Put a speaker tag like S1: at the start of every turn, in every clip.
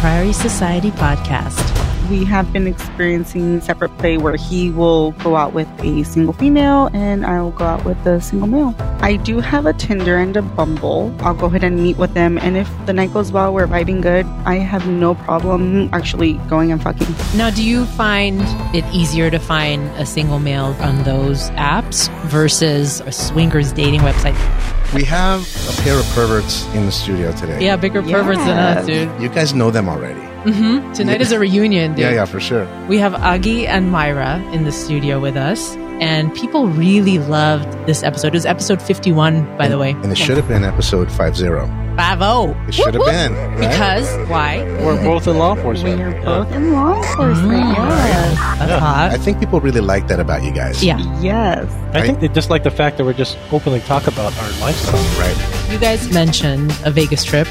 S1: Priory Society podcast.
S2: We have been experiencing separate play where he will go out with a single female and I will go out with a single male. I do have a Tinder and a Bumble. I'll go ahead and meet with them. And if the night goes well, we're vibing good, I have no problem actually going and fucking.
S1: Now, do you find it easier to find a single male on those apps versus a swingers dating website?
S3: We have a pair of perverts in the studio today.
S1: Yeah, bigger perverts than us, dude.
S3: You guys know them already.
S1: hmm Tonight is a reunion, dude.
S3: Yeah, yeah, for sure.
S1: We have Aggie and Myra in the studio with us, and people really loved this episode. It was episode 51, by the way.
S3: And it should have been episode 50. It
S1: 5
S3: should have been. right? Mm.
S1: Because, why?
S4: We're both in law enforcement.
S2: We're both in law enforcement.
S1: Mm.
S2: Yes.
S1: That's
S4: Yeah.
S3: I
S1: hot.
S3: think people really like that about you guys.
S1: Yeah.
S2: Yes.
S4: I think they just like the fact that we're just openly talk about our lifestyle.
S3: Right.
S1: You guys mentioned a Vegas trip.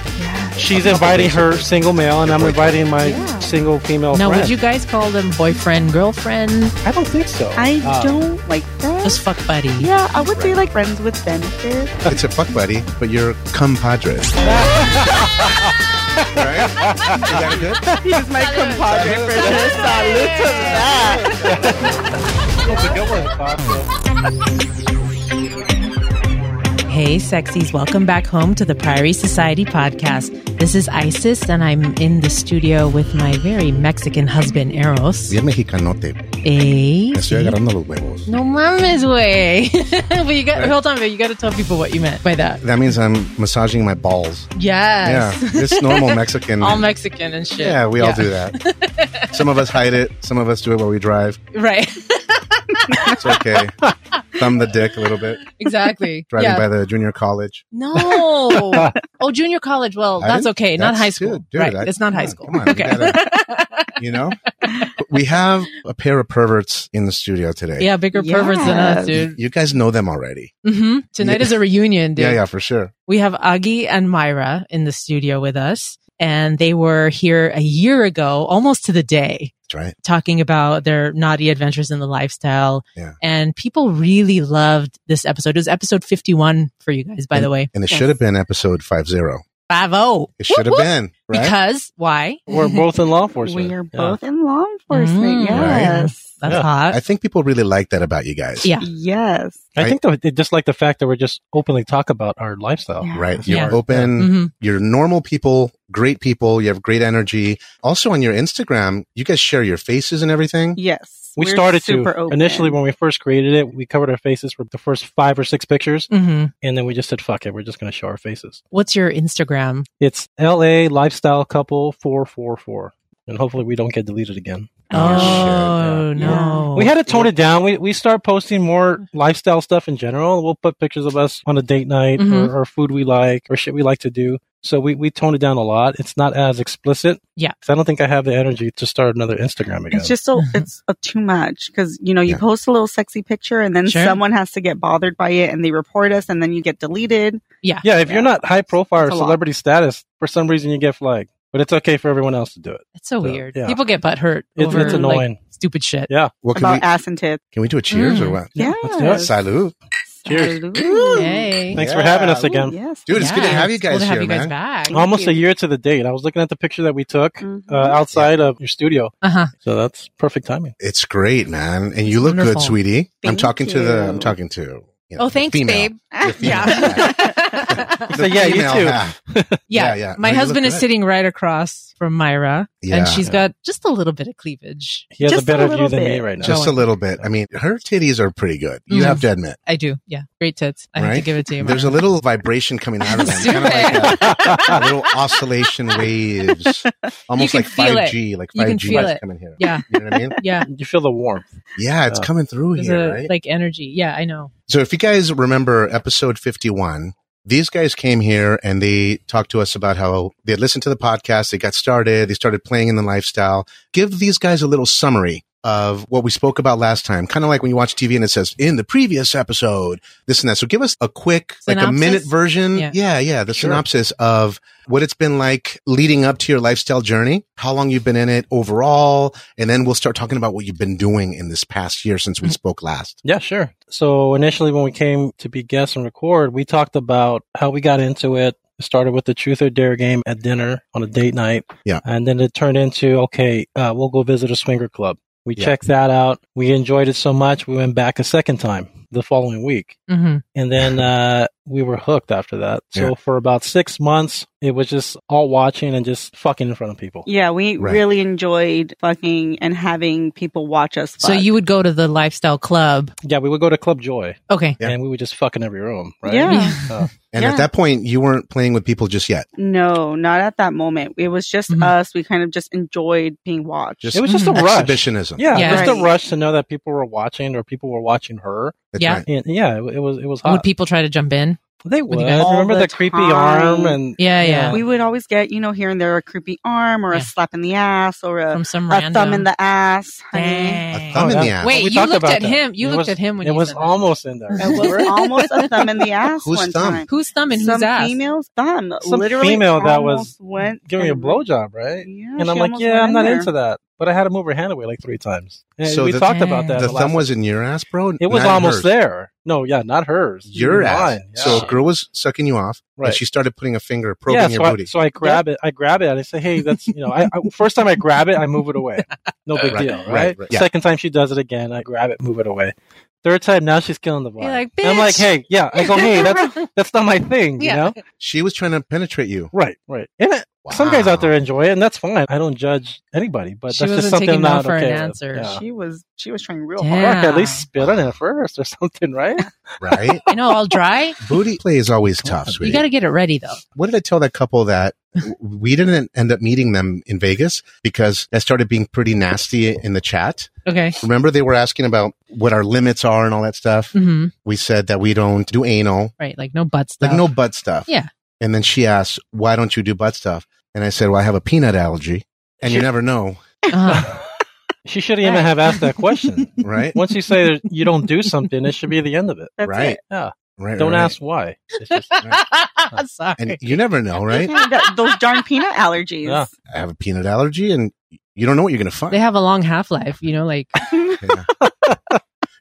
S4: She's inviting her single male, and I'm inviting my single female
S1: Now,
S4: friend.
S1: would you guys call them boyfriend, girlfriend?
S4: I don't think so.
S2: I
S4: Uh,
S2: don't like that.
S1: Just fuck buddy.
S2: Yeah, I would say like friends with benefits.
S3: It's a fuck buddy, but you're compadre. right? Is that good?
S2: He's my compadre for this. Salute to that.
S4: That's a good one, Bob.
S1: Hey, sexies, welcome back home to the Priory Society podcast. This is Isis, and I'm in the studio with my very Mexican husband, Eros.
S3: Bien mexicanote.
S1: Hey.
S3: Me estoy agarrando los huevos.
S1: No mames, way. but you got, hold on, but you got to tell people what you meant by that.
S3: That means I'm massaging my balls.
S1: Yes.
S3: Yeah. It's normal Mexican.
S1: All Mexican and shit.
S3: yeah, we all do that. Some of us hide it. Some of us do it while we drive.
S1: Right.
S3: It's okay. Thumb the dick a little bit.
S1: exactly.
S3: Driving
S1: yeah.
S3: by the junior college.
S1: No. oh, junior college. Well,
S3: I
S1: that's
S3: didn't-
S1: okay. not
S3: that's-
S1: high school.
S3: dude, dude,
S1: right.
S3: I-
S1: it's not high
S3: come
S1: school.
S3: on, come on, you
S1: okay.
S3: gotta- you know, we have a pair of perverts in the studio today.
S1: yeah, bigger perverts than us,
S2: Yes.
S3: You,
S1: dude.
S3: you guys know them already.
S1: hmm Tonight
S3: Yeah.
S1: is a reunion, dude.
S3: Yeah, yeah, for sure.
S1: We have Aggie and Myra in the studio with us, and they were here a year ago, almost to the day.
S3: That's right.
S1: talking about their naughty adventures in the lifestyle.
S3: Yeah.
S1: And people really loved this episode. It was episode 51 for you guys, by the way.
S3: And it should have been episode 50.
S1: 5
S3: It should have been, right?
S1: Because why?
S4: We're both in law enforcement.
S2: We are
S4: Yeah.
S2: both in law
S1: Mm.
S2: enforcement.
S3: Right.
S2: Yes.
S1: That's
S4: Yeah.
S1: hot.
S3: I think people really like that about you guys.
S1: yeah.
S2: Yes.
S4: I think though, they just like the fact that we're just openly talk about our lifestyle.
S2: Yeah.
S3: Oh, Right. You're
S1: Yeah.
S3: open.
S1: hmm
S3: You're normal people, great people. You have great energy. Also on your Instagram, you guys share your faces and everything.
S2: Yes.
S4: We
S2: We're
S4: started
S2: super
S4: to
S2: open.
S4: initially when we first created it, we covered our faces for the first five or six pictures,
S1: hmm
S4: and then we just said, "Fuck it, we're just going to show our faces."
S1: What's your Instagram?
S4: It's L.A. lifestyle couple four four four, and hopefully we don't get deleted again.
S3: Oh, shit,
S1: Oh,
S2: yeah.
S1: no.
S4: We had to tone it down. We we start posting more lifestyle stuff in general. We'll put pictures of us on a date night
S2: Mm-hmm.
S1: Mhm.
S4: or, or food we like or shit we like to do. So we, we tone it down a lot. It's not as explicit.
S1: Yeah.
S4: 'Cause I don't think I have the energy to Mm-hmm. start another Instagram again.
S2: It's just so it's uh too much because you know you
S3: Yeah.
S2: post a little sexy picture and then
S1: Sure.
S2: someone has to get bothered by it and they report us and then you get deleted.
S4: yeah, if
S2: yeah.
S4: you're not high profile or
S2: It's a lot.
S4: celebrity status, for some reason you get flagged. But it's okay for everyone else to do it.
S1: It's so
S4: So,
S1: weird.
S4: yeah.
S1: People get butt hurt
S4: It's-
S1: over
S4: it's annoying.
S1: like, stupid shit.
S4: Yeah.
S3: Well, can
S2: about
S3: we,
S2: ass and tits.
S3: can we do a cheers
S1: Mm.
S3: or what?
S2: Yeah.
S4: let's do it.
S3: Oh, Salud.
S4: Cheers.
S2: Salute.
S1: Yay.
S4: Thanks for having us
S3: Ooh,
S4: again.
S2: Yes.
S3: Dude, it's good to
S1: Yeah,
S3: have you
S1: it's cool
S3: guys
S1: to have
S3: here,
S1: you guys
S3: man.
S1: back.
S2: Thank
S4: Almost
S2: you.
S4: a year to the date. I was looking at the picture that we took
S2: Mhm.
S4: uh, outside of your studio.
S1: Uh-huh.
S4: So that's perfect timing.
S3: It's great, man. And you look
S1: Wonderful.
S3: good, sweetie. I'm
S2: Thank
S3: talking to the,
S2: you.
S3: I'm talking to, you know,
S1: Oh,
S3: the
S1: thanks,
S3: female.
S1: babe.
S3: Yeah.
S1: Yeah.
S4: So, yeah, you
S3: female
S4: too.
S3: half.
S1: Yeah,
S3: Yeah, yeah.
S1: My
S3: No, you
S1: husband
S3: look
S1: is
S3: good.
S1: sitting right across from Myra,
S3: Yeah.
S1: and she's got just a little bit of cleavage.
S4: He has
S2: Just
S4: a
S2: a
S4: better view
S2: little
S4: than me
S2: bit.
S4: right now.
S3: Just a little bit. I mean, her titties are pretty good. You
S1: Mhm.
S3: have to admit.
S1: I do, yeah. Great tits. I have to
S3: Right?
S1: give it to you.
S3: There's a
S1: Myra.
S3: little vibration coming out of them. kind of like a, a little oscillation waves. Almost
S1: can
S3: like
S1: feel it.
S3: 5G. Like
S1: You can
S3: 5G
S1: feel
S3: vibes
S1: it.
S3: coming here.
S1: Yeah.
S3: You know what I mean?
S1: yeah.
S4: you feel the warmth.
S3: Yeah, it's
S4: Yeah.
S3: coming through
S1: There's
S3: here,
S1: a,
S3: right?
S1: like energy. Yeah, I know.
S3: So if you guys remember episode 51, these guys came here and they talked to us about how they had listened to the podcast, they got started, they started playing in the lifestyle. Give these guys a little summary of what we spoke about last time, kind of like when you watch TV and it says in the previous episode, this and that. So give us a quick, like a
S1: Synopsis?
S3: minute version.
S1: Yeah.
S3: Yeah, yeah, the
S4: Sure.
S3: synopsis of what it's been like leading up to your lifestyle journey, how long you've been in it overall, and then we'll start talking about what you've been doing in this past year since we
S1: Mhm.
S3: spoke last.
S4: Yeah, sure. So initially, when we came to be guests and record, we talked about how we got into it, It started with the truth or dare game at dinner on a date night.
S3: Yeah.
S4: And then it turned into, okay, uh, we'll go visit a swinger club. We
S3: Yeah.
S4: checked that out. We enjoyed it so much. We went back a second time the following week.
S1: hmm
S4: And then uh, we were hooked after that. So
S3: Yeah.
S4: for about six months, it was just all watching and just fucking in front of people.
S2: Yeah, we
S3: Right.
S2: really enjoyed fucking and having people watch us.
S1: So
S2: fuck.
S1: you would go to the lifestyle club.
S4: Yeah, we would go to Club Joy
S1: Okay.
S3: Yeah.
S4: and we would just fuck in every room, right?
S2: Yeah.
S4: Uh,
S3: And
S2: Yeah.
S3: at that point, you weren't playing with people just yet.
S2: No, not at that moment. It was just
S4: Mm-hmm.
S1: Mhm.
S2: us. We kind of just enjoyed being watched.
S3: Just
S4: it was just a
S1: Mhm.
S4: rush.
S3: exhibitionism.
S4: Yeah,
S1: Yeah.
S4: just
S2: Right.
S4: a rush to know that people were watching or people were watching her.
S3: That's
S1: Yeah.
S3: right.
S4: And yeah, it, it was it was hot.
S1: Would people try to jump in?
S4: they
S1: would
S4: would.
S1: you guys-
S4: Remember
S2: All
S4: the,
S2: the
S4: creepy
S2: time.
S4: arm and
S1: Yeah, yeah.
S2: we would always get, you know, here and there a creepy arm or
S1: Yeah.
S2: a slap in the ass or a,
S1: From some
S2: a
S1: random.
S2: thumb in the ass. Honey.
S1: Dang.
S3: A thumb in
S4: Oh,
S3: the
S4: that-
S3: ass.
S1: Wait,
S4: We
S1: you
S4: talked
S1: looked
S4: about
S1: at
S4: that.
S1: him. You
S4: It
S1: looked
S4: was-
S1: at him when
S4: it
S1: you
S4: was
S1: said that.
S4: almost in there.
S2: It was Uh, almost a thumb in the ass
S3: Whose
S2: one
S3: thumb?
S2: time.
S1: Whose thumb and
S2: Some
S1: whose ass?
S2: female's thumb.
S4: Some
S2: literally
S4: female that was
S2: almost went
S4: giving me a
S2: and-
S4: blowjob, right?
S2: Yeah,
S4: and
S2: she
S4: I'm like,
S2: almost
S4: yeah,
S2: went
S4: I'm
S2: in
S4: not
S2: there.
S4: into that. But I had to move her hand away like three times. And
S3: So
S4: we
S3: the-
S4: talked about that.
S3: The
S4: last
S3: thumb was in your ass, bro.
S4: It was
S3: Not
S4: almost
S3: hers.
S4: there. No, yeah, not hers.
S3: Your ass.
S4: Mine,
S3: So
S4: yeah.
S3: a girl was sucking you off,
S4: Right.
S3: and she started putting a finger probing
S4: yeah,
S3: your
S4: so I,
S3: booty.
S4: so I grab it. I grab it. And I say, "Hey, that's you know." I, I first time I grab it, I move it away. No big
S3: Right,
S4: deal,
S3: right,
S4: right?
S3: right. Yeah.
S4: Second time she does it again, I grab it, move it away. Third time, now she's killing the vibe.
S1: You're like,
S4: And I'm like,
S1: "Bitch."
S4: "Hey, yeah." I go, "Hey, that's that's not my thing,"
S1: Yeah.
S4: you know?
S3: she was trying to penetrate you.
S4: Right, right. And it,
S3: Wow.
S4: some guys out there enjoy it, and that's fine. I don't judge anybody, but
S1: She
S4: that's
S1: wasn't
S4: just something
S1: taking
S4: I'm
S1: no
S4: not
S1: for an
S4: okay with.
S1: answer.
S4: Yeah.
S2: She was she was trying real
S1: Damn.
S2: hard.
S4: Fuck, at least spit on it first or something, right?
S3: right?
S1: I know, all dry.
S3: booty play is always tough,
S1: You
S3: sweetie.
S1: got to get it ready, though.
S3: what did I tell that couple that w- we didn't end up meeting them in Vegas because that started being pretty nasty in the chat?
S1: Okay.
S3: Remember, they were asking about what our limits are and all that stuff.
S4: Mm.
S1: hmm
S3: We said that we don't do anal,
S1: Right. Like, no butt stuff.
S3: like no butt stuff.
S1: Yeah.
S3: And then she asked, "Why don't you do butt stuff?" And I said, "Well, I have a peanut allergy, and you
S4: Sure.
S3: never know,
S1: Uh,
S4: she shouldn't even
S1: Right.
S4: have asked that question.
S3: right?
S4: Once you say that you don't do something, it should be the end of it.
S2: That's
S3: right?
S2: it.
S4: Yeah.
S3: Right?
S4: Don't
S3: right, right.
S4: ask why. It's just,
S1: Sorry.
S3: And you never know, right?
S2: Yeah, that- those darn peanut allergies.
S4: Yeah.
S3: I have a peanut allergy, and you don't know what you're gonna find.
S1: they have a long half life, you know, like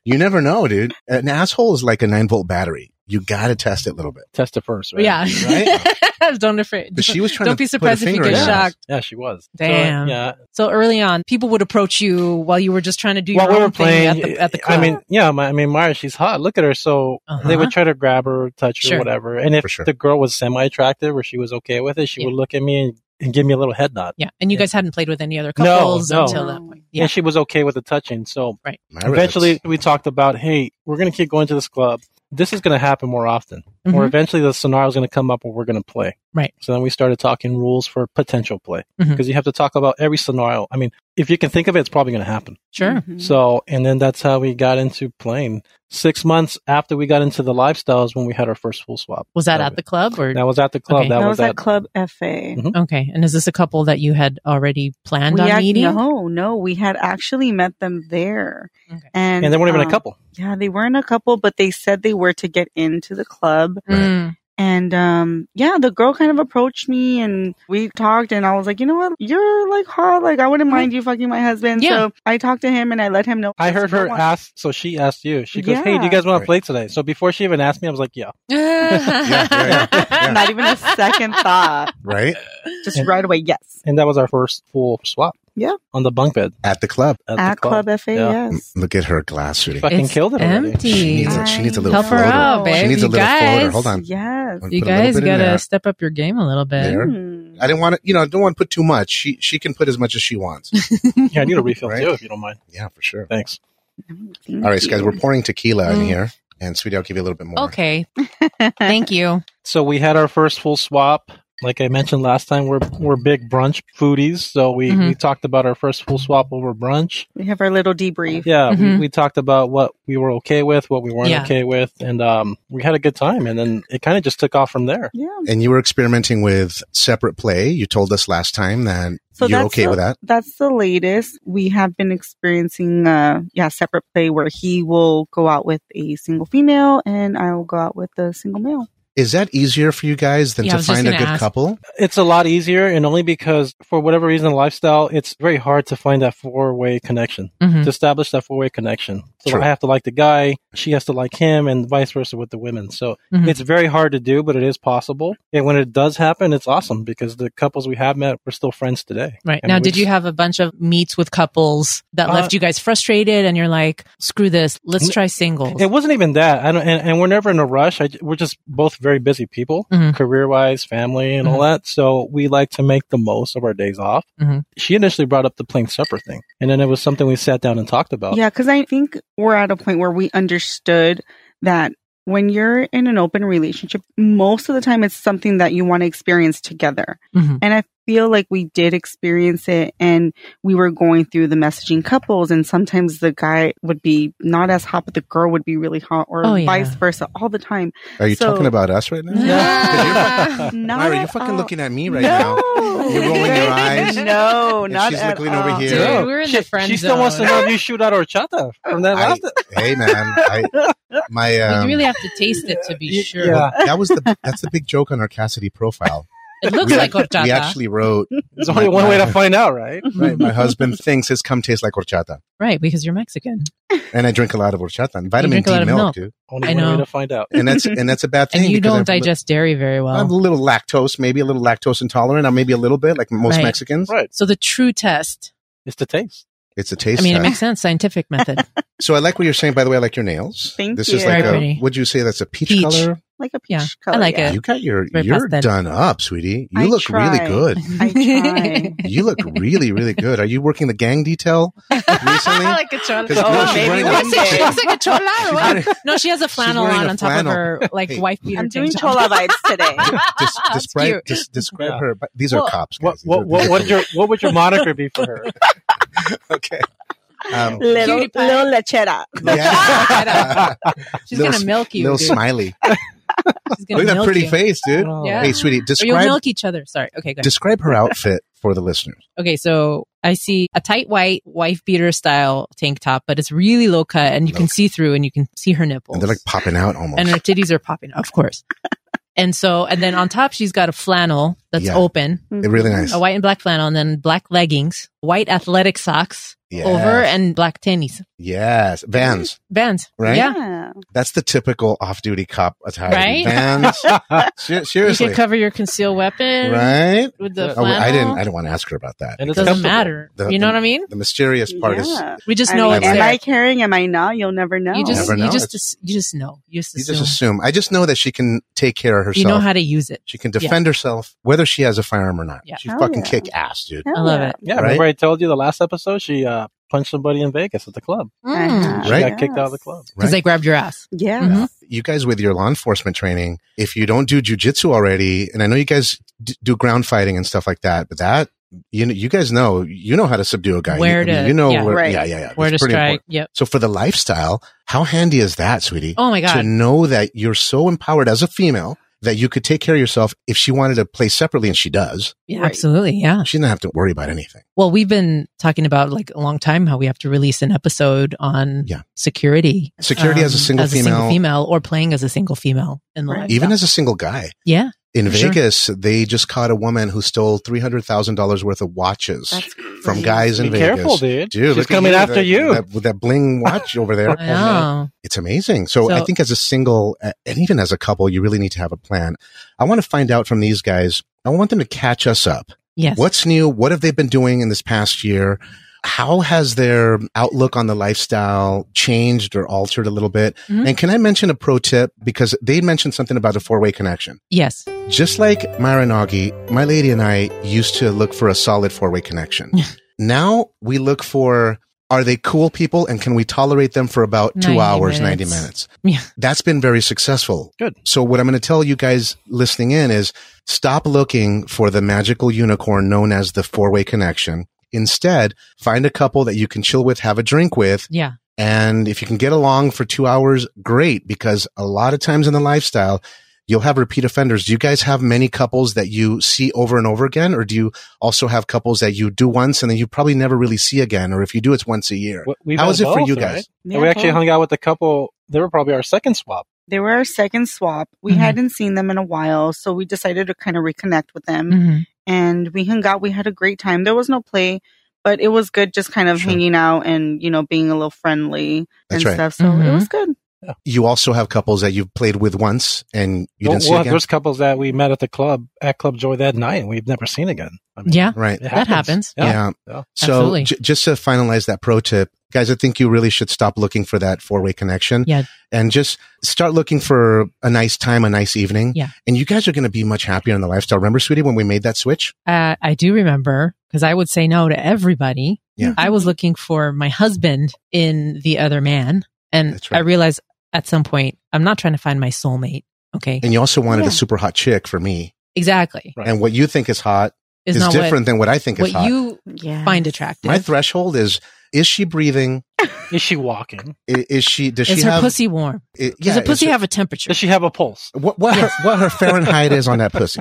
S3: you never know, dude. An asshole is like a nine volt battery. You gotta test it a little bit.
S4: test it first, right?
S1: yeah. don't afraid.
S3: But she was trying
S1: Don't
S3: to
S1: be
S3: put a
S1: surprised if you
S3: finger
S1: get
S3: in her ass.
S1: shocked.
S4: Yeah, she was.
S1: Damn.
S4: So, yeah.
S1: So early on, people would approach you while you were just trying to do
S4: While
S1: your
S4: we
S1: own
S4: were playing,
S1: thing at the, at the club.
S4: I mean, yeah, my, I mean, Mara, she's hot. Look at her. So
S1: Uh-huh.
S4: they would try to grab her, touch her,
S1: Sure.
S4: whatever. And if
S3: For sure.
S4: the girl was semi attractive or she was okay with it, she
S1: Yeah.
S4: would look at me and, and give me a little head nod.
S1: yeah. And you
S4: Yeah.
S1: guys hadn't played with any other
S4: No,
S1: couples
S2: Oh.
S4: no.
S1: until that point. Yeah.
S4: And she was okay with the touching. So
S3: My
S4: eventually
S3: ribs.
S4: we talked about, hey, we're going to keep going to this club. This is going to happen more often. Or
S1: Mhm.
S4: eventually the scenario is going to come up where we're going to play.
S1: Right.
S4: So then we started talking rules for potential play because
S1: Mhm.
S4: you have to talk about every scenario. I mean, if you can think of it, it's probably going to happen.
S1: Sure.
S2: Mhm.
S4: So, and then that's how we got into playing. Six months after we got into the lifestyles, when we had our first full swap.
S1: Was that at the club or?
S4: That was at the club.
S1: Okay.
S4: That,
S2: that, was,
S4: was,
S2: at
S4: at.
S2: Club FA.
S1: Okay. And is this a couple that you had already planned
S2: We
S1: on
S2: ac-
S1: meeting?
S2: no, no, we had actually met them there,
S1: Okay.
S2: and,
S4: and they weren't even
S2: um,
S4: a couple.
S2: Yeah, they weren't a couple, but they said they were to get into the club.
S1: Mm.
S2: And um, yeah, the girl kind of approached me, and we talked, and I was like, you know what, you're like hot, like I wouldn't mind you fucking my husband.
S1: Yeah.
S2: So I talked to him, and I let him know.
S4: I heard
S2: "Yes, I
S4: her
S2: want
S4: ask, so she asked you. She goes, "Hey, do you
S2: Yeah.
S4: guys want to
S3: Right.
S4: play today?" So before she even asked me, I was like, "Yeah."
S3: yeah, yeah, yeah.
S2: Not even a second thought.
S3: right
S2: Just right away, yes.
S4: And that was our first full swap.
S2: Yeah.
S4: on the bunk bed
S3: at the club.
S4: at,
S2: At
S4: the club.
S2: Club FA,
S4: Yeah.
S2: yes.
S3: Look at her glass, sweetie.
S4: Fucking
S1: It's
S4: killed it already.
S1: empty.
S3: She needs a, she needs a little
S1: Help her
S3: floater.
S1: out, babe.
S3: She needs a
S1: You
S3: little floater.
S1: guys.
S3: Hold on.
S2: Yes.
S3: Put a
S1: You
S3: little
S1: guys
S3: bit in
S1: gotta
S3: there.
S1: step up your game a little bit.
S3: There.
S2: Mm.
S3: I didn't want to, you know, I don't want to put too much. She she can put as much as she wants.
S4: Yeah, I need a refill
S3: Right.
S4: too, if you don't mind.
S3: yeah, for sure.
S4: Thanks.
S2: Thank
S3: All right, so
S2: you.
S3: guys, we're pouring tequila in
S1: Mm.
S3: here, and sweetie, I'll give you a little bit more.
S1: Okay. Thank you.
S4: So we had our first full swap. Like I mentioned last time, we're we're big brunch foodies. So we,
S1: Mhm.
S4: we talked about our first full swap over brunch.
S2: We have our little debrief.
S4: Yeah,
S1: Mhm.
S4: we, we talked about what we were okay with, what we weren't
S1: Yeah.
S4: okay with, and um, we had a good time. And then it kind of just took off from there.
S2: Yeah.
S3: And you were experimenting with separate play. You told us last time that
S2: So
S3: you're
S2: that's
S3: okay
S2: the,
S3: with that.
S2: That's the latest. We have been experiencing, uh, yeah, separate play where he will go out with a single female and I will go out with a single male.
S3: Is that easier for you guys than
S1: Yeah, I
S3: to
S1: was just
S3: find a
S1: gonna
S3: good
S1: ask.
S3: couple?
S4: It's a lot easier, and only because for whatever reason, lifestyle, it's very hard to find that four way connection
S1: Mhm.
S4: to establish that four way connection. So
S3: True.
S4: I have to like the guy, she has to like him, and vice versa with the women. So
S1: Mhm.
S4: it's very hard to do, but it is possible. And when it does happen, it's awesome because the couples we have met, we're still friends today.
S1: Right.
S4: I
S1: now,
S4: mean,
S1: did
S4: we
S1: you
S4: just-
S1: have a bunch of meets with couples that
S4: Uh,
S1: left you guys frustrated and you're like, screw this, let's try singles?
S4: It wasn't even that. I don't, and, and we're never in a rush. I, j- we're just both very busy people,
S1: Mhm.
S4: career wise, family, and all that. So we like to make the most of our days off.
S1: Mhm.
S4: She initially brought up the plain supper thing, and then it was something we sat down and talked
S3: Oh.
S4: about.
S2: Yeah, because I think we're at a point where we understood that when you're in an open relationship, most of the time it's something that you want to experience together.
S1: Mhm.
S2: And I feel like we did experience it and we were going through the messaging couples and sometimes the guy would be not as hot, but the girl would be really hot or
S1: Oh, yeah.
S2: vice versa all the time.
S3: Are you
S2: So-
S3: talking about us right now?
S1: Yeah.
S2: Not
S3: Uh, Myra, you're
S2: at
S3: fucking
S2: all.
S3: looking at me right now.
S2: no.
S3: You're rolling your eyes.
S2: No,
S3: And
S2: not
S3: she's
S2: at
S3: looking over
S2: all.
S3: here.
S1: Dude,
S4: Yeah.
S1: we're in
S4: she,
S1: the friend
S4: She still wants to
S1: zone.
S4: know if you shoot out horchata from that
S3: I-
S4: last.
S3: hey, man. I, my, um,
S1: you really have to taste it to be
S4: Yeah.
S1: sure.
S4: Yeah.
S3: that was the, that's the big joke on our Cassidy profile.
S1: It looks
S3: we,
S1: like horchata. Mm-hmm.
S3: We actually wrote,
S4: There's only one way to find out, right?
S3: right, my husband thinks his cum tastes like horchata.
S1: right, because you're Mexican.
S3: And I drink a lot of horchata and vitamin
S1: drink a lot
S3: D
S1: of
S3: milk,
S1: milk.
S3: dude.
S4: Only
S1: I
S4: one
S1: know.
S4: way to find out.
S3: And that's, and that's a bad thing.
S1: And you
S3: because
S1: don't
S3: I'm-
S1: digest dairy very well.
S3: I'm a little lactose, maybe a little lactose intolerant. or Maybe a little bit, like most
S1: Right.
S3: Mexicans.
S4: Right.
S1: so the true test,
S4: It's the taste.
S3: It's a taste
S1: I mean, it
S3: test.
S1: makes sense, scientific method.
S3: so I like what you're saying. By the way, I like your nails.
S2: Thank
S3: this
S2: you.
S3: is like
S1: Very
S3: a.
S1: pretty.
S3: Would you say that's a peach,
S1: Peach.
S3: color?
S2: Like a peach
S1: Yeah, I
S2: color.
S1: like
S2: yeah.
S1: it.
S3: You got your.
S1: Very
S3: You're
S1: pastel.
S3: done up, sweetie. You
S2: I
S3: look really
S2: try.
S3: good.
S2: I try.
S3: You look really, really good. Are you working the gang detail recently?
S1: like a chola.
S3: 'Cause, no,
S2: Oh,
S3: she's
S2: maybe
S3: running
S2: one
S3: a,
S2: day.
S1: She looks like a chola. or what?
S3: she's running-
S1: No, she has a flannel
S3: wearing
S1: on
S3: a
S1: on top
S3: flannel.
S1: of her like
S3: Hey,
S1: wife beater.
S2: I'm doing
S1: tank top.
S2: chola vibes today.
S1: Oh.
S3: dis-
S1: That's
S3: describe
S1: cute.
S3: dis- describe
S4: Yeah.
S3: her. But these are
S4: Well,
S3: cops.
S4: What
S3: guys. These are-
S4: what what would your what would your moniker be for her?
S3: okay. Um,
S2: little,
S1: Cutie
S2: little
S1: pie.
S2: lechera.
S3: yeah.
S1: She's
S3: Little
S1: gonna
S3: s-
S1: milk you.
S3: Little
S1: dude.
S3: smiley.
S1: She's
S3: Look
S1: gonna
S3: at that
S1: milk
S3: pretty
S1: you.
S3: face, dude.
S4: Oh.
S1: Yeah.
S3: Hey,
S1: Or
S3: sweetie,
S1: you'll
S3: describe
S1: milk each other. Sorry. Okay, good.
S3: describe her outfit for the listeners.
S1: Okay, so I see a tight white wife beater style tank top, but it's really low cut and you
S3: Low
S1: can see through and you can see her nipples.
S3: And they're like popping out almost.
S1: and her titties are popping, of course. And so, and then on top, she's got a flannel that's
S3: Yeah.
S1: open,
S3: They're really nice.
S1: a white and black flannel, and then black leggings, white athletic socks
S3: Yes.
S1: over, and black tennies.
S3: Yes, Vans.
S1: Vans.
S3: Right?
S1: Yeah.
S3: That's the typical off-duty cop attire.
S1: Right?
S3: Vans. Se-
S1: You
S3: seriously,
S1: can cover your concealed weapon
S3: right?
S1: with
S2: Uh,
S1: the
S3: Oh,
S1: flannel.
S3: I didn't. I didn't want to ask her about that.
S4: And it's
S1: doesn't
S4: comfortable.
S1: matter.
S3: The-
S1: you know what I mean?
S3: The mysterious part is
S2: Yeah.
S1: We just
S2: I
S1: know
S2: mean,
S1: it's
S2: am
S1: there.
S2: I caring? Am I not? You'll never know.
S1: you just,
S3: Never know.
S1: you just, you just know. You just,
S3: you
S1: assume.
S3: just assume. I just know that she can take care of herself.
S1: You know how to use it.
S3: she can defend herself, whether she has a firearm or not.
S1: Yeah.
S3: She
S2: Hell
S3: fucking
S2: yeah.
S3: kick ass, dude.
S2: Hell
S1: I love it.
S4: Yeah,
S3: Right?
S4: remember I told you the last episode she uh, punched somebody in Vegas at the club.
S2: Uh-huh.
S1: Because
S3: Right?
S4: She got kicked out of the club.
S3: Right?
S1: Mm. they grabbed your ass.
S2: Yeah.
S1: Mhm.
S3: you guys with your law enforcement training, if you don't do jujitsu already, and I know you guys d- do ground fighting and stuff like that, but that you know, you guys know you know how to subdue a guy.
S1: Where
S3: you, I mean,
S1: to-
S3: you know
S1: yeah.
S3: where,
S2: Right.
S3: yeah, yeah, yeah.
S1: Where to
S3: It's
S1: strike.
S3: pretty important.
S1: Yep.
S3: So for the lifestyle, how handy is that, sweetie?
S1: Oh my
S3: to
S1: God.
S3: know that you're so empowered as a female that you could take care of yourself if she wanted to play separately, and she does.
S1: Yeah,
S2: Right.
S1: Absolutely. Yeah.
S3: She doesn't have to worry about anything.
S1: Well, we've been talking about like a long time how we have to release an episode on
S3: Yeah.
S1: security. um,
S3: Security as a single
S1: as a single
S3: female.
S1: female or playing as a single female in the
S2: Right.
S1: lifestyle.
S3: Even as a single guy
S1: yeah.
S3: in
S1: For sure.
S3: Vegas, they just caught a woman who stole three hundred thousand dollars worth of watches
S2: That's
S3: from
S2: crazy.
S3: guys in
S4: Be
S3: Vegas.
S4: careful, dude.
S3: Dude,
S4: She's
S3: look at
S4: coming
S3: you,
S4: after
S3: that-
S4: you.
S3: That, with that bling watch over there.
S1: I know.
S3: It's amazing. So, I
S1: So-
S3: think as a single uh, and even as a couple, you really need to have a plan. I want to find out from these guys. I want them to catch us up.
S1: Yes.
S3: What's new? What have they been doing in this past year? How has their outlook on the lifestyle changed or altered a little bit?
S4: Mm-hmm.
S1: Mhm.
S3: And can I mention a pro tip? Because they mentioned something about a four way connection.
S1: Yes.
S3: Just like Maranagi, my lady and I used to look for a solid four way connection. now we look for are they cool people and can we tolerate them for about two
S1: 90
S3: hours, 90
S1: minutes.
S3: minutes?
S1: Yeah.
S3: That's been very successful.
S4: Good.
S3: So, what I'm going to tell you guys listening in is stop looking for the magical unicorn known as the four way connection. Instead, find a couple that you can chill with, have a drink with,
S1: Yeah.
S3: and if you can get along for two hours, great, because a lot of times in the lifestyle, you'll have repeat offenders. Do you guys have many couples that you see over and over again? Or do you also have couples that you do once and then you probably never really see again? Or if you do, it's once a year.
S4: We- we've
S3: How
S4: had
S3: is it for
S4: both,
S3: you
S4: right?
S3: guys?
S4: And we actually hung out with a couple. They were probably our second swap.
S2: They were our second swap. We
S1: Mhm.
S2: hadn't seen them in a while, so we decided to kind of reconnect with them.
S1: hmm
S2: And we hung out. We had a great time. There was no play, But it was good just kind of
S3: Sure.
S2: hanging out and, you know, being a little friendly
S3: That's
S2: and
S3: right.
S2: stuff. So it
S1: Mhm.
S2: was good.
S3: You also have couples that you've played with once and you
S4: Well,
S3: didn't see
S4: well,
S3: again.
S4: there's couples that we met at the club at Club Joy that night, and we've never seen again. I mean,
S1: Yeah.
S3: Right.
S4: it
S1: That happens.
S3: Yeah.
S4: yeah.
S3: So
S1: Absolutely.
S3: j- just to finalize that pro tip, guys, I think you really should stop looking for that four way connection.
S1: Yeah.
S3: And just start looking for a nice time, a nice evening.
S1: Yeah.
S3: And you guys are going to be much happier in the lifestyle. Remember, sweetie, when we made that switch?
S1: Uh, I do remember because I would say no to everybody.
S3: Yeah.
S1: I was looking for my husband in the other man. And
S3: That's right.
S1: I realized at some point, I'm not trying to find my soulmate. Okay.
S3: And you also wanted
S2: Yeah.
S3: a super hot chick for me.
S1: Exactly.
S4: Right.
S3: And what you think is hot
S1: Is
S3: is
S1: not
S3: different than what I think
S1: what,
S3: is
S1: what
S3: hot.
S1: you
S2: Yeah.
S1: find attractive.
S3: My threshold is, is she breathing?
S4: Is she walking?
S3: I- Is, she, does
S1: is
S3: she
S1: her
S3: have,
S1: pussy warm?
S3: i-
S1: Does
S3: yeah,
S1: her pussy
S3: is her-
S1: have a temperature?
S4: Does she have a pulse?
S3: what, what, her, what her Fahrenheit is on that pussy,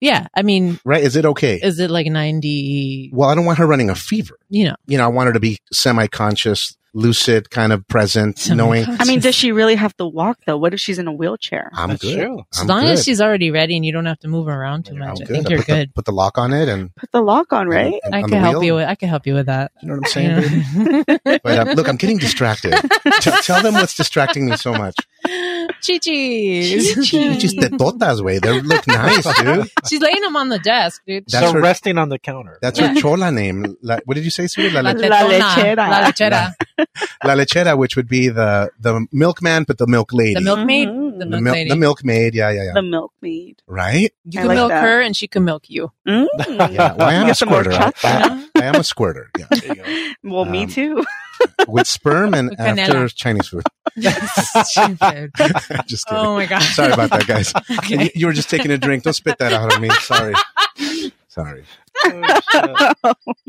S1: yeah. I mean,
S3: right? Is it okay?
S1: is it like 90?
S3: well, I don't want her running a fever.
S1: You know,
S3: you know, I want her to be semi conscious, lucid, kind of present,
S1: Oh
S3: knowing
S2: I mean, does she really have to walk though? What if she's in a wheelchair?
S3: I'm
S4: That's
S3: good.
S4: true.
S1: As
S3: I'm
S1: long
S3: good.
S1: as she's already ready and you don't have to move her around too
S3: I'm
S1: much, I
S3: good.
S1: think you're
S3: put the-
S1: good.
S3: put the lock on it and
S2: Put the lock on, right?
S3: and-
S1: I
S3: on
S1: could
S3: the
S1: help
S3: wheel.
S1: you with. I could help you with that.
S3: You know what I'm saying? dude?
S1: Yeah.
S3: But uh, look, I'm getting distracted. T- tell them what's distracting me so much.
S1: Chi-chis.
S2: Chi-chis.
S3: Just the tortas, way. They look nice, dude.
S1: She's laying them on the desk, dude.
S3: That's
S4: so
S3: her-
S4: resting on the counter.
S3: That's
S1: Yeah.
S3: her chola name. La, what did you say, sweetie? La,
S1: La
S3: le-
S2: La
S1: tetona.
S2: lechera.
S1: La lechera.
S3: La lechera, which would be the the milkman, but the milk lady.
S1: The milkmaid. The
S2: Mhm.
S3: the,
S1: milk
S3: mil-
S1: lady.
S3: the milkmaid. Yeah, yeah, yeah.
S2: The milkmaid.
S3: right?
S1: You
S2: I
S1: can
S2: like
S1: milk
S2: that.
S1: her and she can milk you.
S2: Mm.
S3: Yeah. Well, I am
S2: Get
S3: a
S2: some more
S3: squirter. I,
S1: You
S3: I-
S1: know?
S3: I am a squirter. Yeah.
S4: There you go.
S2: Well, me
S3: Um,
S2: too.
S3: With sperm and
S1: With vanilla.
S3: after Chinese food.
S1: Stupid.
S3: Just kidding.
S1: Oh my god.
S3: Sorry about that, guys.
S1: Okay.
S3: You, you were just taking a drink. Don't spit that out on me. Sorry. Sorry.
S4: Oh, shit.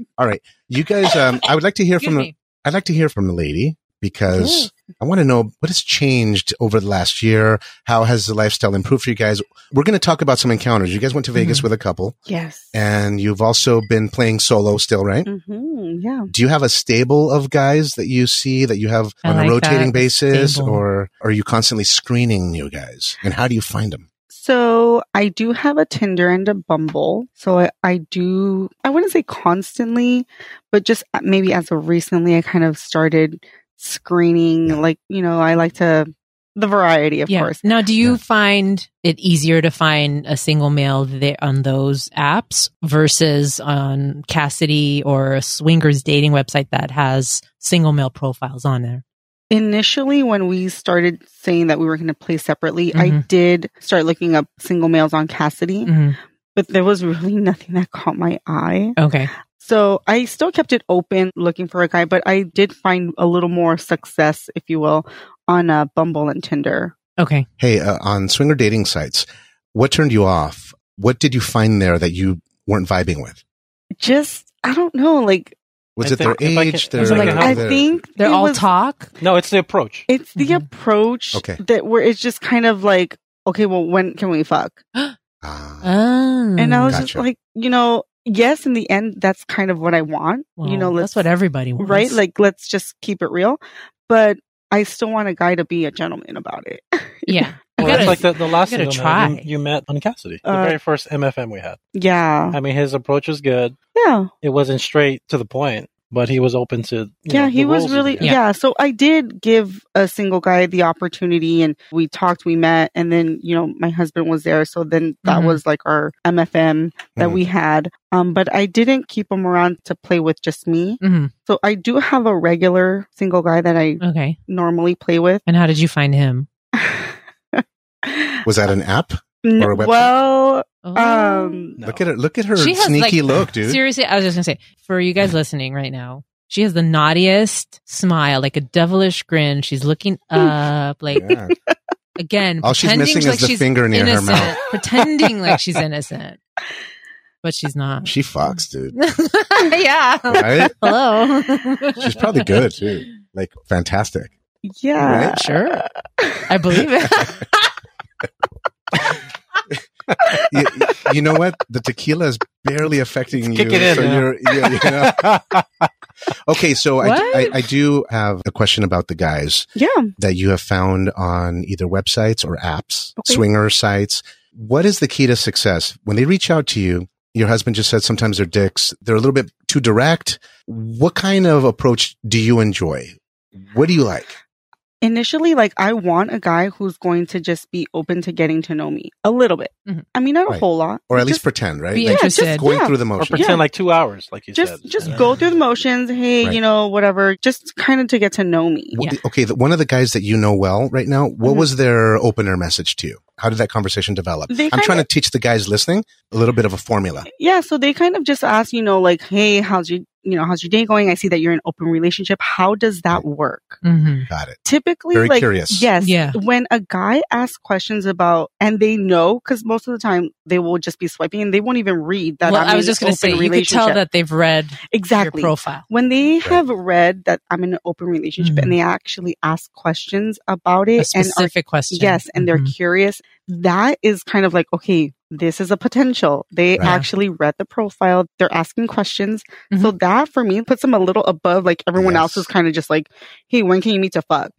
S3: You guys, um, I would like to hear
S1: Excuse
S3: from the,
S1: me.
S3: I'd like to hear from the lady because I want to know what has changed over the last year. How has the lifestyle improved for you guys? We're going to talk about some encounters. You guys went to Vegas
S1: Mm-hmm.
S3: with a couple
S2: yes.
S3: and you've also been playing solo still, right?
S2: hmm Yeah.
S3: Do you have a stable of guys that you see that you have
S1: I
S3: on
S1: like
S3: a rotating
S1: that,
S3: basis
S1: stable.
S3: or are you constantly screening new guys and how do you find them?
S2: So I do have a Tinder and a Bumble. So I, I do, I wouldn't say constantly, but just uh, maybe as of recently, I kind of started screening, like, you know, I like to, the variety, of
S1: yeah.
S2: course.
S1: Now, do you
S3: Yeah.
S1: find it easier to find a single male there on those apps versus on Cassidy or a swingers dating website that has single male profiles on there?
S2: Initially, when we started saying that we were going to play separately, I
S1: Mhm.
S2: did start looking up single males on Cassidy,
S1: Mhm.
S2: but there was really nothing that caught my eye.
S1: Okay.
S2: So I still kept it open looking for a guy, but I did find a little more success, if you will, on uh, Bumble and Tinder.
S1: Okay.
S3: Hey, uh, on swinger dating sites, what turned you off? What did you find there that you weren't vibing with?
S2: just I don't know. Like,
S3: Was
S4: I
S3: it their
S4: think if I
S3: age?
S4: could-
S3: Their,
S4: if I
S2: like
S4: could
S3: their-
S2: I
S4: help
S3: their-
S2: think
S1: They're
S2: it
S1: all
S2: was-
S1: talk.
S4: no, it's the approach.
S2: It's the
S1: Mhm.
S2: approach
S3: Okay.
S2: that where it's just kind of like, okay, well, when can we fuck?
S3: Ah,
S1: Oh.
S2: And I was just
S3: Gotcha.
S2: like, you know, yes, in the end, that's kind of what I want. you know,
S1: Well,
S2: let's
S1: that's what everybody wants,
S2: right. Like, let's just keep it real. But I still want a guy to be a gentleman about it.
S1: yeah,
S4: Well,
S1: You
S4: that's
S1: gotta-
S4: like the, the last
S1: you gotta
S4: single man
S1: try.
S4: You, you met on Cassidy, the
S2: Uh,
S4: very first MFM we had.
S2: yeah,
S4: I mean, his approach was good.
S2: yeah,
S4: It wasn't straight to the point, but he was open to. you
S2: yeah.
S4: know,
S2: he
S4: the
S2: was
S4: rules of the
S2: really
S4: game.
S2: yeah. So I did give a single guy the opportunity, and we talked, we met, and then you know, my husband was there, so then that
S1: Mhm.
S4: Mm-hmm.
S2: was like our MFM. that
S3: Mhm.
S2: we had. Um, but I didn't keep him around to play with just me.
S4: Mm-hmm.
S1: Mhm.
S2: So I do have a regular single guy that I
S1: Okay.
S2: normally play with.
S1: And how did you find him?
S3: was that an app?
S2: N-
S3: Or a website?
S2: well,
S1: Oh.
S2: um,
S4: No.
S3: Look at her! Look at her
S1: She has,
S3: sneaky
S1: like,
S3: look, dude.
S1: Seriously, I was just gonna say for you guys listening right now, she has the naughtiest smile, like a devilish grin. She's looking up, like
S3: Yeah.
S1: again,
S3: All she's
S1: pretending
S3: missing
S1: like
S3: is the
S1: she's
S3: finger near her
S1: innocent,
S3: mouth.
S1: pretending like she's innocent, but she's not.
S3: She fucks, dude.
S1: yeah.
S3: Right?
S1: Hello.
S3: She's probably good too. Like fantastic.
S2: yeah.
S3: Right?
S1: Sure, I believe it.
S3: You, you know what? The tequila is barely affecting you.
S4: Kick it in
S3: so
S4: now.
S3: you're- yeah, you know. Okay, so I,
S1: What?
S3: I I do have a question about the guys.
S2: Yeah.
S3: that you have found on either websites or apps,
S2: Okay.
S3: swinger sites. What is the key to success? When they reach out to you, Your husband just said sometimes they're dicks. They're a little bit too direct. What kind of approach do you enjoy? What do you like?
S2: initially like I want a guy who's going to just be open to getting to know me a little bit.
S4: Mm-hmm.
S1: Mhm.
S2: I mean, not a
S3: Right.
S2: whole lot,
S3: Or at
S2: just,
S3: least pretend, right?
S1: Be
S3: Like
S1: interested.
S3: going
S2: yeah.
S3: through the
S4: Or
S3: motions.
S4: pretend like two hours, like you
S2: just
S4: said.
S2: just
S4: Yeah.
S2: go through the motions. Hey,
S3: Right.
S2: you know, whatever. Just kind of to get to know me.
S3: What- Okay, the, one of the guys that you know well right now, what
S2: Mhm.
S3: was their opener message to you? How did that conversation develop?
S2: They
S3: I'm
S2: kinda-
S3: trying to teach the guys listening a little bit of a formula.
S2: Yeah, so they kind of just ask, you know, like, hey, how's your you know how's your day going? I see that you're in an open relationship. How does that work?
S1: Mm-hmm.
S3: Got it.
S2: Typically,
S3: Very
S2: like
S3: curious.
S2: yes,
S1: Yeah.
S2: When a guy asks questions about and they know because most of the time they will just be swiping and they won't even read that.
S1: well,
S2: I'm
S1: I
S2: in
S1: was
S2: an
S1: just going to
S2: open
S1: say, you could tell
S2: relationship.
S1: that they've read
S2: exactly
S1: your profile.
S2: when they have read that I'm in an open relationship
S1: Mhm.
S2: and they actually ask questions about
S1: A
S2: it and are
S1: specific question.
S2: yes and they're
S1: Mhm.
S2: curious, that is kind of like okay, this is a potential. They
S3: Right.
S2: actually read the profile, they're asking questions. So
S1: Mm-hmm.
S2: that for me puts them a little above like everyone
S3: Yes.
S2: else is kind of just like, hey, when can you meet to fuck?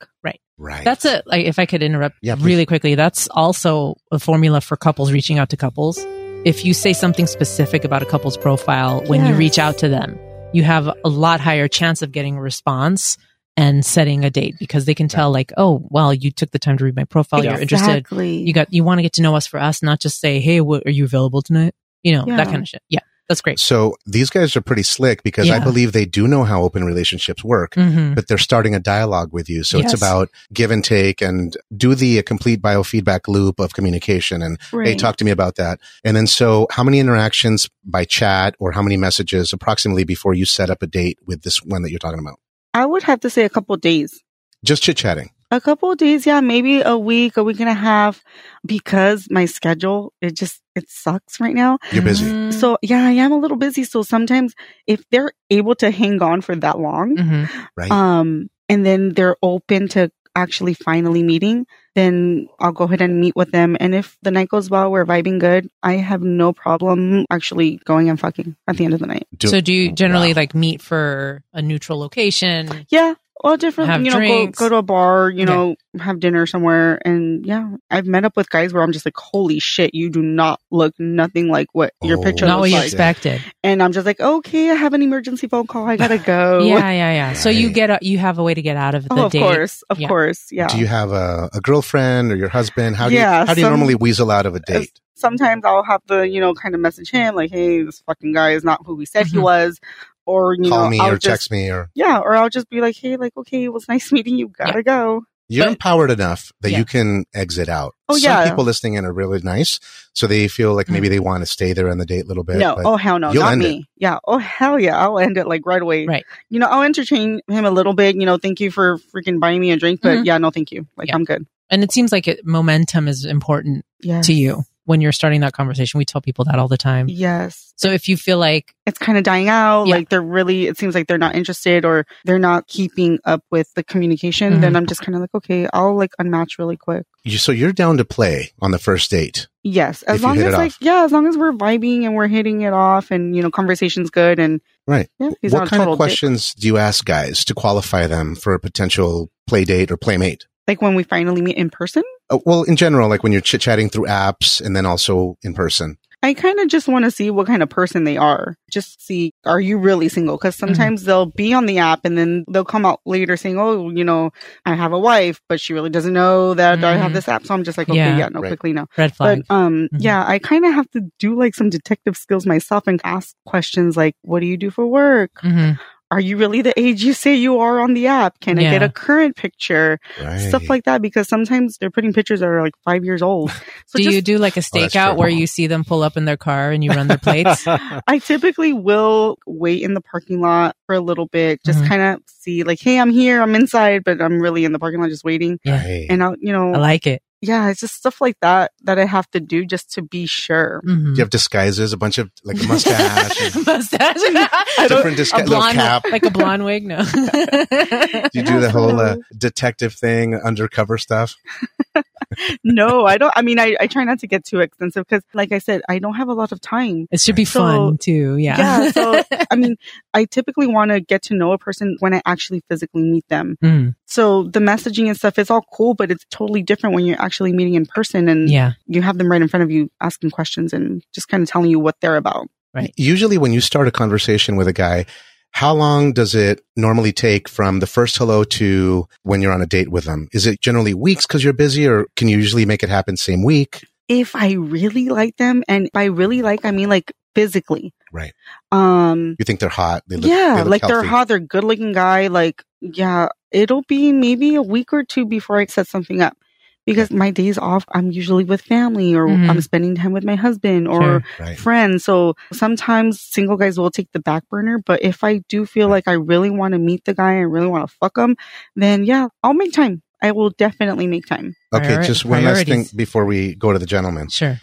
S3: Right.
S1: That's a, like, if I could interrupt
S3: Yeah, please.
S1: really quickly, that's also a formula for couples reaching out to couples. If you say something specific about a couple's profile when you
S2: Yes.
S1: reach out to them, you have a lot higher chance of getting a response and setting a date because they can tell like, oh, well, you took the time to read my profile. You're Oh, interested.
S2: Exactly.
S1: You got, you want to get to know us for us, not just say, Hey, what, are you available tonight? You know,
S2: Yeah.
S1: that kind of shit. Yeah. That's great.
S3: So these guys are pretty slick because I
S1: Yeah.
S3: believe they do know how open relationships work,
S1: Mm-hmm.
S3: but they're starting a dialogue with you. So
S1: Yes.
S3: it's about give and take and do the complete biofeedback loop of communication. And hey,
S2: Right.
S3: talk to me about that. And then so how many interactions by chat or how many messages approximately before you set up a date with this one that you're talking about?
S2: I would have to say a couple days.
S3: Just chit chatting.
S2: A couple of days, yeah, maybe a week, a week and a half, because my schedule it just it sucks right now.
S3: You're busy.
S1: Mm-hmm. Mm.
S2: So yeah, I am a little busy. So sometimes if they're able to hang on for that long,
S1: hmm
S3: Right.
S2: um, and then they're open to actually finally meeting, then I'll go ahead and meet with them. And if the night goes well, we're vibing good, I have no problem actually going and fucking at the end of the night.
S3: Do- Mm,
S1: so do you generally
S3: Wow.
S1: like meet for a neutral location?
S2: Yeah. All different,
S1: Have
S2: you know, go,
S1: drinks.
S2: go to a bar, you
S1: Okay.
S2: know, have dinner somewhere. And yeah, I've met up with guys where I'm just like, holy shit, you do not look nothing like what your
S3: Oh,
S2: picture
S1: Not what
S2: looks
S1: you
S2: like.
S3: expect.
S1: expected.
S2: And I'm just like, okay, I have an emergency phone call. I gotta go.
S1: Yeah, yeah, yeah. So you
S3: Right.
S1: get a, you have a way to get out of the
S2: Oh, of
S1: date.
S2: course. Of
S1: Yeah.
S2: course. Yeah.
S3: Do you have a, a girlfriend or your husband? How do
S2: Yeah,
S3: you, how do you
S2: some- uh,
S3: normally weasel out of a date?
S2: Sometimes I'll have to, you know, kind of message him like, hey, this fucking guy is not who we said he
S1: Mhm.
S2: was. Or, you
S3: Mm-hmm. Call
S2: know,
S3: me
S2: I'll
S3: or
S2: just,
S3: text me or
S2: Yeah. Or I'll just be like, hey, like, okay, it was nice meeting you. Gotta go.
S3: you're
S1: But-
S3: empowered enough that
S1: Yeah.
S3: you can exit out.
S2: Oh,
S3: Some
S2: yeah. Mm.
S3: people listening in are really nice, so they feel like maybe they want to stay there on the date a little bit.
S2: No,
S3: but-
S2: oh hell no,
S3: you'll
S2: not
S3: end
S2: me. Yeah, oh hell yeah, I'll end it like right away.
S1: Right.
S2: You know, I'll entertain him a little bit. You know, thank you for freaking buying me a drink, but
S3: Mm-hmm.
S1: Mhm.
S2: yeah, no, thank you. Like
S1: Yeah.
S2: I'm good.
S1: And it seems like it, momentum is important
S2: Yeah.
S1: to you when you're starting that conversation. We tell people that all the time.
S2: Yes,
S1: So if you feel like
S2: it's kind of dying out.
S1: Yeah.
S2: Like they're really, it seems like they're not interested or they're not keeping up with the communication. Then
S3: Mm-hmm.
S2: I'm just kind of like, okay, I'll like unmatch really quick.
S3: you, so you're down to play on the first date.
S2: Yes, as
S3: If you
S2: long
S3: hit
S2: as
S3: it
S2: like
S3: off.
S2: yeah, as long as we're vibing and we're hitting it off, and you know, conversation's good and
S3: Right.
S2: yeah, he's not
S3: what
S2: a
S3: kind
S2: total
S3: of
S2: dick.
S3: questions do you ask guys to qualify them for a potential play date or playmate?
S2: Like when we finally meet in person.
S3: Uh, well, in general, like when you're chit chatting through apps and then also in person.
S2: I kind of just want to see what kind of person they are. Just see, are you really single? Because
S3: Mm-hmm.
S2: sometimes they'll be on the app and then they'll come out later saying, oh, you know, I have a wife, but she really doesn't know that I have
S1: Mhm.
S2: this app. So I'm just like, okay,
S1: Yeah.
S2: yeah, no,
S3: Right.
S2: quickly, no.
S1: red
S2: But
S1: flag,
S2: um,
S1: Mhm.
S2: yeah, I kind of have to do like some detective skills myself and ask questions like, what do you do for work?
S1: Mhm.
S2: Are you really the age you say you are on the app? Can I get
S1: Yeah.
S2: a current picture?
S3: Right.
S2: Stuff like that. Because sometimes they're putting pictures that are like five years old. So
S1: do
S2: just
S1: you do like a
S3: Oh, that's
S1: stakeout
S3: true.
S1: where you see them pull up in their car and you run their plates?
S2: I typically will wait in the parking lot for a little bit, just
S1: Mhm.
S2: kind of see like, hey, I'm here, I'm inside, but I'm really in the parking lot just waiting.
S1: Yeah.
S3: Right.
S2: And I'll, you know,
S1: I like it.
S2: yeah, it's just stuff like that that I have to do just to be sure.
S1: Mhm.
S3: Do you have disguises, a bunch of like a mustache, and
S1: mustache.
S3: different
S1: a
S3: disguise, little
S1: blonde,
S3: cap.
S1: like a blonde wig. No.
S3: Do you do the
S2: Yeah,
S3: whole uh,
S2: totally.
S3: detective thing, undercover stuff?
S2: no, I don't. I mean, I, I try not to get too expensive because, like I said, I don't have a lot of time.
S1: it should be
S2: So-
S1: fun too. Yeah.
S2: Yeah, so- I mean, I typically want to get to know a person when I actually physically meet them.
S1: Mm,
S2: So the messaging and stuff is all cool, but it's totally different when you're actually meeting in person and
S1: yeah.
S2: you have them right in front of you asking questions and just kind of telling you what they're about.
S1: Right.
S3: Usually, when you start a conversation with a guy, how long does it normally take from the first hello to when you're on a date with them? Is it generally weeks because you're busy, or can you usually make it happen same week?
S2: if I really like them, and by really like, I mean like physically.
S3: Right.
S2: Um.
S3: You think they're hot? They look,
S2: yeah,
S3: they look
S2: like they're
S3: healthy.
S2: hot. They're good looking guy. Like, yeah, it'll be maybe a week or two before I set something up. Because my days off, I'm usually with family or
S1: Mhm.
S2: I'm spending time with my husband or
S1: Sure.
S3: Right.
S2: friends. So sometimes single guys will take the back burner. But if I do feel like I really want to meet the guy and really want to fuck him, then yeah, I'll make time. I will definitely make time.
S3: Okay.
S1: Priori-
S3: just one last thing
S1: priorities.
S3: before we go to the gentleman.
S1: Sure.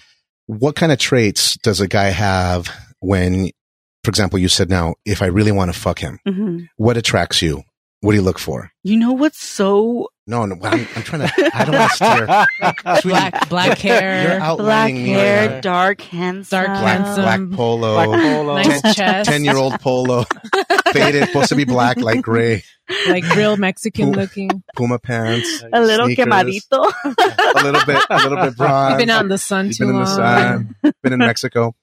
S3: What kind of traits does a guy have when, for example, you said now, if I really want to fuck him,
S2: hmm
S1: Mm-hmm.
S3: what attracts you? What do you look for?
S2: You know what's so
S3: No, no, I'm, I'm trying to. I don't want to steer. Sweetie,
S1: Black black
S3: You're
S1: hair,
S2: black
S3: outlining me. right
S2: hair,
S3: now.
S2: dark handsome,
S1: Dark
S3: black,
S1: handsome.
S3: black polo,
S4: Black polo.
S1: nice chest,
S3: ten year old polo, faded, supposed to be black, like gray,
S1: like real Mexican
S3: Who-
S1: looking.
S3: puma pants,
S2: a little
S3: sneakers.
S2: quemadito.
S3: a little bit, a little bit
S1: You've
S3: bronze.
S1: been out in the sun
S3: You've
S1: too
S3: been in
S1: long.
S3: the sun. Been in Mexico.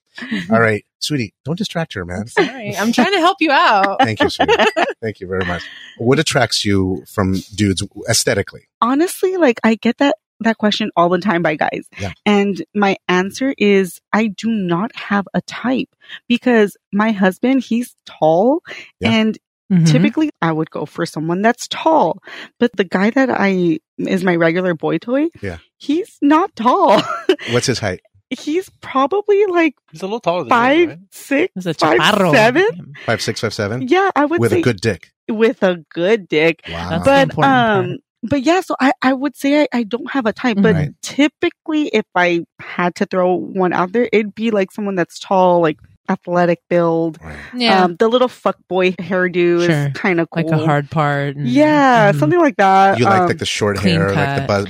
S3: All right, sweetie, don't distract her, man.
S1: I'm sorry, I'm trying to help you out.
S3: Thank you, sweetie. Thank you very much. What attracts you from dudes aesthetically?
S2: Honestly, like I get that that question all the time by guys,
S3: Yeah.
S2: and my answer is I do not have a type because my husband he's tall
S3: Yeah.
S2: and
S3: Mm-hmm.
S1: Mhm.
S2: typically I would go for someone that's tall. But the guy that I is my regular boy toy,
S3: Yeah.
S2: he's not tall.
S3: What's his height?
S2: he's probably like
S4: He's a little taller than you,
S2: five,
S4: right?
S2: six.
S1: It's a
S2: Five,
S1: chaparro.
S2: seven?
S3: Five six, five seven,
S2: Yeah, I would
S3: with
S2: say
S3: a good Oh, dick.
S2: with a good dick.
S3: Wow.
S1: That's the
S2: but
S1: important part.
S2: um but yeah so i i would say i, I don't have a type but
S3: Right.
S2: typically if i had to throw one out there it'd be like someone that's tall like athletic build
S3: Right.
S1: Yeah,
S2: um the little fuck boy hairdo
S1: Sure.
S2: is kind of cool
S1: like a hard part. and-
S2: yeah
S1: Mhm.
S2: something like that
S3: You like
S2: Um,
S3: like the short
S1: clean
S3: hair, like the
S1: cut.
S3: buzz,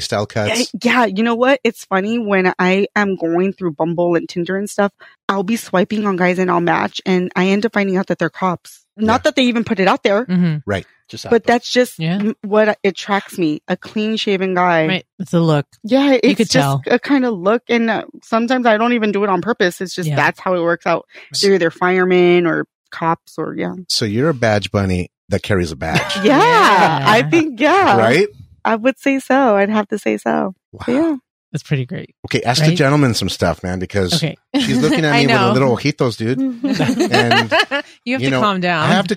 S3: style
S2: yeah,
S3: cuts.
S2: yeah, you know what? It's funny when I am going through Bumble and Tinder and stuff, I'll be swiping on guys and I'll match and I end up finding out that they're cops. Not
S3: Yeah.
S2: that they even put it out there,
S1: Mhm.
S4: Just
S2: but that's just
S1: Yeah.
S2: m- what attracts me, a clean-shaven guy.
S1: Right, it's a look.
S2: Yeah, it's
S1: could
S2: just
S1: tell.
S2: a kind of look, and uh, sometimes I don't even do it on purpose. It's just
S1: Yeah.
S2: that's how it works out. They're either firemen or cops, or yeah,
S3: So you're a badge bunny that carries a badge,
S2: yeah. I think yeah,
S3: right?
S2: I would say so. I'd have to say so.
S3: Wow.
S2: But yeah,
S1: That's pretty great.
S3: Okay, ask the
S1: Right?
S3: gentleman some stuff, man, because
S1: Okay,
S3: she's looking at
S1: I
S3: me with a
S1: know.
S3: little ojitos, dude. And,
S1: you have to
S3: you know,
S1: calm down.
S3: I have to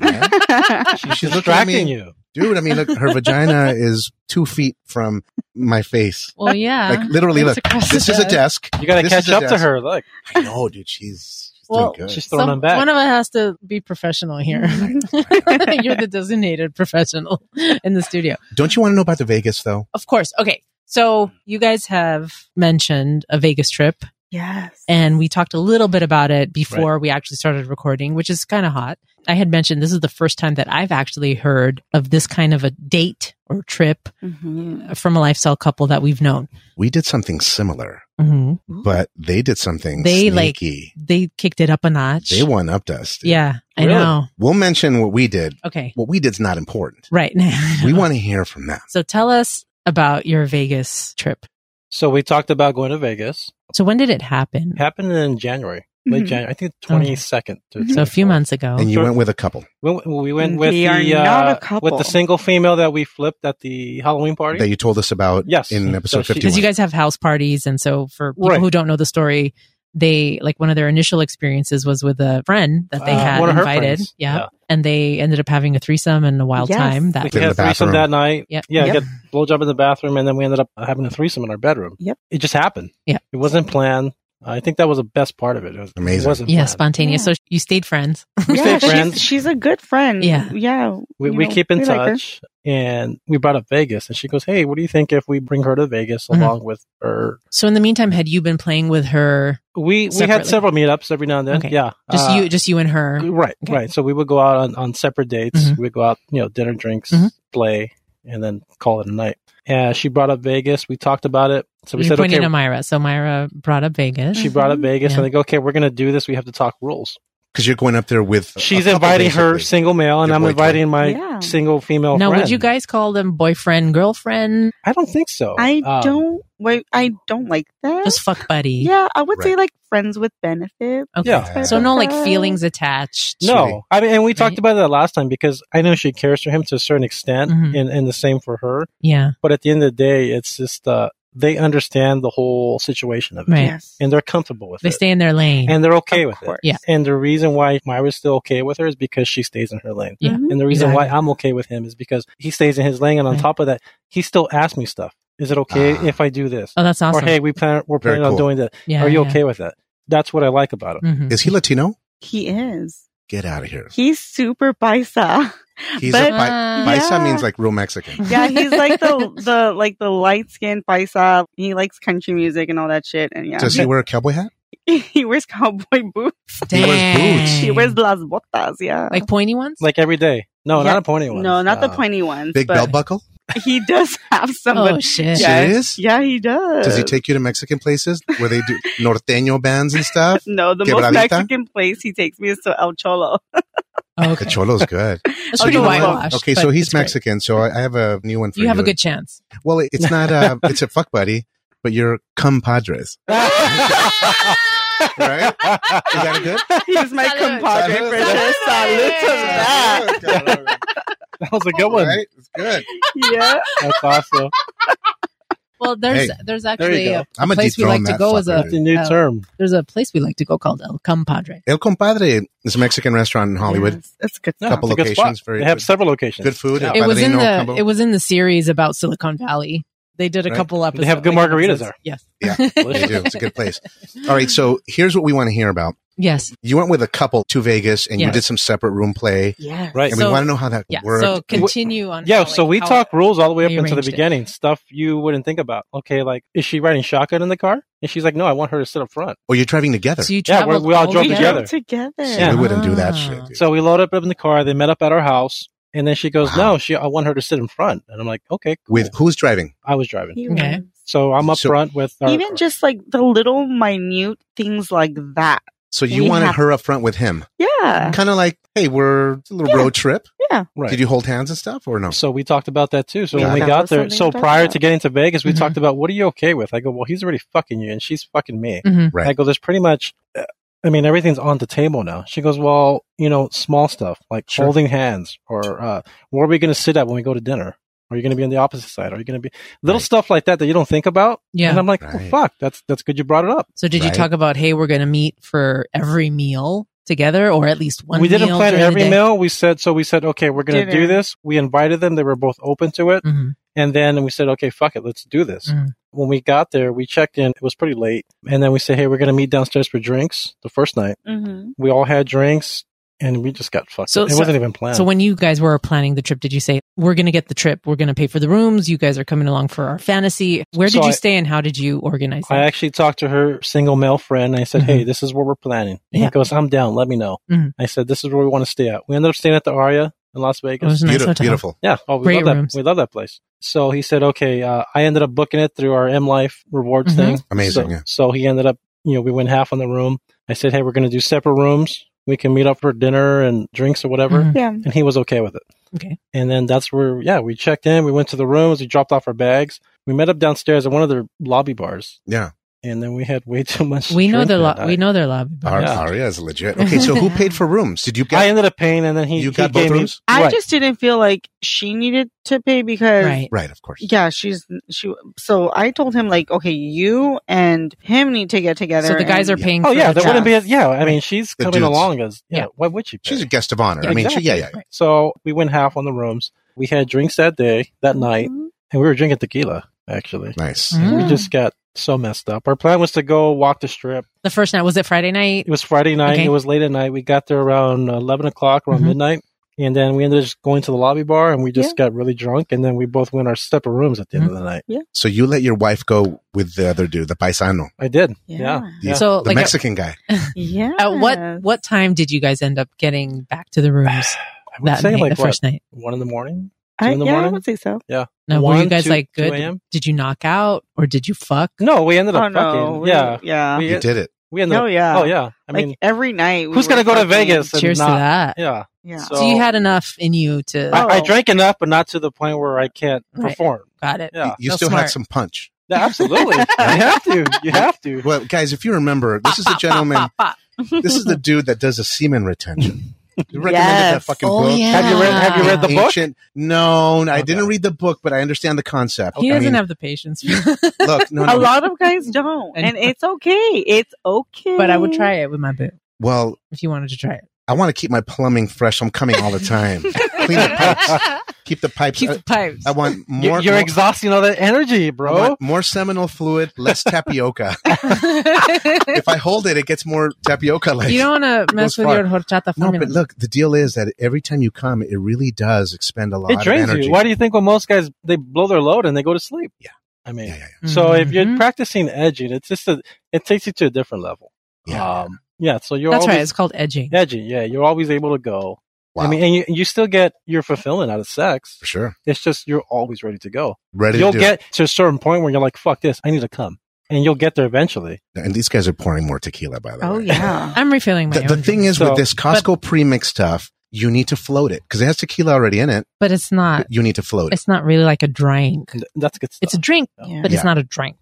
S3: man.
S4: she's,
S3: She's looking at
S4: distracting
S3: me,
S4: you.
S3: dude. I mean, look, her vagina is two feet from my face.
S1: well, yeah.
S3: Like literally,
S1: Uh-huh. It's
S3: look.
S1: across
S3: This
S1: the
S3: is a
S1: desk.
S3: desk.
S4: You got to
S3: This
S4: catch
S3: is a
S4: up to
S3: desk.
S4: her. Look,
S3: I know, dude. She's, she's
S1: Well,
S3: doing good.
S4: she's throwing
S1: Some-
S4: them back.
S1: One of us has to be professional here. You're the designated professional in the studio.
S3: Don't you want to know about the Vegas though?
S1: Of course. Okay. So you guys have mentioned a Vegas trip
S2: yes,
S1: and we talked a little bit about it before we actually started recording, which is kind of hot. I had mentioned this is the first time that I've actually heard of this kind of a date or trip
S2: Mhm.
S1: from a lifestyle couple that we've known.
S3: We did something similar,
S4: Mm-hmm.
S1: Mhm.
S3: but they did something
S1: They, like-
S3: sneaky.
S1: They kicked it up a notch.
S3: they one upped us. dude.
S1: yeah, I
S4: Really?
S1: know.
S3: We'll mention what we did.
S1: Okay.
S3: What we did's not important.
S1: Right.
S3: We want to hear from them.
S1: so tell us about your Vegas trip.
S4: So we talked about going to Vegas.
S1: So when did it happen?
S4: It happened in January, late
S2: Mhm.
S4: January. I think twenty second.
S2: Mm-hmm.
S1: So a few months ago.
S3: and you
S4: sure.
S3: went with a couple
S4: We, we went with
S2: They
S4: the
S2: Mm-hmm. are not a
S4: uh,
S2: couple.
S4: with the single female that we flipped at the Halloween party.
S3: that you told us about
S4: Yes.
S3: in
S4: So
S3: episode
S4: she-
S1: because
S3: 51.
S1: you guys have house parties and so for people
S4: Right.
S1: who don't know the story they like one of their initial experiences was with a friend that they
S4: Uh,
S1: had
S4: one of her
S1: invited
S4: friends.
S1: yeah.
S4: Yeah.
S1: and they ended up having a threesome and a wild
S2: Yes.
S1: time
S4: we
S1: that
S3: In
S4: had
S3: the
S4: a threesome
S3: bathroom.
S4: that night.
S1: Yep.
S4: Yeah,
S2: Yep.
S4: get blowjob in the bathroom, and then we ended up having a threesome in our bedroom.
S2: Yep.
S4: It just happened.
S1: Yeah.
S4: It wasn't planned. I think that was the best part of it. It was
S3: Amazing.
S4: It wasn't
S1: yeah
S4: planned.
S1: spontaneous
S2: Yeah.
S1: so you stayed friends
S4: We
S2: yeah,
S4: stayed
S2: she's,
S4: friends.
S2: she's a good friend.
S1: Yeah.
S2: yeah,
S4: we,
S2: you
S4: we
S2: know,
S4: keep in
S2: we like her.
S4: touch and we brought up Vegas and she goes, Hey, what do you think if we bring her to Vegas
S1: Mhm.
S4: along with her?
S1: so in the meantime had you been playing with her
S4: We we
S1: Separately.
S4: had several meetups every now and then.
S1: Okay.
S4: Yeah.
S1: just
S4: Uh,
S1: you just you and her
S4: Right,
S1: Okay.
S4: right. So we would go out on, on separate dates.
S1: Mhm.
S4: We'd go out, you know, dinner, drinks,
S1: Mhm.
S4: play, and then call it a night. And she brought up Vegas. We talked about it. So we
S1: you're
S4: said,
S1: pointing
S4: okay,
S1: to myra so myra brought up vegas
S4: she brought up Vegas.
S1: Mm-hmm. Yeah.
S4: And I go, okay, we're going to do this. We have to talk rules.
S3: Because you're going up there with. a
S4: She's
S3: couple,
S4: inviting her
S3: basically.
S4: single male, and
S3: Your
S4: I'm
S3: boy
S4: inviting my
S2: Yeah.
S4: single female
S1: now
S4: friend.
S1: would you guys call them boyfriend girlfriend
S4: I don't think so.
S2: I
S4: Um,
S2: don't Wait, I don't like that.
S1: Just fuck buddy.
S2: yeah, I would say
S3: Right.
S2: like friends with benefits.
S1: Okay.
S4: Yeah.
S1: So no like
S2: Okay.
S1: feelings attached.
S3: Sweetie.
S4: No, I mean, and we talked
S1: Right.
S4: about that last time because I know she cares for him to a certain extent,
S1: Mhm.
S4: and, and the same for her.
S1: Yeah.
S4: But at the end of the day, it's just uh, they understand the whole situation of it,
S1: Right.
S2: Yes.
S4: and they're comfortable with
S1: They
S4: it,
S1: stay in their lane.
S4: and they're okay
S2: Of
S4: with
S2: course.
S4: it.
S1: Yeah.
S4: And the reason why Myra's still okay with her is because she stays in her lane.
S1: Yeah.
S2: Mhm.
S4: And the reason
S1: Exactly.
S4: why I'm okay with him is because he stays in his lane, and on
S1: Right.
S4: top of that, he still asks me stuff. Is it okay
S3: Ah.
S4: if I do this?
S1: oh, that's awesome.
S4: Or hey, we plan we're
S3: Very
S4: planning on
S3: cool.
S4: doing that.
S1: yeah,
S4: Are you
S1: yeah.
S4: okay with that? That's what I like about him.
S1: Mhm.
S3: Is he Latino?
S2: He is.
S3: Get out of here.
S2: He's super paisa.
S3: He's
S2: But-
S3: a bi-
S1: Ah.
S3: paisa
S2: Yeah.
S3: means like real Mexican.
S2: Yeah, he's like the the like the light skinned paisa. He likes country music and all that shit. And yeah,
S3: Does he wear a cowboy hat?
S2: he wears cowboy boots.
S3: He wears boots.
S2: He
S1: Dang.
S2: wears las botas. Yeah,
S1: like pointy ones.
S4: Like every day. No,
S2: Yeah.
S4: not a pointy one.
S2: no, not the
S3: uh,
S2: pointy ones.
S3: Big
S2: but
S3: belt buckle?
S2: he does have some.
S1: oh
S2: but-
S1: shit.
S2: Yeah. Yes.
S3: Serious?
S2: yeah, he does.
S3: Does he take you to Mexican places where they do norteño bands and stuff?
S2: No, the
S3: Quebradita?
S2: most Mexican place he takes me is to El Cholo.
S1: Oh,
S3: The
S1: okay.
S3: cholo's good.
S1: That's
S2: Oh,
S1: pretty
S2: you know what?
S1: whitewashed.
S3: okay,
S1: but
S3: so he's
S1: it's great.
S3: Mexican, so I I have a new one for you.
S1: You have a good chance.
S3: Well, it- it's not uh it's a fuck buddy, but you're compadres, right? Is that a good?
S2: He's my
S1: Salud.
S2: compadre for this. Salud to that.
S3: Salud to that.
S4: that was a good one.
S3: Right? It's good.
S2: Yeah.
S4: That's awesome.
S1: Well, there's
S3: Hey,
S1: there's
S4: you
S1: actually
S4: go.
S1: a,
S3: I'm a
S1: place we like
S3: dethrone
S1: to
S3: that
S1: go is a
S3: fucker,
S4: That's
S3: dude.
S4: a new
S1: Oh.
S4: term.
S1: there's a place we like to go called El Compadre.
S3: El Compadre is a Mexican restaurant in Hollywood.
S2: Yes, that's good.
S4: No,
S3: couple
S4: it's a good spot.
S3: locations, very
S4: They have
S3: good.
S4: several locations.
S3: Good food.
S4: Yeah.
S1: It was in
S3: Padrino,
S1: the
S3: combo.
S1: it was in the series about Silicon Valley. They did a
S3: Right.
S1: couple episodes.
S4: They have good
S1: like, episodes.
S4: margaritas there.
S1: Yes.
S3: Yeah, They
S4: Delicious.
S3: do. It's a good place. All right, so here's what we want to hear about.
S1: Yes.
S3: You went with a couple to Vegas, and you
S1: Yes.
S3: did some separate room play,
S1: Yeah.
S4: Right.
S3: and
S1: So-
S3: we want to know how that
S1: Yeah.
S3: worked.
S1: So continue on.
S4: Yeah,
S1: how,
S4: so
S1: like,
S4: we
S1: how-
S4: talk rules all the way up
S1: we
S4: into the
S1: arranged it.
S4: beginning. Stuff you wouldn't think about. Okay, like is she riding shotgun in the car? And she's like, no, I want her to sit up front.
S3: or oh, you're driving together.
S1: So you
S4: Yeah,
S1: traveled
S4: we- we all drove
S2: We
S1: the-
S4: together.
S2: drove together.
S3: So
S4: Yeah.
S3: we wouldn't do that
S1: Ah.
S3: shit. dude.
S4: So we load up in the car. They met up at our house, and then she goes,
S3: Wow.
S4: no, she, I want her to sit in front. And I'm like, okay, cool.
S3: with who's driving?
S4: I was driving,
S2: He
S1: Okay.
S2: was.
S4: so I'm up
S3: So-
S4: front with our,
S2: Even just like the little minute things like that.
S3: So you
S2: We
S3: wanted
S2: have-
S3: her up front with him,
S2: Yeah.
S3: kind of like, hey, we're it's a little
S2: Uh, Yeah.
S3: road trip.
S4: right.
S3: Did you hold hands and stuff or no?
S4: So we talked about that too. So
S3: Yeah,
S4: when we
S3: that
S4: got
S2: was
S4: there,
S2: something
S4: so
S2: to talk
S4: prior
S2: about.
S4: to getting to Vegas, we
S3: Mm-hmm.
S1: Mhm.
S4: talked about what are you okay with? I go, well, he's already fucking you, and she's fucking me.
S1: Mhm.
S3: Right.
S4: I go, there's pretty much, uh, I mean, everything's on the table now. She goes, well, you know, small stuff like
S3: Sure.
S4: holding hands, or uh, where are we going to sit at when we go to dinner? Are you going to be on the opposite side? Are you going to be little
S3: Right.
S4: stuff like that that you don't think about? And
S1: Yeah.
S4: I'm like,
S3: Right.
S4: oh, fuck, that's that's good. You brought it up.
S1: So did
S3: Right.
S1: you talk about hey, we're going to meet for every meal together, or at least one?
S4: we didn't
S1: meal
S4: plan
S1: during the
S4: every
S1: day?
S4: meal. We said so. We said, okay, we're going to
S2: Dinner.
S4: do this. We invited them. They were both open to it.
S1: Mhm.
S4: And then we said, okay, fuck it, let's do this.
S1: Mhm.
S4: When we got there, we checked in. It was pretty late. And then we said, hey, we're going to meet downstairs for drinks the first night.
S2: Mm-hmm.
S4: We all had drinks and we just got fucked.
S1: So-
S4: up. It
S1: so-
S4: wasn't even planned.
S1: So when you guys were planning the trip, did you say we're going to get the trip, we're going to pay for the rooms, you guys are coming along for our fantasy? Where did
S4: So
S1: you
S4: I-
S1: stay and how did you organize?
S4: I
S1: that?
S4: actually talked to her single male friend. And I said,
S1: Mhm.
S4: hey, this is what we're planning. And
S1: Yeah.
S4: he goes, I'm down. Let me know.
S1: Mhm.
S4: I said, this is where we want to stay at. We ended up staying at the Aria in Las
S1: It was
S4: Vegas.
S1: a nice
S3: beautiful,
S1: hotel.
S3: beautiful.
S4: Yeah. Oh, we
S1: Great
S4: love that.
S1: rooms.
S4: We love that place. So he said, okay, uh, I ended up booking it through our M Life rewards
S1: Mhm.
S4: thing.
S3: Amazing,
S4: So,
S3: yeah.
S4: so he ended up, you know, we went half on the room. I said, hey, we're going to do separate rooms. We can meet up for dinner and drinks or whatever.
S1: Mhm.
S2: Yeah.
S4: And he was okay with it.
S1: Okay.
S4: And then that's where, yeah, we checked in. We went to the rooms. We dropped off our bags. We met up downstairs at one of their lobby bars.
S3: Yeah.
S4: And then we had way too much.
S1: We know
S4: drink
S1: their
S4: that
S1: lo- we
S4: night.
S1: know their lobby.
S3: Our,
S4: Yeah.
S3: Aria is legit. Okay, so who paid for rooms? Did you
S4: I
S3: get?
S4: ended up paying, and then he
S3: you
S4: he
S3: got both
S4: gave me-
S3: rooms,
S2: I
S4: Right.
S2: just didn't feel like she needed to pay because
S1: right.
S3: right? Of course.
S2: yeah, she's she. So I told him like, okay, you and him need to get together.
S1: So the guys are
S2: and-
S1: paying.
S4: Oh
S1: for
S4: yeah,
S1: the
S4: there wouldn't be.
S1: dress.
S4: A, yeah, I mean, she's
S3: The
S4: coming
S3: dudes.
S4: along as yeah.
S1: Yeah.
S4: Why would she? Pay?
S3: She's a guest of honor.
S1: Yeah,
S3: I mean, she, yeah, yeah.
S1: exactly.
S4: So we went half on the rooms. We had drinks that day,
S1: Mm-hmm.
S4: that night,
S2: Mhm.
S4: and we were drinking tequila. Actually,
S3: Nice.
S1: Mm.
S4: we just got so messed up. Our plan was to go walk the strip.
S1: The first night was it Friday night?
S4: It was Friday night.
S1: Okay.
S4: It was late at night. We got there around eleven o'clock, around
S1: Mhm.
S4: midnight, and then we ended up just going to the lobby bar, and we just got really drunk, and then we both went our separate rooms at the end of
S1: Mm.
S4: the night.
S3: So you let your wife go with the other dude, the paisano,
S4: I did.
S2: Yeah.
S4: Yeah.
S3: Yeah.
S1: So
S3: the
S1: like at,
S3: Mexican guy.
S2: Yeah.
S1: at what what time did you guys end up getting back to the rooms
S4: I would
S1: that
S4: say
S1: night?
S4: like
S1: the first night.
S4: what, one in the morning.
S2: I,
S4: in the
S2: yeah, I
S4: morning?
S2: would say so.
S1: No, were
S4: One,
S1: you guys
S4: two-
S1: like
S4: 2
S1: good?
S4: a.m.?
S1: Did you knock out or did you fuck?
S4: No, we ended up
S2: oh no.
S4: fucking.
S2: we-
S4: yeah,
S2: Yeah.
S4: we,
S3: You did it.
S4: we ended
S2: Oh
S4: up.
S2: yeah.
S4: Oh yeah. I mean,
S2: like every night. we
S4: who's
S2: were
S4: gonna go to
S2: fucking-
S4: Vegas? And
S1: Cheers to
S4: not-
S1: that.
S4: yeah.
S2: Yeah.
S4: So-
S1: So, you had enough in you to
S4: I, I
S2: Oh.
S4: drank enough, but not to the point where I can't
S1: Right.
S4: perform.
S1: got it.
S4: Yeah.
S3: You
S1: That's
S3: still had
S1: smart.
S3: some punch.
S4: Yeah, absolutely. you have to. You have to.
S3: Well, guys, if you remember, this is the gentleman. This is the dude that does the semen retention. You recommended that
S2: Yes.
S3: fucking
S1: Oh,
S3: book.
S1: yeah. Have you read- have you
S4: read the
S3: An
S4: book?
S3: ancient- No, I didn't
S4: Okay.
S3: read the book, but I understand the concept.
S1: He
S3: I
S1: doesn't
S3: mean,
S1: have the patience. for that.
S3: Look, no,
S2: A
S4: um,
S3: no.
S2: lot of guys don't,
S1: And-
S2: and it's okay. It's okay.
S1: but I would try it with my boo
S3: Well,
S1: if you wanted to try it.
S3: I want to keep my plumbing fresh. I'm coming all the time. Clean the pipes. Keep the pipes.
S1: Keep
S3: I,
S1: the pipes.
S3: I want
S4: You-
S3: more.
S4: You're
S3: more-
S4: exhausting all that energy,
S3: I
S4: bro.
S3: want more seminal fluid, less tapioca. if I hold it, it gets more tapioca. Like
S1: you don't want to mess
S3: goes
S1: with your horchata
S3: no,
S1: formula.
S3: but look, the deal is that every time you come, it really does expend a lot
S4: it
S3: of
S4: drains
S3: energy.
S4: you. Why do you think when most guys they blow their load and they go to sleep?
S3: Yeah.
S4: I mean,
S3: Yeah, yeah,
S4: so if you're
S1: Mhm.
S4: practicing edging, it's just a, it takes you to a different level.
S3: Yeah.
S4: Um, yeah. So you're
S1: that's right,
S4: always
S1: it's called edging.
S4: edging. Yeah, you're always able to go.
S3: wow.
S4: I mean, and you, you still get your fulfillment out of sex.
S3: for sure.
S4: It's just you're always ready to go.
S3: Ready
S4: you'll
S3: to do
S4: get to a certain point where you're like, "Fuck this, I need to come," and you'll get there eventually.
S3: it. And these guys are pouring more tequila, by the
S2: Oh
S3: way.
S2: yeah.
S1: I'm refilling my
S3: The, the
S1: own
S3: thing
S1: drink,
S3: is
S4: So-
S3: with this Costco premix stuff, you need to float it because it has tequila already in it.
S1: but it's not.
S3: but you need to float it.
S1: It's not really like a drink.
S4: Th- That's good stuff.
S1: It's a drink,
S2: Yeah.
S1: but
S3: Yeah.
S1: it's not a drink.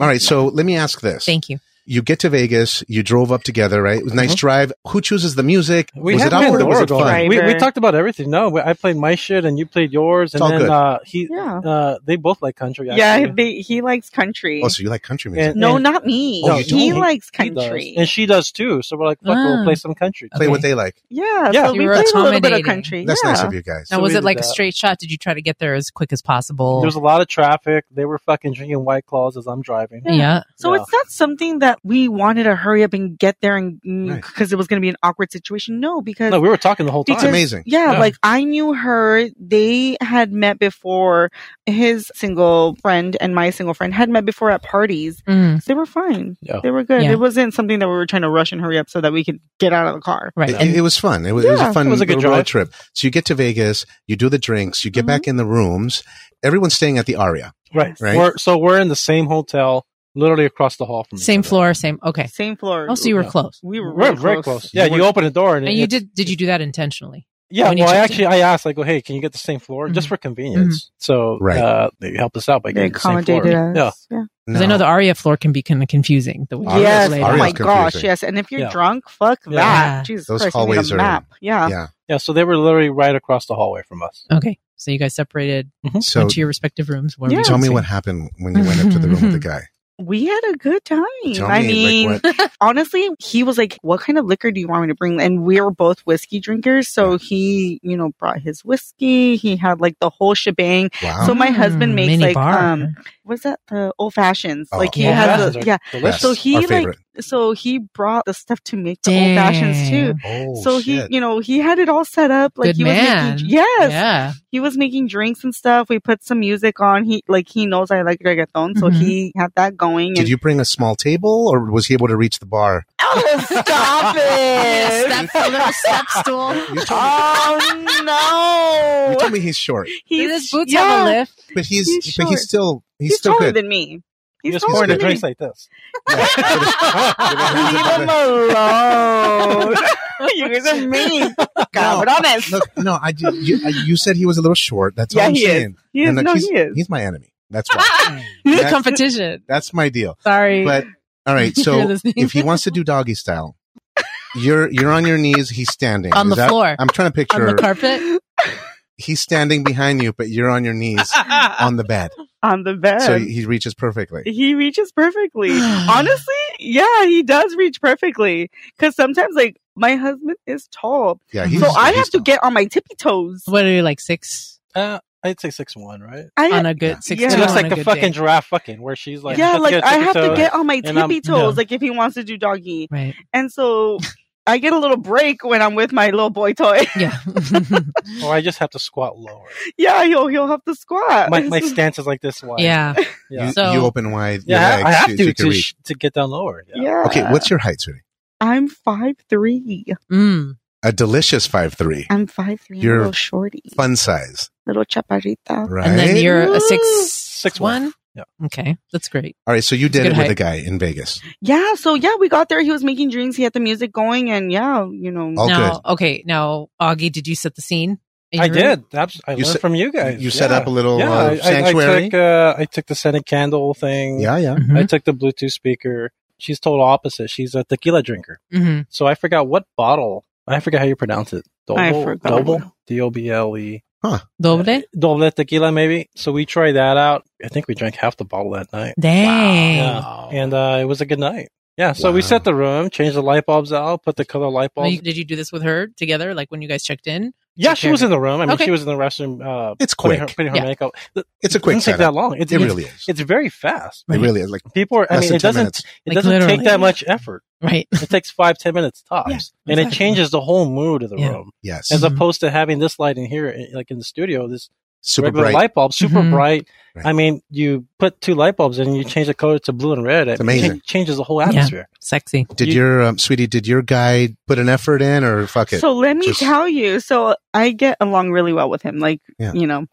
S3: All right. So let me ask this.
S1: Thank you.
S3: you get to Vegas, you drove up together, right? It was a nice
S4: Mhm.
S3: drive. Who chooses the music?
S4: we
S3: was
S4: had
S3: it awkward or was it
S4: Laura
S3: fun?
S4: going.
S2: Right.
S4: We, we
S2: Driver.
S4: talked about everything. No, we- I played my shit and you played yours, and
S3: all
S4: then
S3: good.
S4: uh, he,
S2: Yeah.
S4: uh, they both like country.
S2: Yeah,
S4: actually.
S2: they, he likes country.
S3: Oh, so you like country music?
S4: And-
S2: no,
S4: and-
S2: not me.
S3: Oh, you don't?
S2: he likes
S4: He does.
S2: country.
S4: and she does too. So we're like, fuck,
S1: Ah.
S4: we'll play some country.
S3: Play
S1: Okay.
S3: what they like.
S2: yeah,
S4: Yeah.
S2: so we
S1: You were
S2: played a little bit of
S1: accommodating.
S2: country.
S3: That's
S2: yeah.
S3: nice of you guys.
S1: Now,
S4: So
S1: was
S4: we
S1: it
S4: did
S1: like a
S4: that.
S1: straight shot? Did you try to get there as quick as possible?
S4: There was a lot of traffic. They were fucking drinking white claws as I'm driving.
S1: yeah.
S2: So
S4: Yeah.
S2: it's not something that we wanted to hurry up and get there and
S3: Right.
S2: because it was going to be an awkward situation. No, because
S4: No, we were talking the whole time.
S2: Because-
S3: amazing.
S2: Yeah,
S4: Yeah.
S2: like I knew her. They had met before. His single friend and my single friend had met before at parties.
S1: Mm,
S2: They were fine.
S4: Yeah.
S2: They were good.
S1: Yeah.
S2: It wasn't something that we were trying to rush and hurry up so that we could get out of the car.
S1: right.
S3: It, it was fun. It was, it was
S2: Yeah,
S3: a fun
S4: it was a good
S3: little road
S4: drive.
S3: trip. So you get to Vegas, you do the drinks, you get
S2: Mm-hmm.
S3: back in the rooms. Everyone's staying at the Aria.
S4: right.
S3: Right.
S4: We're, so we're in the same hotel, literally across the hall from each
S1: same
S4: other.
S1: floor, same. Okay.
S2: Same floor.
S1: Oh, so you were
S4: Yeah.
S1: close.
S2: we
S4: We're
S2: were really
S4: very close. Yeah, you, open the door and,
S1: And
S4: it-
S1: you
S4: it's-
S1: did, did you do that intentionally?
S4: Yeah,
S1: when you
S4: well, I
S1: checked
S4: actually I asked, I go, hey, can you get the same floor just
S1: Mhm.
S4: for convenience? So
S3: Right.
S4: uh, they helped us out by
S2: Mm-hmm. They
S4: getting the same floor.
S2: accommodated us.
S4: Yeah,
S2: Yeah.
S1: Because I know the aria floor can be kind of confusing. The way it's
S2: Yes.
S1: laid
S3: Aria's
S2: oh my
S1: out.
S2: gosh.
S3: confusing.
S2: Yes. And if you're
S4: Yeah.
S2: drunk, fuck
S4: Yeah.
S1: Yeah.
S2: that. Jesus
S3: Those
S2: Christ, you need
S3: hallways are-
S2: a map. yeah.
S3: yeah.
S4: yeah. So they were literally right across the hallway from us.
S1: Okay. So you guys separated,
S3: So
S1: went to your respective rooms. Where
S2: Yeah.
S1: we
S3: tell me what happened when you went up to the room with the guy.
S2: We had a good time.
S3: Tell
S2: I
S3: me,
S2: mean,
S3: like,
S2: honestly, he was like, "What kind of liquor do you want me to bring?" And we were both whiskey drinkers, so he, you know, brought his whiskey. He had like the whole shebang.
S3: Wow.
S2: So my husband
S1: Mm,
S2: makes,
S1: mini
S2: like,
S1: bar.
S2: um, Was that the old fashions?
S3: Oh.
S2: like he
S1: Old
S2: had,
S4: Fashions
S2: the,
S4: are
S2: yeah.
S4: delicious.
S2: So
S3: Our
S2: he like,
S3: favorite.
S2: so he brought the stuff to make the old fashions too.
S3: Oh,
S2: so
S3: shit.
S2: he, you know, he had it all set up. Like
S1: Good
S2: he
S1: man.
S2: was making, yes,
S1: Yeah.
S2: he was making drinks and stuff. We put some music on. He like he knows I like reggaeton, so
S1: Mhm.
S2: he had that going.
S3: Did
S2: and,
S3: you bring a small table or was he able to reach the bar?
S2: Oh, stop it!
S1: Step, a little step stool.
S3: You told me,
S2: Oh
S3: you
S2: no!
S3: told me he's short,
S1: Did his boots
S2: yeah,
S1: have a lift?
S3: but he's,
S2: He's
S3: but
S2: short.
S3: he's still he's,
S2: He's,
S3: still
S2: taller
S3: good.
S2: than me.
S4: You're
S2: He's
S4: just
S2: taller
S4: pouring the
S2: than me.
S4: drinks like this.
S2: Leave him alone. you guys are mean. Cabrones.
S3: Look, no, I did, you, I- you said he was a little short. That's
S2: Yeah,
S3: all I'm
S2: he is.
S3: saying.
S2: He is.
S3: And, like,
S2: no, he
S3: he's,
S2: is.
S3: he's my enemy. That's why.
S1: It's a
S3: That's-
S1: competition.
S3: That's my deal.
S1: Sorry.
S3: But all right,
S1: If you're
S3: so
S1: listening.
S3: if he wants to do doggy style, you're you're on your knees. He's standing
S1: On
S3: Is
S1: the
S3: that-
S1: floor.
S3: I'm
S1: on
S3: trying to picture.
S1: the carpet.
S3: he's standing behind you, but you're on your knees on the bed.
S2: On the bed.
S3: So he reaches perfectly.
S2: he reaches perfectly. Honestly, yeah, he does reach perfectly. Because sometimes, like, my husband is tall,
S3: Yeah, he's,
S2: so I
S3: he's
S2: have to
S3: tall.
S2: get on my tippy toes.
S1: What are you like six
S4: Uh, I'd say six one, right?
S2: I,
S1: on a good six?
S2: Yeah.
S1: two
S4: It looks
S1: on
S4: like
S1: a
S4: the
S1: good
S4: fucking
S1: day?
S4: giraffe fucking where she's like
S2: yeah,
S4: just
S2: like
S4: get
S2: I
S4: tippy
S2: have to
S4: toes.
S2: get on my
S4: And I'm-
S2: tippy toes,
S1: no.
S2: like if he wants to do doggy.
S1: Right.
S2: And so I get a little break when I'm with my little boy toy.
S1: Yeah.
S4: or I just have to squat lower.
S2: yeah, he'll he'll have to squat.
S4: My my stance is like this wide.
S1: yeah.
S4: yeah.
S3: You,
S1: So-
S3: you open wide
S4: Yeah, I-
S3: your legs
S4: I
S3: so-
S4: have
S3: so
S4: to
S3: you can
S4: to,
S3: reach.
S4: sh- to get down lower. Yeah.
S2: yeah.
S3: Okay, what's your height, sweetie?
S2: I'm five three.
S1: Mm.
S3: A delicious five three,
S2: I'm five three.
S3: You're-
S2: little shorty,
S3: fun size,
S2: little chaparrita.
S3: right?
S1: And then you're a six
S4: Six
S1: one.
S4: one. Yeah.
S1: Okay, that's great.
S3: All right, so you did
S1: good
S3: it with
S1: height.
S3: a guy in Vegas.
S2: Yeah. So yeah, we got there. He was making
S3: Oh,
S2: drinks. He had the music going, and yeah, you know.
S3: All
S1: now, okay, now Augie, did you set the scene?
S4: I
S1: Ingrid?
S4: did. Abs- I
S3: You
S4: learned
S3: set-
S4: from you guys.
S3: you set
S4: Yeah.
S3: up a little
S4: yeah,
S3: uh,
S4: I- I, I
S3: sanctuary.
S4: took uh, I took the scented candle thing.
S3: yeah, yeah.
S1: Mhm.
S4: I took the Bluetooth speaker. She's total opposite. She's a tequila drinker.
S1: Mhm.
S4: So I forgot what bottle. I forget how you pronounce it. Doble,
S2: I forgot.
S4: Doble? D O B L E.
S1: Doble?
S4: Doble tequila, maybe. So we tried that out. I think we drank half the bottle that night.
S1: Dang.
S4: Yeah. And uh, it was a good night. Yeah. So
S3: Wow.
S4: we set the room, changed the light bulbs out, put the color light
S1: Well,
S4: bulbs.
S1: you- did you do this with her together, like when you guys checked in?
S4: yeah,
S1: took
S4: she
S1: care
S4: was
S1: of
S4: in the room. I mean,
S1: Okay.
S4: she was in the restroom uh,
S3: It's
S4: putting her,
S3: quick.
S4: putting her
S1: Yeah.
S4: makeup. It
S3: It's a quick
S4: doesn't take
S3: setup.
S4: that long. It's,
S3: It
S4: it's-
S3: really is.
S4: It's very fast.
S3: It really is. Like
S4: People are. I
S3: less
S4: mean,
S3: than
S4: it
S3: 10
S4: doesn't.
S3: minutes.
S4: It
S1: Like,
S4: doesn't
S1: literally.
S4: take that much effort.
S1: Right.
S4: It takes five ten minutes tops,
S1: Yeah,
S4: and it
S1: exactly.
S4: changes the whole mood of the
S1: Yeah.
S4: room.
S3: Yes.
S4: As
S1: Mhm.
S4: opposed to having this light in here, i- like in the studio, this
S3: Super
S4: regular
S3: bright.
S4: light bulb, super
S1: Mhm.
S4: bright.
S3: Right.
S4: I mean, you put two light bulbs in, and you change the color to blue and red. It
S3: amazing.
S4: cha- changes the whole atmosphere.
S1: Sexy.
S3: Did
S4: You-
S3: your um, sweetie? Did your guy put an effort in, or fuck it?
S2: So let me
S3: Just-
S2: tell you. So I get along really well with him, like
S3: Yeah.
S2: you know.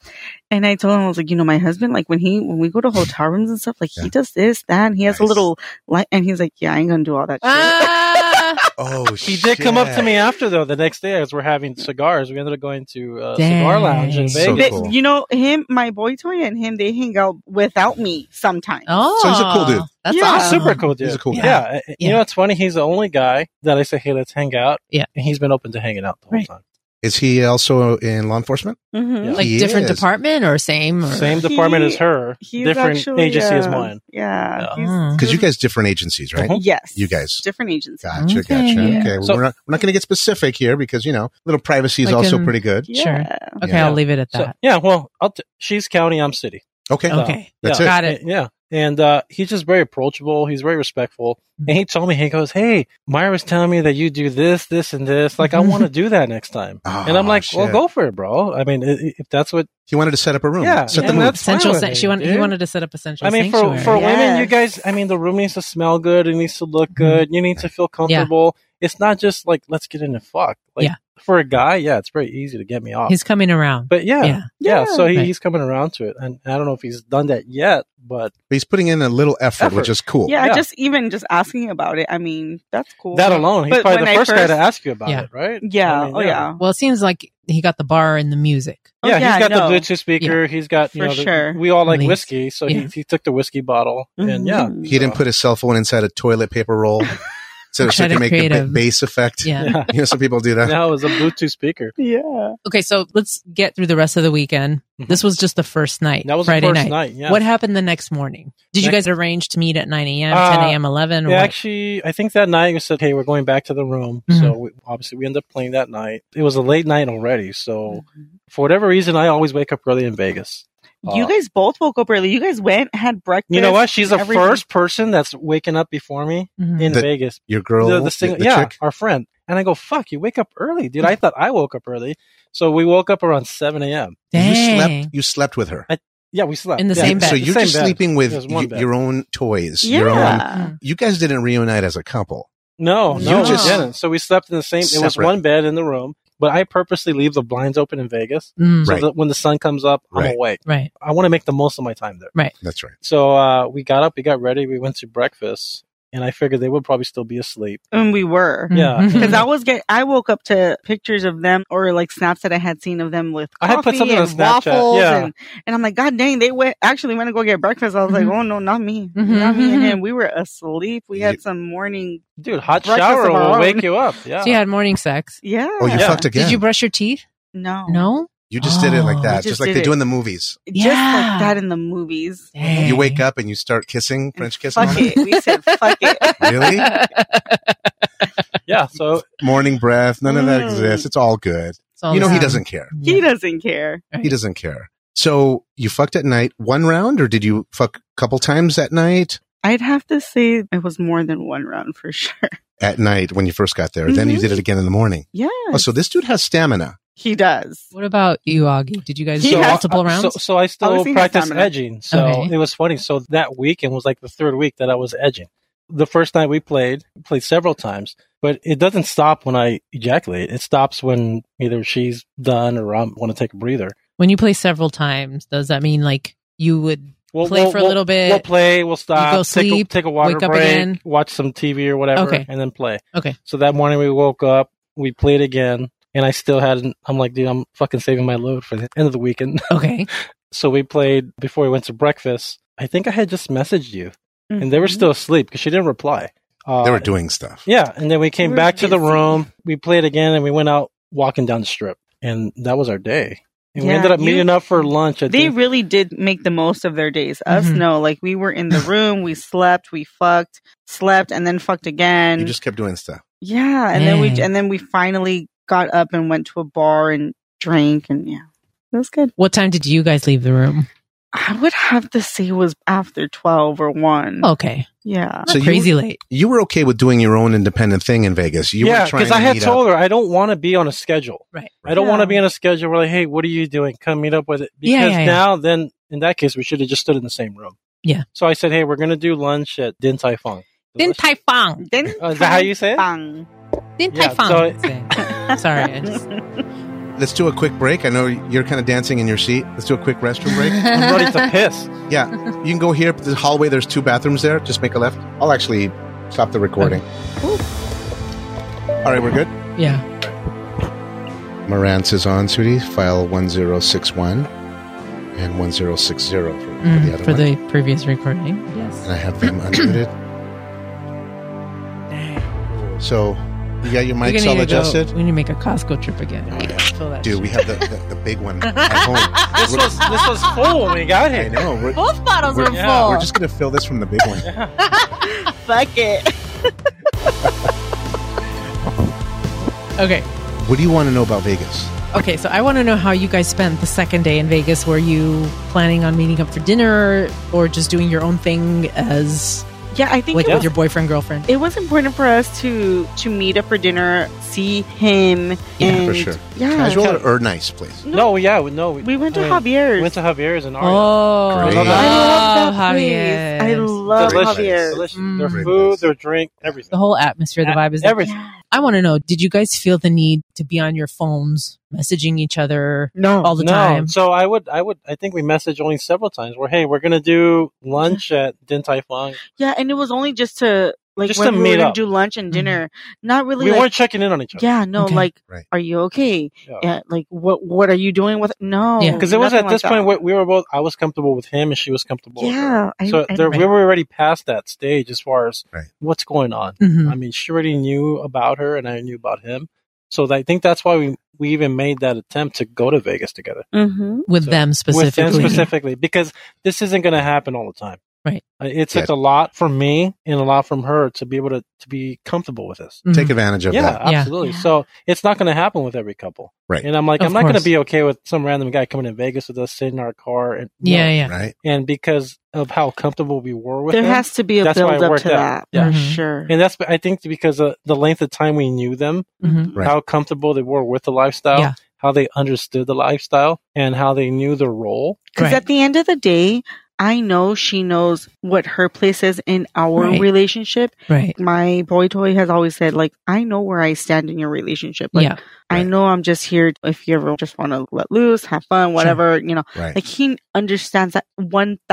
S2: And I told him I was like, you know, my husband, like when he when we go to hotel rooms and stuff, like
S3: Yeah.
S2: he does this, that, and he has a
S3: Nice.
S2: little light, and he's like, yeah, I ain't gonna do all that. shit.
S1: Ah,
S3: oh,
S4: He did come up to me after though. The next day, as we're having cigars, we ended up going to uh, cigar
S1: Dang.
S4: lounge in
S3: So
S4: Vegas.
S2: They-
S3: cool.
S2: You know him, my boy Toy, and him. They hang out without me sometimes.
S1: oh,
S3: So he's a cool dude.
S1: That's
S2: Yeah.
S1: awesome.
S4: Super cool dude.
S3: He's a cool
S1: Yeah.
S3: guy.
S4: Yeah. uh, You
S1: Yeah.
S4: know, it's funny. He's the only guy that I say, hey, let's hang out.
S1: Yeah.
S4: And he's been open to hanging out the whole
S1: Right.
S4: time.
S3: Is he also in law enforcement?
S2: Mhm.
S4: Yeah.
S1: Like
S3: He
S1: different
S3: is.
S1: department or same? Or?
S4: Same
S2: He-
S4: department as her,
S2: He's
S4: different
S2: actually,
S4: agency as
S2: uh,
S4: mine.
S2: Yeah,
S4: Yeah.
S2: he's-
S1: Mm.
S3: Because you guys different agencies, right?
S4: Mhm.
S2: yes,
S3: You guys.
S2: different agency.
S3: Gotcha,
S1: Okay.
S3: gotcha.
S1: Yeah.
S3: Okay, well,
S4: So-
S3: we're not we're not going to get specific here because you know, little privacy is
S1: Like
S3: also
S1: in-
S3: pretty good.
S2: Yeah.
S1: Sure. Okay,
S3: Yeah.
S1: I'll leave it at
S4: So,
S1: that.
S4: yeah, well, I'll t- she's county, I'm city.
S3: Okay,
S4: So-
S1: okay.
S3: that's
S4: yeah.
S3: it.
S1: Got it.
S4: Yeah. And uh, he's just very approachable. He's very respectful.
S1: Mm-hmm.
S4: And he told me, he goes, Hey, Myra's telling me that you do this, this, and this. Like, I want to do that next time.
S3: Ah,
S4: and I'm like, Well,
S3: shit.
S4: go for it, bro. I mean, i- i- if that's what.
S3: He wanted to set up a room.
S4: Yeah,
S3: set
S4: and
S3: the mood.
S4: that's- fine
S1: Essential.
S4: with
S1: sa-
S4: me,
S1: she wanted. He
S4: dude.
S1: wanted to set up essential.
S4: I mean, for,
S1: sanctuary.
S4: for women, you
S2: Yes.
S4: guys, I mean, the room needs to smell good. It needs to look
S1: Mm-hmm.
S4: good. You need to feel comfortable. It's not just like, let's get in and fuck. Like,
S1: Yeah.
S4: for a guy, yeah, it's very easy to get me off.
S1: he's coming around.
S4: but yeah, yeah,
S1: yeah.
S4: so he,
S1: Right.
S4: he's coming around to it. And I don't know if he's done that yet, but
S3: But he's putting in a little effort,
S4: Effort.
S3: which is cool.
S2: Yeah,
S4: Yeah.
S2: just even just asking about it. I mean, that's cool.
S4: that alone, he's
S2: But
S4: probably the
S2: when I
S4: first, guy
S2: first-
S4: to ask you about
S1: Yeah.
S4: it, right?
S2: Yeah.
S4: I mean,
S2: oh yeah.
S1: Well, it seems like he got the bar and the music.
S2: Oh,
S4: yeah,
S2: yeah,
S4: he's got
S2: no.
S4: the Bluetooth speaker. He's got you
S2: For
S4: know, the-
S2: sure.
S4: we all like
S1: Links.
S4: whiskey, so
S1: Yeah.
S4: he, he took the whiskey bottle and yeah,
S2: Mhm.
S3: He didn't put his cell phone inside a toilet paper roll, so, so
S1: Try
S3: it
S1: to
S3: can make a ba-
S1: creative.
S3: bass effect.
S1: Yeah.
S4: yeah.
S3: You know, some people do that.
S4: now it was a Bluetooth speaker.
S2: Yeah.
S1: Okay, so let's get through the rest of the weekend.
S4: Mhm.
S1: This was just the first night.
S4: That was
S1: Friday
S4: the first
S1: night.
S4: night. yeah.
S1: What happened the next morning? Did you
S4: Next-
S1: guys arrange to meet at 9 a.m.,
S4: Uh,
S1: 10 a.m., 11? Or
S4: Yeah,
S1: what?
S4: actually, I think that night we said, "Hey, we're going back to the room."
S1: Mhm.
S4: So we, obviously, we ended up playing that night. It was a late night already, so for whatever reason, I always wake up early in Vegas.
S2: you
S4: Uh,
S2: guys both woke up early. You guys went had breakfast.
S4: you know what? She's the
S2: everything.
S4: first person that's waking up before me
S1: Mhm.
S4: in
S3: The-
S4: Vegas.
S3: Your girl,
S4: the,
S3: the,
S4: the single,
S3: the
S4: yeah,
S3: chick.
S4: our friend. And I go, "Fuck, you wake up early, dude."
S1: Mm-hmm.
S4: I thought I woke up early, so we woke up around seven a.m.
S3: You
S1: Dang.
S3: slept. You slept with her.
S4: Yeah, we slept
S1: In the
S4: Yeah,
S1: same bed.
S3: So
S4: the
S3: you're
S4: same
S3: just
S4: bed.
S3: sleeping with
S4: There's one
S3: y-
S4: bed.
S3: your own toys. Your own.
S2: Yeah.
S1: Mm.
S3: You guys didn't reunite as a couple.
S4: No,
S1: You
S4: no, we
S1: just-
S4: didn't. So we slept in the same. It was
S3: Separate.
S4: one bed in the room, but I purposely leave the blinds open in Vegas
S1: Mm.
S4: so
S3: Right.
S4: that when the sun comes up,
S3: Right.
S4: I'm awake.
S1: Right.
S4: I want to make the most of my time there.
S3: That's right.
S4: So uh, we got up, we got ready, we went to breakfast, and I figured they would probably still be asleep.
S2: And we were.
S4: Yeah.
S1: Mhm.
S2: Because I was get, I woke up to pictures of them or like snaps that I had seen of them with
S4: I
S2: coffee
S4: had put something on
S2: and
S4: Snapchat,
S2: waffles,
S4: yeah.
S2: and, and I'm like, God dang, they went actually went to go get breakfast. I was
S1: Mhm.
S4: Mm-hmm.
S2: like, Oh no, not me,
S1: Mhm.
S2: not me and him. We were asleep. We
S3: You-
S2: had some morning.
S4: Dude, hot
S2: Breakfast
S4: shower
S2: of our
S4: will
S2: own.
S4: wake you up. Yeah.
S1: So you had morning sex.
S2: Yeah.
S3: Oh, you
S4: Yeah.
S3: fucked again.
S1: Did you brush your teeth?
S2: No.
S1: No?
S3: You just did it
S1: Oh.
S3: like
S1: We
S3: that,
S2: just
S3: just, like
S2: did
S3: they
S2: it.
S3: do in the movies.
S2: Just
S1: Yeah.
S2: like that in the movies.
S3: You
S1: Dang.
S3: wake up and you start kissing French kiss.
S2: Fuck
S3: on
S2: it. We said fuck it.
S3: Really?
S4: yeah. So
S3: Morning breath. None of that
S2: Mm.
S3: exists. It's all good.
S1: It's all
S3: you know he
S1: the
S3: doesn't
S1: same.
S3: care.
S2: He doesn't care.
S3: He doesn't care. So you fucked at night one round, or did you fuck a couple times at night?
S2: I'd have to say it was more than one round for sure.
S3: At night when you first got there, then you
S2: Mhm.
S3: did it again in the morning.
S2: Yeah,
S3: Oh, so this dude has stamina.
S2: he does.
S1: What about you, Augie? Did you guys
S2: He
S1: do
S2: has-
S1: multiple rounds?
S4: uh, So, so I
S2: I
S4: still
S2: was thinking
S4: practice
S2: stamina.
S4: edging. So
S1: Okay.
S4: it was funny. So that weekend was like the third week that I was edging. The first night we played, we played several times, but it doesn't stop when I ejaculate. It stops when either she's done or I want to take a breather.
S1: when you play several times, does that mean like you would
S4: We'll
S1: play
S4: we'll-
S1: for a
S4: we'll-
S1: little bit?
S4: We'll play. We'll stop.
S1: go
S4: Take a,
S1: sleep,
S4: take a water
S1: wake up
S4: break.
S1: again.
S4: Watch some TV or whatever,
S1: Okay.
S4: and then play.
S1: Okay.
S4: So that morning we woke up. We played again. and I still hadn't. I'm like, dude, I'm fucking saving my load for the end of the weekend.
S1: Okay.
S4: so we played before we went to breakfast. I think I had just messaged you, and they were
S2: Mhm.
S4: still
S1: Mm-hmm.
S4: asleep because she didn't reply. Uh,
S3: They were doing stuff.
S4: yeah, and then we came
S2: We're
S4: back to the
S2: busy.
S4: room. We played again, and we went out walking down the strip, and that was our day. And we
S2: Yeah,
S4: ended up
S2: you-
S4: meeting up for lunch. At
S2: They
S4: the,
S2: really did make the most of their days. Us,
S3: Mm-hmm.
S1: Mhm.
S2: no. Like, we were in the room, we slept, we fucked, slept, and then fucked again.
S3: You just kept doing stuff.
S2: yeah. And then we,
S1: Dang.
S2: and then we finally got up and went to a bar and drank. And yeah, it was good.
S1: What time did you guys leave the room?
S2: I would have to say it was after 12 or 1.
S3: Oh.
S1: Okay.
S2: Yeah.
S3: So you-
S1: Crazy late.
S3: You were okay with doing your own independent thing in Vegas. You
S4: yeah,
S3: were trying
S4: because
S3: to
S4: I had
S3: meet
S4: told
S3: up.
S4: her I don't want to be on a schedule.
S1: Right.
S4: I don't want
S2: Yeah.
S4: to be on a schedule. We're like, hey, what are you doing? Come meet up with it. Because
S1: Yeah, yeah, yeah.
S4: now, then, in that case, we should have just stood in the same room.
S1: Yeah.
S4: So I said, hey, we're gonna do lunch at Din Tai Fung.
S1: Din Tai Fung.
S2: Then
S4: Oh, is that how you say it?
S2: Bang.
S1: Din Tai
S4: Yeah,
S1: Fung. Sorry. I just.
S3: Let's do a quick break. I know you're kind of dancing in your seat. Let's do a quick restroom break.
S4: I'm ready to piss.
S3: Yeah, you can go here. but The hallway, there's two bathrooms there. Just make a left. I'll actually stop the recording. All right, we're good.
S1: yeah.
S3: Morantz is on, Sudie. File 1061 and 1060 for, for the
S1: Mm,
S3: other
S1: for
S3: one.
S1: the previous recording. Yes.
S3: and I have them unmuted. So, you got your
S1: We're
S3: mics
S1: gonna
S3: all
S1: need to go-
S3: adjusted?
S1: we need to make a Costco trip again.
S3: Oh, yeah.
S1: Fill that
S3: Dude,
S1: shit.
S3: we have the, the, the big one at home.
S4: This was this was full when we got
S3: I
S4: here.
S3: know. We're,
S1: both bottles
S3: We're-
S1: were
S4: yeah,
S1: full.
S3: we're just going to fill this from the big one.
S2: Fuck it.
S1: okay.
S3: What do you want to know about Vegas?
S1: Okay, so I want to know how you guys spent the second day in Vegas. Were you planning on meeting up for dinner or just doing your own thing as
S2: Yeah, I think
S1: like
S2: it,
S1: with
S2: was,
S1: your boyfriend girlfriend?
S2: it was important for us to to meet up for dinner, see him,
S1: Yeah,
S2: and
S3: for sure.
S2: yeah,
S3: Casual or, or nice, please?
S4: No, yeah, we- no.
S2: We went to
S4: I mean,
S2: Javier's.
S4: Went to Javier's and Aria.
S1: Oh, I
S3: Great.
S1: love
S2: I love
S1: Javier's.
S2: that place. I love
S4: Delicious.
S2: Javier's.
S4: Delicious.
S1: Mm.
S4: Their
S3: Great
S4: food,
S3: place.
S4: their drink, everything.
S1: the whole atmosphere, the vibe is there.
S4: Everything.
S1: I want to know, did you guys feel the need to be on your phones, messaging each other?
S2: No,
S1: All the
S4: Oh, no.
S1: time.
S4: So I would, I would, I think we messaged only several times. Where hey, we're gonna do lunch at Din Tai Fung.
S2: yeah, and it was only just to like
S4: Just
S2: when
S4: to
S2: we
S4: meet
S2: were
S4: up. Mm-hmm.
S2: gonna do lunch and dinner. Not really.
S4: We
S2: like,
S4: weren't checking in on each other.
S2: yeah, no,
S1: Okay.
S2: like,
S3: Right.
S2: are you okay?
S4: Yeah.
S2: Yeah, like, what what are you doing with? No,
S1: Yeah.
S4: Oh. Because it was
S2: nothing
S4: at this
S2: like
S4: point
S2: that.
S4: where we were both. I was comfortable with him, and she was comfortable. with her.
S2: yeah, I,
S4: So
S2: I,
S4: there,
S1: right.
S4: we were already past that stage as far as
S3: Right.
S4: what's going on.
S1: Mhm.
S4: I mean, she already knew about her, and I knew about him. So I think that's why we we even made that attempt to go to Vegas together.
S2: Mhm.
S1: With
S4: So,
S1: them
S4: with them
S1: specifically.
S4: specifically because this isn't going to happen all the time.
S1: Right.
S4: Uh, It took a lot from me and a lot from her to be able to to be comfortable with this.
S1: Mhm.
S3: Take advantage of
S4: Yeah,
S3: that.
S1: Yeah.
S4: absolutely.
S2: Yeah.
S4: So it's not going to happen with every couple,
S3: Right.
S4: And I'm like,
S1: Of
S4: I'm not going to
S1: course.
S4: be okay with some random guy coming to Vegas with us, sitting in our car, and no.
S1: Yeah, yeah.
S3: Right?
S4: and because of how comfortable we were with
S2: There
S4: them,
S2: has to be a
S4: That's why it
S2: build up
S4: worked
S2: to
S4: out.
S2: that
S1: Yeah.
S2: for
S1: Mhm.
S2: sure.
S4: and that's I think because of the length of time we knew them,
S1: Mhm.
S3: Right.
S4: how comfortable they were with the lifestyle,
S1: Yeah.
S4: how they understood the lifestyle, and how they knew the role.
S2: Because
S1: Right.
S2: at the end of the day, I know she knows what her place is in our
S1: Right.
S2: relationship.
S1: Right.
S2: My boy toy has always said, like, I know where I stand in your relationship. Like,
S1: yeah.
S2: I
S3: Right.
S2: know I'm just here if you ever just want to let loose, have fun, whatever, you know.
S3: Right.
S2: Like, he understands that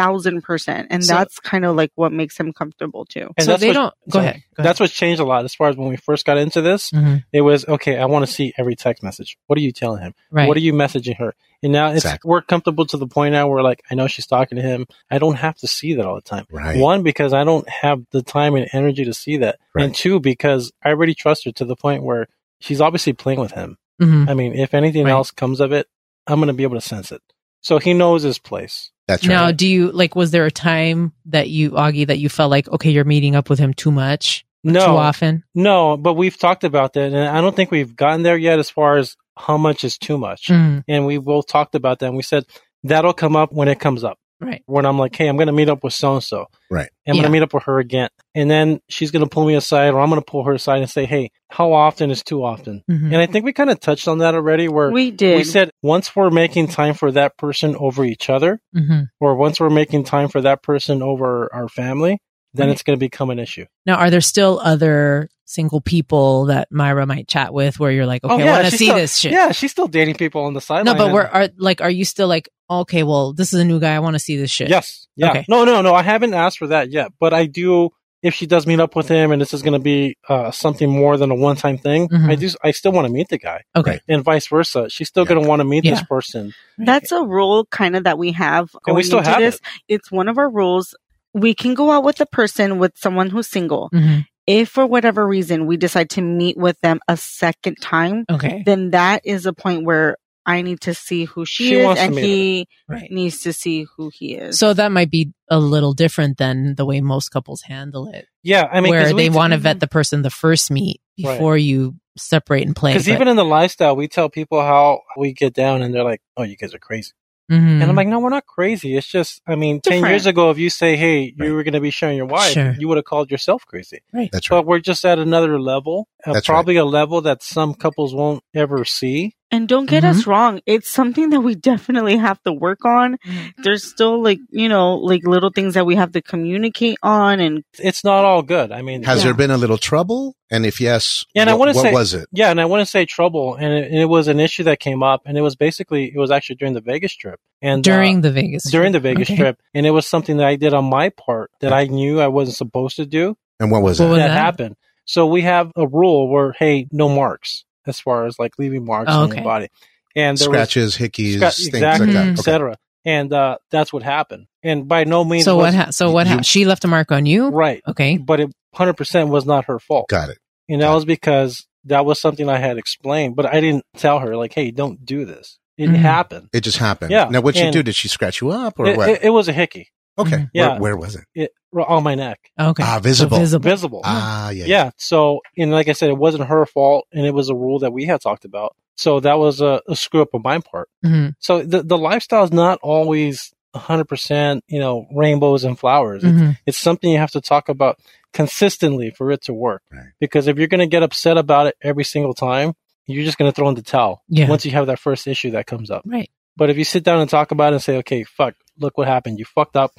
S2: 1000%. And
S1: So-
S2: that's kind of like what makes him comfortable too.
S4: And
S1: so
S4: that's
S1: they
S4: what-
S1: don't. Go
S4: so
S1: ahead. Go
S4: that's what's changed a lot as far as when we first got into this.
S1: ahead. Mhm.
S4: It was okay. I want to see every text message. What are you telling him?
S1: Right.
S4: What are you messaging her? And now it's
S3: Exactly.
S4: we're comfortable to the point now where like I know she's talking to him. I don't have to see that all the time.
S3: Right.
S4: One because I don't have the time and energy to see that,
S3: Right.
S4: and two because I already trust her to the point where she's obviously playing with him.
S1: Mhm.
S4: I mean, if anything
S1: Right.
S4: else comes of it, I'm going to be able to sense it. So he knows his place.
S3: That's right.
S1: Now, do you like? Was there a time that you, Augie, that you felt like okay, you're meeting up with him too much,
S4: No,
S1: too often?
S4: no, but we've talked about that, and I don't think we've gotten there yet as far as how much is too much.
S1: Mm,
S4: and we both talked about that. And we said that'll come up when it comes up.
S1: right.
S4: When I'm like, hey, I'm going to meet up with so and so.
S3: Right.
S4: I'm going
S1: Yeah.
S4: to meet up with her again, and then she's going to pull me aside, or I'm going to pull her aside and say, hey, how often is too often?
S1: Mhm.
S4: And I think we kind of touched on that already, where
S2: We
S4: we,
S2: did.
S4: said once we're making time for that person over each other,
S1: Mhm.
S4: or once we're making time for that person over our family, then
S1: Right.
S4: it's going to become an issue.
S1: Now, are there still other single people that Myra might chat with where you're like, okay, I want to
S4: Oh, she's
S1: see
S4: still-
S1: this shit?
S4: Yeah, she's still dating people on the sideline.
S1: No, but
S4: and-
S1: we're are like, are you still like, okay, well, this is a new guy, I want to see this shit.
S4: Yes. Yeah.
S1: Okay.
S4: No, no, no. I haven't asked for that yet, but I do. if she does meet up with him and this is going to be uh, something more than a one time thing,
S1: Mhm.
S4: I do. I still want to meet the guy,
S1: Okay.
S3: Right.
S4: and vice versa. She's still
S3: Yeah.
S4: going to want to meet this
S1: Yeah.
S4: person.
S2: That's a rule kind of that we have.
S4: And we
S2: going
S4: still
S2: into
S4: have
S2: this.
S4: it.
S2: It's one of our rules. We can go out with a person with someone who's
S4: Mm.
S2: single.
S1: Mhm.
S2: If for whatever reason we decide to meet with them a second time,
S1: Okay.
S2: then that is a point where I need to see who she,
S4: She
S2: is
S4: wants to
S2: and
S4: meet
S2: he
S1: Right.
S2: needs to see who he is.
S1: So that might be a little different than the way most couples handle it,
S4: Yeah, I mean,
S1: where
S4: 'cause we-
S1: they want to vet the person the first meet
S4: Right.
S1: before you separate and play.
S4: Because
S1: but-
S4: even in the lifestyle, we tell people how we get down, and they're like, "Oh, you guys are crazy."
S1: Mhm.
S4: And I'm like, "No, we're not crazy. It's just, I mean, ten
S2: Different.
S4: years ago, if you say, hey, you
S3: Right.
S4: were going to be sharing your wife,
S1: Sure.
S4: you would have called yourself crazy."
S3: That's right.
S4: But we're just at another level, uh,
S3: That's right.
S4: probably a level that some couples won't ever see.
S2: And don't get us
S1: Mm-hmm.
S2: wrong, it's something that we definitely have to work on. There's still like, you know, like little things that we have to communicate on and
S4: It's not all good. I mean,
S3: Has
S2: Yeah.
S3: there been a little trouble? And if yes,
S4: And I
S3: what-
S4: wanna
S3: what
S4: say-
S3: was it?
S4: Yeah, and I want to say trouble, and it, it was an issue that came up, and it was basically it was actually during the Vegas trip, and uh,
S1: during the Vegas
S4: during the Vegas
S1: Okay.
S4: trip, and it was something that I did on my part that I knew I wasn't supposed to do
S3: And what was
S1: What
S3: it?
S1: was-
S4: that,
S1: that?
S4: happened. So we have a rule where hey, no marks as far as like leaving marks
S1: Oh,
S4: on
S1: okay.
S4: your body, and there was-
S3: Scratches, hickeys,
S4: scratch-
S3: things
S4: exactly,
S3: like that.
S1: Mhm.
S3: Okay.
S4: etc. And uh, that's what happened, and by no means
S1: So what?
S4: was,
S1: Ha- so what?
S3: you-
S1: Ha- she left a mark on you.
S4: right,
S1: Okay.
S4: but it hundred percent was not her fault.
S3: Got it.
S4: And that was because that was something I had explained, but I didn't tell her, like, hey, don't do this. It
S1: Mhm.
S4: happened.
S3: It just happened.
S4: Yeah,
S3: Now, what she
S4: and-
S3: do? Did she scratch you up or
S4: It,
S3: what?
S4: it- it was a hickey
S3: okay.
S1: Mhm.
S4: yeah.
S3: Where, where was it?
S4: it, on my neck.
S1: Okay.
S3: Ah,
S1: So
S3: visible.
S1: visible.
S4: Uh, Visible.
S3: Ah, yeah.
S4: yeah. So, and like I said, it wasn't her fault, and it was a rule that we had talked about. So that was a, a screw up on my part.
S1: Mhm.
S4: So the, the lifestyle is not always 100%, you know, rainbows and flowers. It's-
S1: Mhm.
S4: It's something you have to talk about consistently for it to work.
S3: Right.
S4: Because if you're going to get upset about it every single time, you're just going to throw in the towel
S1: Yeah.
S4: once you have that first issue that comes up.
S1: Right.
S4: But if you sit down and talk about it and say, okay, fuck, look what happened. You fucked up.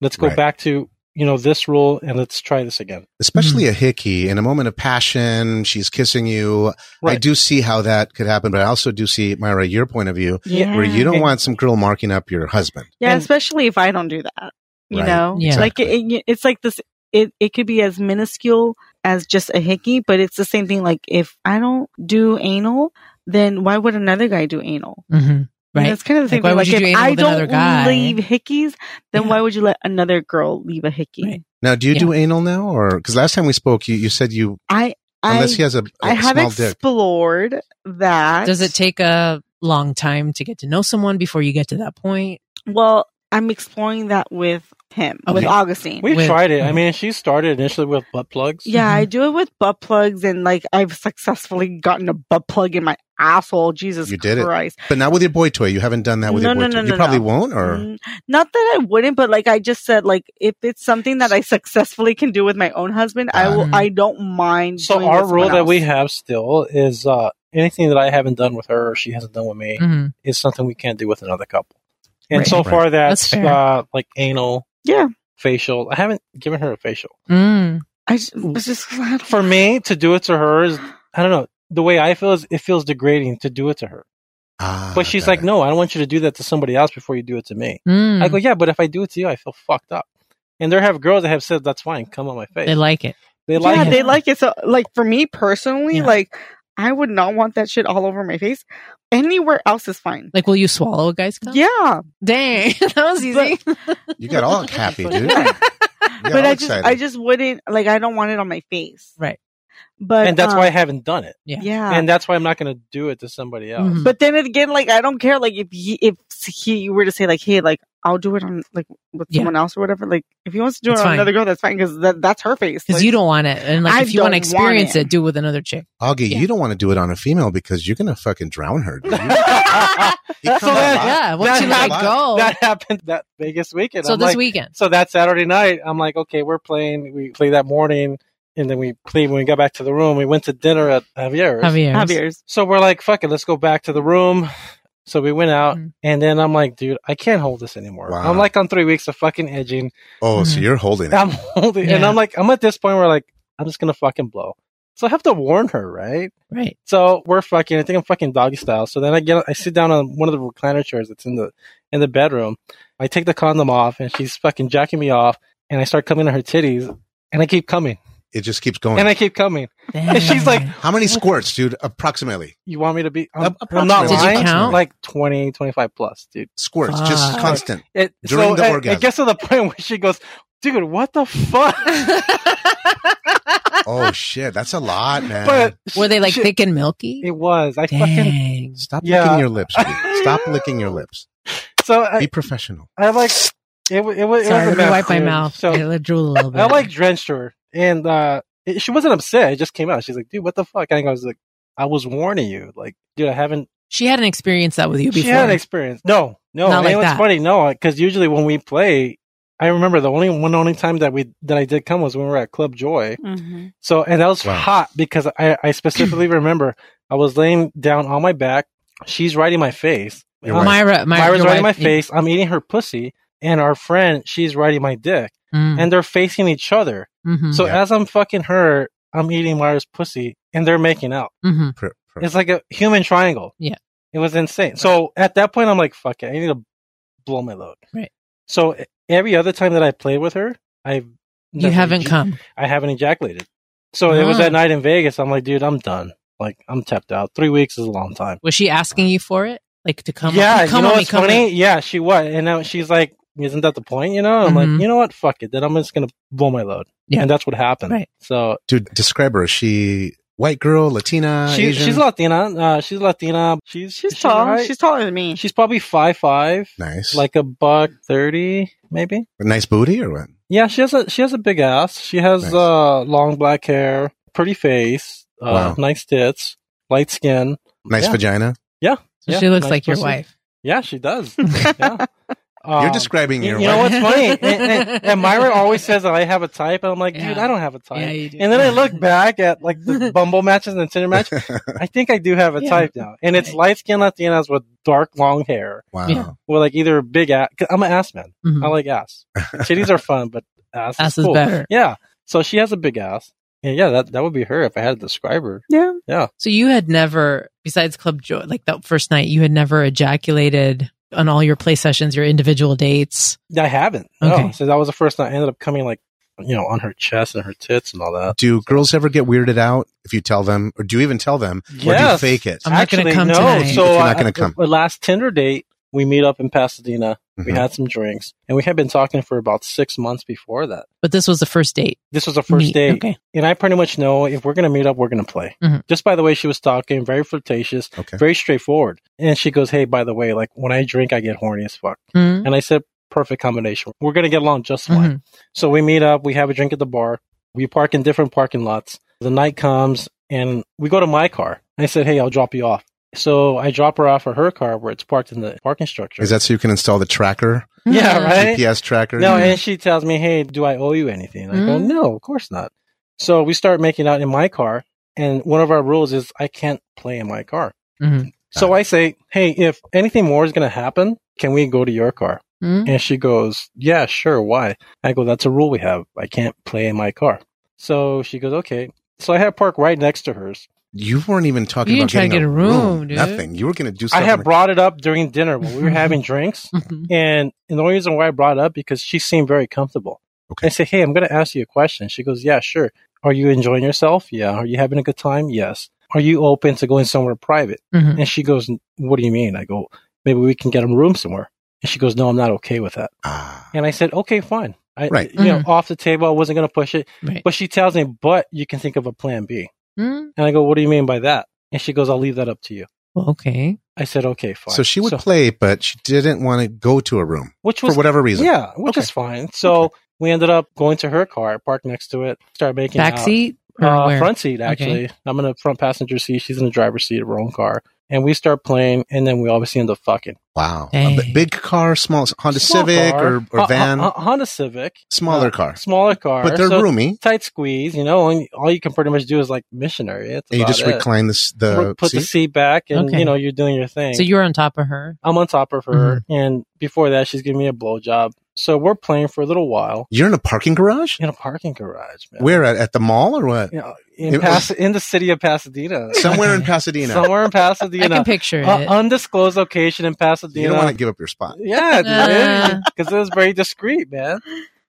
S4: Let's go
S3: Right.
S4: back to, you know, this rule and let's try this again.
S3: Especially a hickey in a moment of passion. She's kissing you. I
S4: Right.
S3: do see how that could happen, but I also do see, Myra, your point of view
S4: Yeah.
S3: where you don't
S4: And-
S3: want some girl marking up your husband.
S2: Yeah,
S4: And-
S2: especially if I don't do that. You
S3: Right,
S2: know?
S1: Yeah.
S2: Like
S3: exactly.
S2: it, it, it's like this it, it could be as minuscule as just a hickey, but it's the same thing like if I don't do anal, then why would another guy do anal?
S1: Mhm.
S2: You know,
S1: Right.
S2: it's kind of the
S1: Like,
S2: same
S1: why
S2: thing.
S1: would
S2: Like
S1: you do
S2: if
S1: anal
S2: I
S1: with another
S2: don't
S1: guy?
S2: leave hickeys, then
S1: Yeah.
S2: why would you let another girl leave a hickey?
S1: Right.
S3: Now, do you do anal now? Or because last time we spoke, you, you said you,
S2: I I,
S3: unless he has a, a
S2: I have
S3: small dick.
S2: explored that.
S1: Does it take a long time to get to know someone before you get to that point?
S2: Well, I'm exploring that with him, with
S1: Okay.
S2: Augustine.
S4: We've
S1: With-
S4: tried it. I mean, she started initially with butt plugs.
S2: yeah,
S3: Mm-hmm.
S2: I do it with butt plugs, and like I've successfully gotten a butt plug in my asshole. Jesus
S3: You did it.
S2: Christ.
S3: But not with your boy toy. You haven't done that with
S2: No,
S3: your boy
S2: no,
S3: toy.
S2: no,
S3: you
S2: no,
S3: probably
S2: no.
S3: won't, or
S2: Mm, Not that I wouldn't, but like I just said, like if it's something that I successfully can do with my own husband, I
S3: Ah, Got
S2: will.
S1: it.
S2: I don't mind.
S4: So
S2: doing
S4: our
S2: with someone
S4: rule that we
S2: else.
S4: have still is uh, anything that I haven't done with her or she hasn't done with me
S1: Mhm.
S4: is something we can't do with another couple. And
S1: Right.
S4: so
S3: Right.
S4: far
S1: That's
S4: that's,
S1: fair.
S4: uh, like anal,
S2: yeah.
S4: facial. I haven't given her a facial.
S1: Mm.
S2: I just, it's just
S4: For me to do it to her is, I don't know, the way I feel is it feels degrading to do it to her.
S3: ah,
S4: But she's
S3: got
S4: like,
S3: it.
S4: no, I don't want you to do that to somebody else before you do it to me.
S1: Mm.
S4: I go, yeah, but if I do it to you, I feel fucked up. And there have girls that have said, that's fine, come on my
S1: they
S4: face. They,
S1: like it.
S4: like
S2: yeah,
S4: it.
S2: they like it. So, like for me personally,
S1: Yeah.
S2: like I would not want that shit all over my face. Anywhere else is fine.
S1: Like, will you swallow a guy's cum?
S2: Yeah,
S1: Dang, that was easy.
S3: you got all happy, dude. You got
S2: but
S3: all
S2: I just,
S3: excited.
S2: I just wouldn't like. I don't want it on my face.
S1: Right.
S2: But
S4: and that's
S2: um,
S1: uh,
S4: why I haven't done it.
S1: Yeah.
S2: Yeah.
S4: And that's why I'm not going to do it to somebody else.
S1: Mhm.
S2: but then again, like I don't care. Like if he, if he you were to say like, hey, like I'll do it on like with
S1: Yeah.
S2: someone else or whatever. Like if he wants to do
S1: It's
S2: it on
S1: fine.
S2: another girl, that's fine because that that's her face.
S1: Because
S2: Like,
S1: you don't want it, and like
S2: I
S1: if you want to
S2: don't
S1: experience
S2: want
S1: it.
S2: it.
S1: do it with another chick.
S3: Augie,
S1: Yeah.
S3: you don't want to do it on a female because you're gonna fucking drown her. Dude. You- you
S4: That's
S3: come
S4: all
S3: alive.
S4: that-
S1: Oh, yeah, once you let it
S3: that-
S1: go.
S4: That happened that Vegas weekend.
S1: so
S4: I'm
S1: this
S4: like-
S1: weekend,
S4: So that Saturday night, I'm like, okay, we're playing. We play that morning. And then we played when we got back to the room. We went to dinner at Javier's.
S1: Javier,
S2: Javier's.
S4: So we're like, fuck it, let's go back to the room. So we went out,
S1: Mhm.
S4: and then I'm like, dude, I can't hold this anymore.
S3: Wow.
S4: I'm like on three weeks of fucking edging.
S3: Oh, so
S1: Mhm.
S3: you're holding it.
S4: I'm holding, and
S1: Yeah.
S4: I'm like, I'm at this point where like, I'm just gonna fucking blow. So I have to warn her, right?
S1: right?
S4: So we're fucking. I think I'm fucking doggy style. So then I get, I sit down on one of the recliner chairs that's in the in the bedroom. I take the condom off, and she's fucking jacking me off, and I start coming to her titties, And I keep coming.
S3: It just keeps going.
S4: And I keep coming. And she's like,
S3: How many squirts, dude? Approximately
S4: you want me to be? I'm,
S3: Ap-
S4: I'm not
S1: approximately. Did you
S4: lying.
S1: count?
S4: Like 20, 25 plus, dude.
S3: squirts, just
S1: Fuck.
S3: constant.
S4: It,
S3: During
S4: so
S3: the
S4: I-
S3: orgasm.
S4: It gets to the point where she goes, dude, what the fuck?
S3: Oh shit, that's a lot, man.
S4: but
S1: were they like
S4: she-
S1: thick and milky?
S4: It was. I fucking.
S1: Dang.
S3: Stop
S4: Yeah.
S3: licking your lips. Dude. Stop licking your lips.
S4: So I,
S3: Be professional.
S4: I like. It, wa- it, wa- it
S1: Sorry,
S4: was a
S1: let me
S4: mess,
S1: wipe my
S4: dude.
S1: mouth.
S4: So
S1: I drool a little bit.
S4: I like drenched her, and uh, it, she wasn't upset. It just came out. She's like, "Dude, what the fuck?" And I was like, "I was warning you, like, dude, I haven't."
S1: She hadn't experienced that with you
S4: She
S1: before.
S4: had an experience. No, no.
S1: Not
S4: and
S1: like
S4: it was
S1: that.
S4: funny. No, because usually when we play, I remember the only one only time that we that I did come was when we were at Club Joy.
S2: Mm-hmm.
S4: So and that was
S3: Wow.
S4: hot because I I specifically remember I was laying down on my back. She's right in my face.
S3: Your
S4: Um,
S3: wife.
S1: Myra, Myra,
S4: Myra's
S1: your
S4: right in my
S1: wife-
S4: face. I'm eating her pussy, and our friend she's right in my dick,
S1: Mm,
S4: and they're facing each other.
S1: mhm,
S4: So
S3: Yeah.
S4: as I'm fucking her, I'm eating Myra's pussy, and they're making out.
S1: mhm.
S3: Pr- pr-
S4: It's like a human triangle.
S1: Yeah.
S4: it was insane. So at that point, I'm like, fuck it, I need to blow my load.
S1: Right.
S4: So e- every other time that I played with her, I've
S1: You
S4: never
S1: haven't
S4: ejac-
S1: come.
S4: I haven't ejaculated. So it was
S1: Ah.
S4: that night in Vegas. I'm like, dude, I'm done. Like I'm tapped out. Three weeks is a long time.
S1: Was she asking you for it? Like to come?
S4: yeah,
S1: on, come
S4: you know
S1: on me,
S4: what's
S1: come on
S4: funny?
S1: me.
S4: Yeah, she what? And now she's like, isn't that the point? You know, I'm
S1: Mhm.
S4: like, you know what? Fuck it. Then I'm just gonna blow my load.
S1: Yeah.
S4: and that's what happened.
S1: Right.
S4: So
S3: dude, describe her. Is she white girl, Latina,
S4: she,
S3: Asian?
S4: she's Latina. Uh, she's Latina. She's
S2: She's tall.
S4: alright.
S2: She's taller than me.
S4: she's probably five five,
S3: nice, like
S4: like a buck thirty maybe.
S3: a nice booty or what?
S4: Yeah, she has a she has a big ass. She has
S3: Nice.
S4: uh long black hair, pretty face, uh,
S3: Wow.
S4: nice tits, light skin.
S3: Nice
S4: Yeah.
S3: vagina.
S1: So
S4: Yeah,
S1: she looks
S4: nice
S1: like your
S4: pussy.
S1: wife.
S4: Yeah, she does. yeah.
S3: You're
S4: Um,
S3: describing
S4: You,
S3: your
S4: you know
S3: wife.
S4: what's funny? And, and- and Myra always says that I have a type, and I'm like, dude,
S1: Yeah.
S4: I don't have a
S1: Yeah,
S4: type.
S1: you do.
S4: and then I look back at like the Bumble matches and Tinder match. I think I do have a
S1: Yeah.
S4: type now, and it's
S1: Right.
S4: light skinned Latinas with dark long hair,
S3: wow.
S1: Yeah.
S4: with like either a big ass. i I'm an ass man.
S1: Mhm.
S4: I like ass. Titties are fun, but ass,
S1: Ass
S4: is,
S1: is
S4: cool.
S1: better.
S4: Yeah. So she has a big ass, and yeah, that that would be her if I had to describe her.
S2: Yeah.
S1: So you had never, besides Club Joy, like that first night, you had never ejaculated on all your play sessions, your individual dates.
S4: I haven't. No.
S1: Okay.
S4: So that was the first time I ended up coming like you know on her chest and her tits and all that.
S3: Do girls ever get weirded out if you tell them, or do you even tell them, or do you
S4: Yes.
S3: fake it?
S1: I'm not gonna
S4: Actually,
S1: come
S4: no.
S1: tonight.
S4: So
S3: If you're
S4: uh,
S3: not gonna come.
S4: The last Tinder date, we meet up in Pasadena. We
S3: Mhm.
S4: had some drinks, and we had been talking for about six months before that.
S1: But this was the first date.
S4: This was the first
S1: Neat.
S4: date,
S1: Okay.
S4: and I pretty much know if we're gonna meet up, we're gonna play.
S1: Mhm.
S4: Just by the way she was talking, very flirtatious,
S3: Okay.
S4: very straightforward. And she goes, "Hey, by the way, like when I drink, I get horny as fuck."
S1: Mhm.
S4: And I said, "Perfect combination. We're gonna get along just fine."
S1: Mhm.
S4: So we meet up, we have a drink at the bar, we park in different parking lots. The night comes and we go to my car. I said, Hey, I'll drop you off. So I drop her off at her car where it's parked in the parking structure.
S3: Is that so you can install the tracker,
S4: yeah, right?
S3: GPS tracker?
S4: No, and she tells me, Hey, do I owe you anything? I go,
S1: Mm.
S4: No, of course not. So we start making out in my car. And one of our rules is I can't play in my car.
S1: Mhm.
S4: So I say, Hey, if anything more is going to happen, can we go to your car?
S1: Mhm.
S4: And she goes, Yeah, sure. Why? I go, That's a rule we have. I can't play in my car. So she goes, Okay. So I had parked right next to hers.
S3: you weren't even talking
S1: You didn't
S3: about
S1: try to
S3: getting
S1: get
S3: a
S1: a room, dude.
S3: Nothing. You were going to do
S4: I
S3: something.
S4: had brought it up during dinner when we were having drinks.
S1: Mhm.
S4: And, and the only reason why I brought it up because she seemed very comfortable.
S3: Okay.
S4: I say, Hey, I'm going to ask you a question. She goes, Yeah, sure. Are you enjoying yourself? Yeah. Are you having a good time? Yes. Are you open to going somewhere private?
S1: Mhm.
S4: And she goes, What do you mean? I go, Maybe we can get a room somewhere. And she goes, No, I'm not okay with that.
S3: Ah.
S4: And I said, okay, fine. I,
S3: Right.
S4: You know, off the table. I wasn't going to push it.
S1: Right.
S4: But she tells me, but you can think of a plan B.
S1: Mhm.
S4: And I go, what do you mean by that? And she goes, I'll leave that up to you.
S1: Well, okay.
S4: I said, okay, fine.
S3: So she would play, but she didn't want to go to a room
S4: which
S3: for
S4: was,
S3: whatever reason.
S4: yeah, which
S3: Okay.
S4: is fine. So we ended up going to her car, parked next to it, started making
S1: Back
S4: out.
S1: seat or
S4: Uh,
S1: where?
S4: front seat, actually. I'm in the front passenger seat. She's in the driver's seat of her own car. And we start playing, and then we obviously end up fucking.
S3: Wow.
S1: Dang.
S3: A b- big car, small Honda
S4: Small
S3: Civic
S4: car.
S3: or, or
S4: Hon-
S3: van,
S4: Hon- Honda Civic.
S3: smaller
S4: uh,
S3: car,
S4: Smaller car.
S3: but they're
S4: So-
S3: roomy.
S4: tight squeeze, you know, and all you can pretty much do is like missionary. That's
S3: And you
S4: about
S3: just
S4: it.
S3: recline this,
S4: Put-
S3: the
S4: put
S3: seat.
S4: the seat back, and
S1: Okay.
S4: you know you're doing your thing.
S1: So you Mm-hmm. were on top of her.
S4: I'm on top of her, and before that, she's giving me a blowjob. So we're playing for a little while
S3: You're in a parking garage?
S4: in a parking garage, man.
S3: Where at? At the mall or what?
S4: You know, in
S3: It
S4: Pas- in the city of Pasadena,
S3: Somewhere in
S1: Okay.
S3: Pasadena.
S4: somewhere in
S1: I can
S4: Pasadena,
S1: picture it.
S4: Uh, undisclosed location in
S3: You don't want
S4: Pasadena.
S3: to give up your spot.
S4: Yeah,
S1: Uh.
S4: because it was very discreet, man.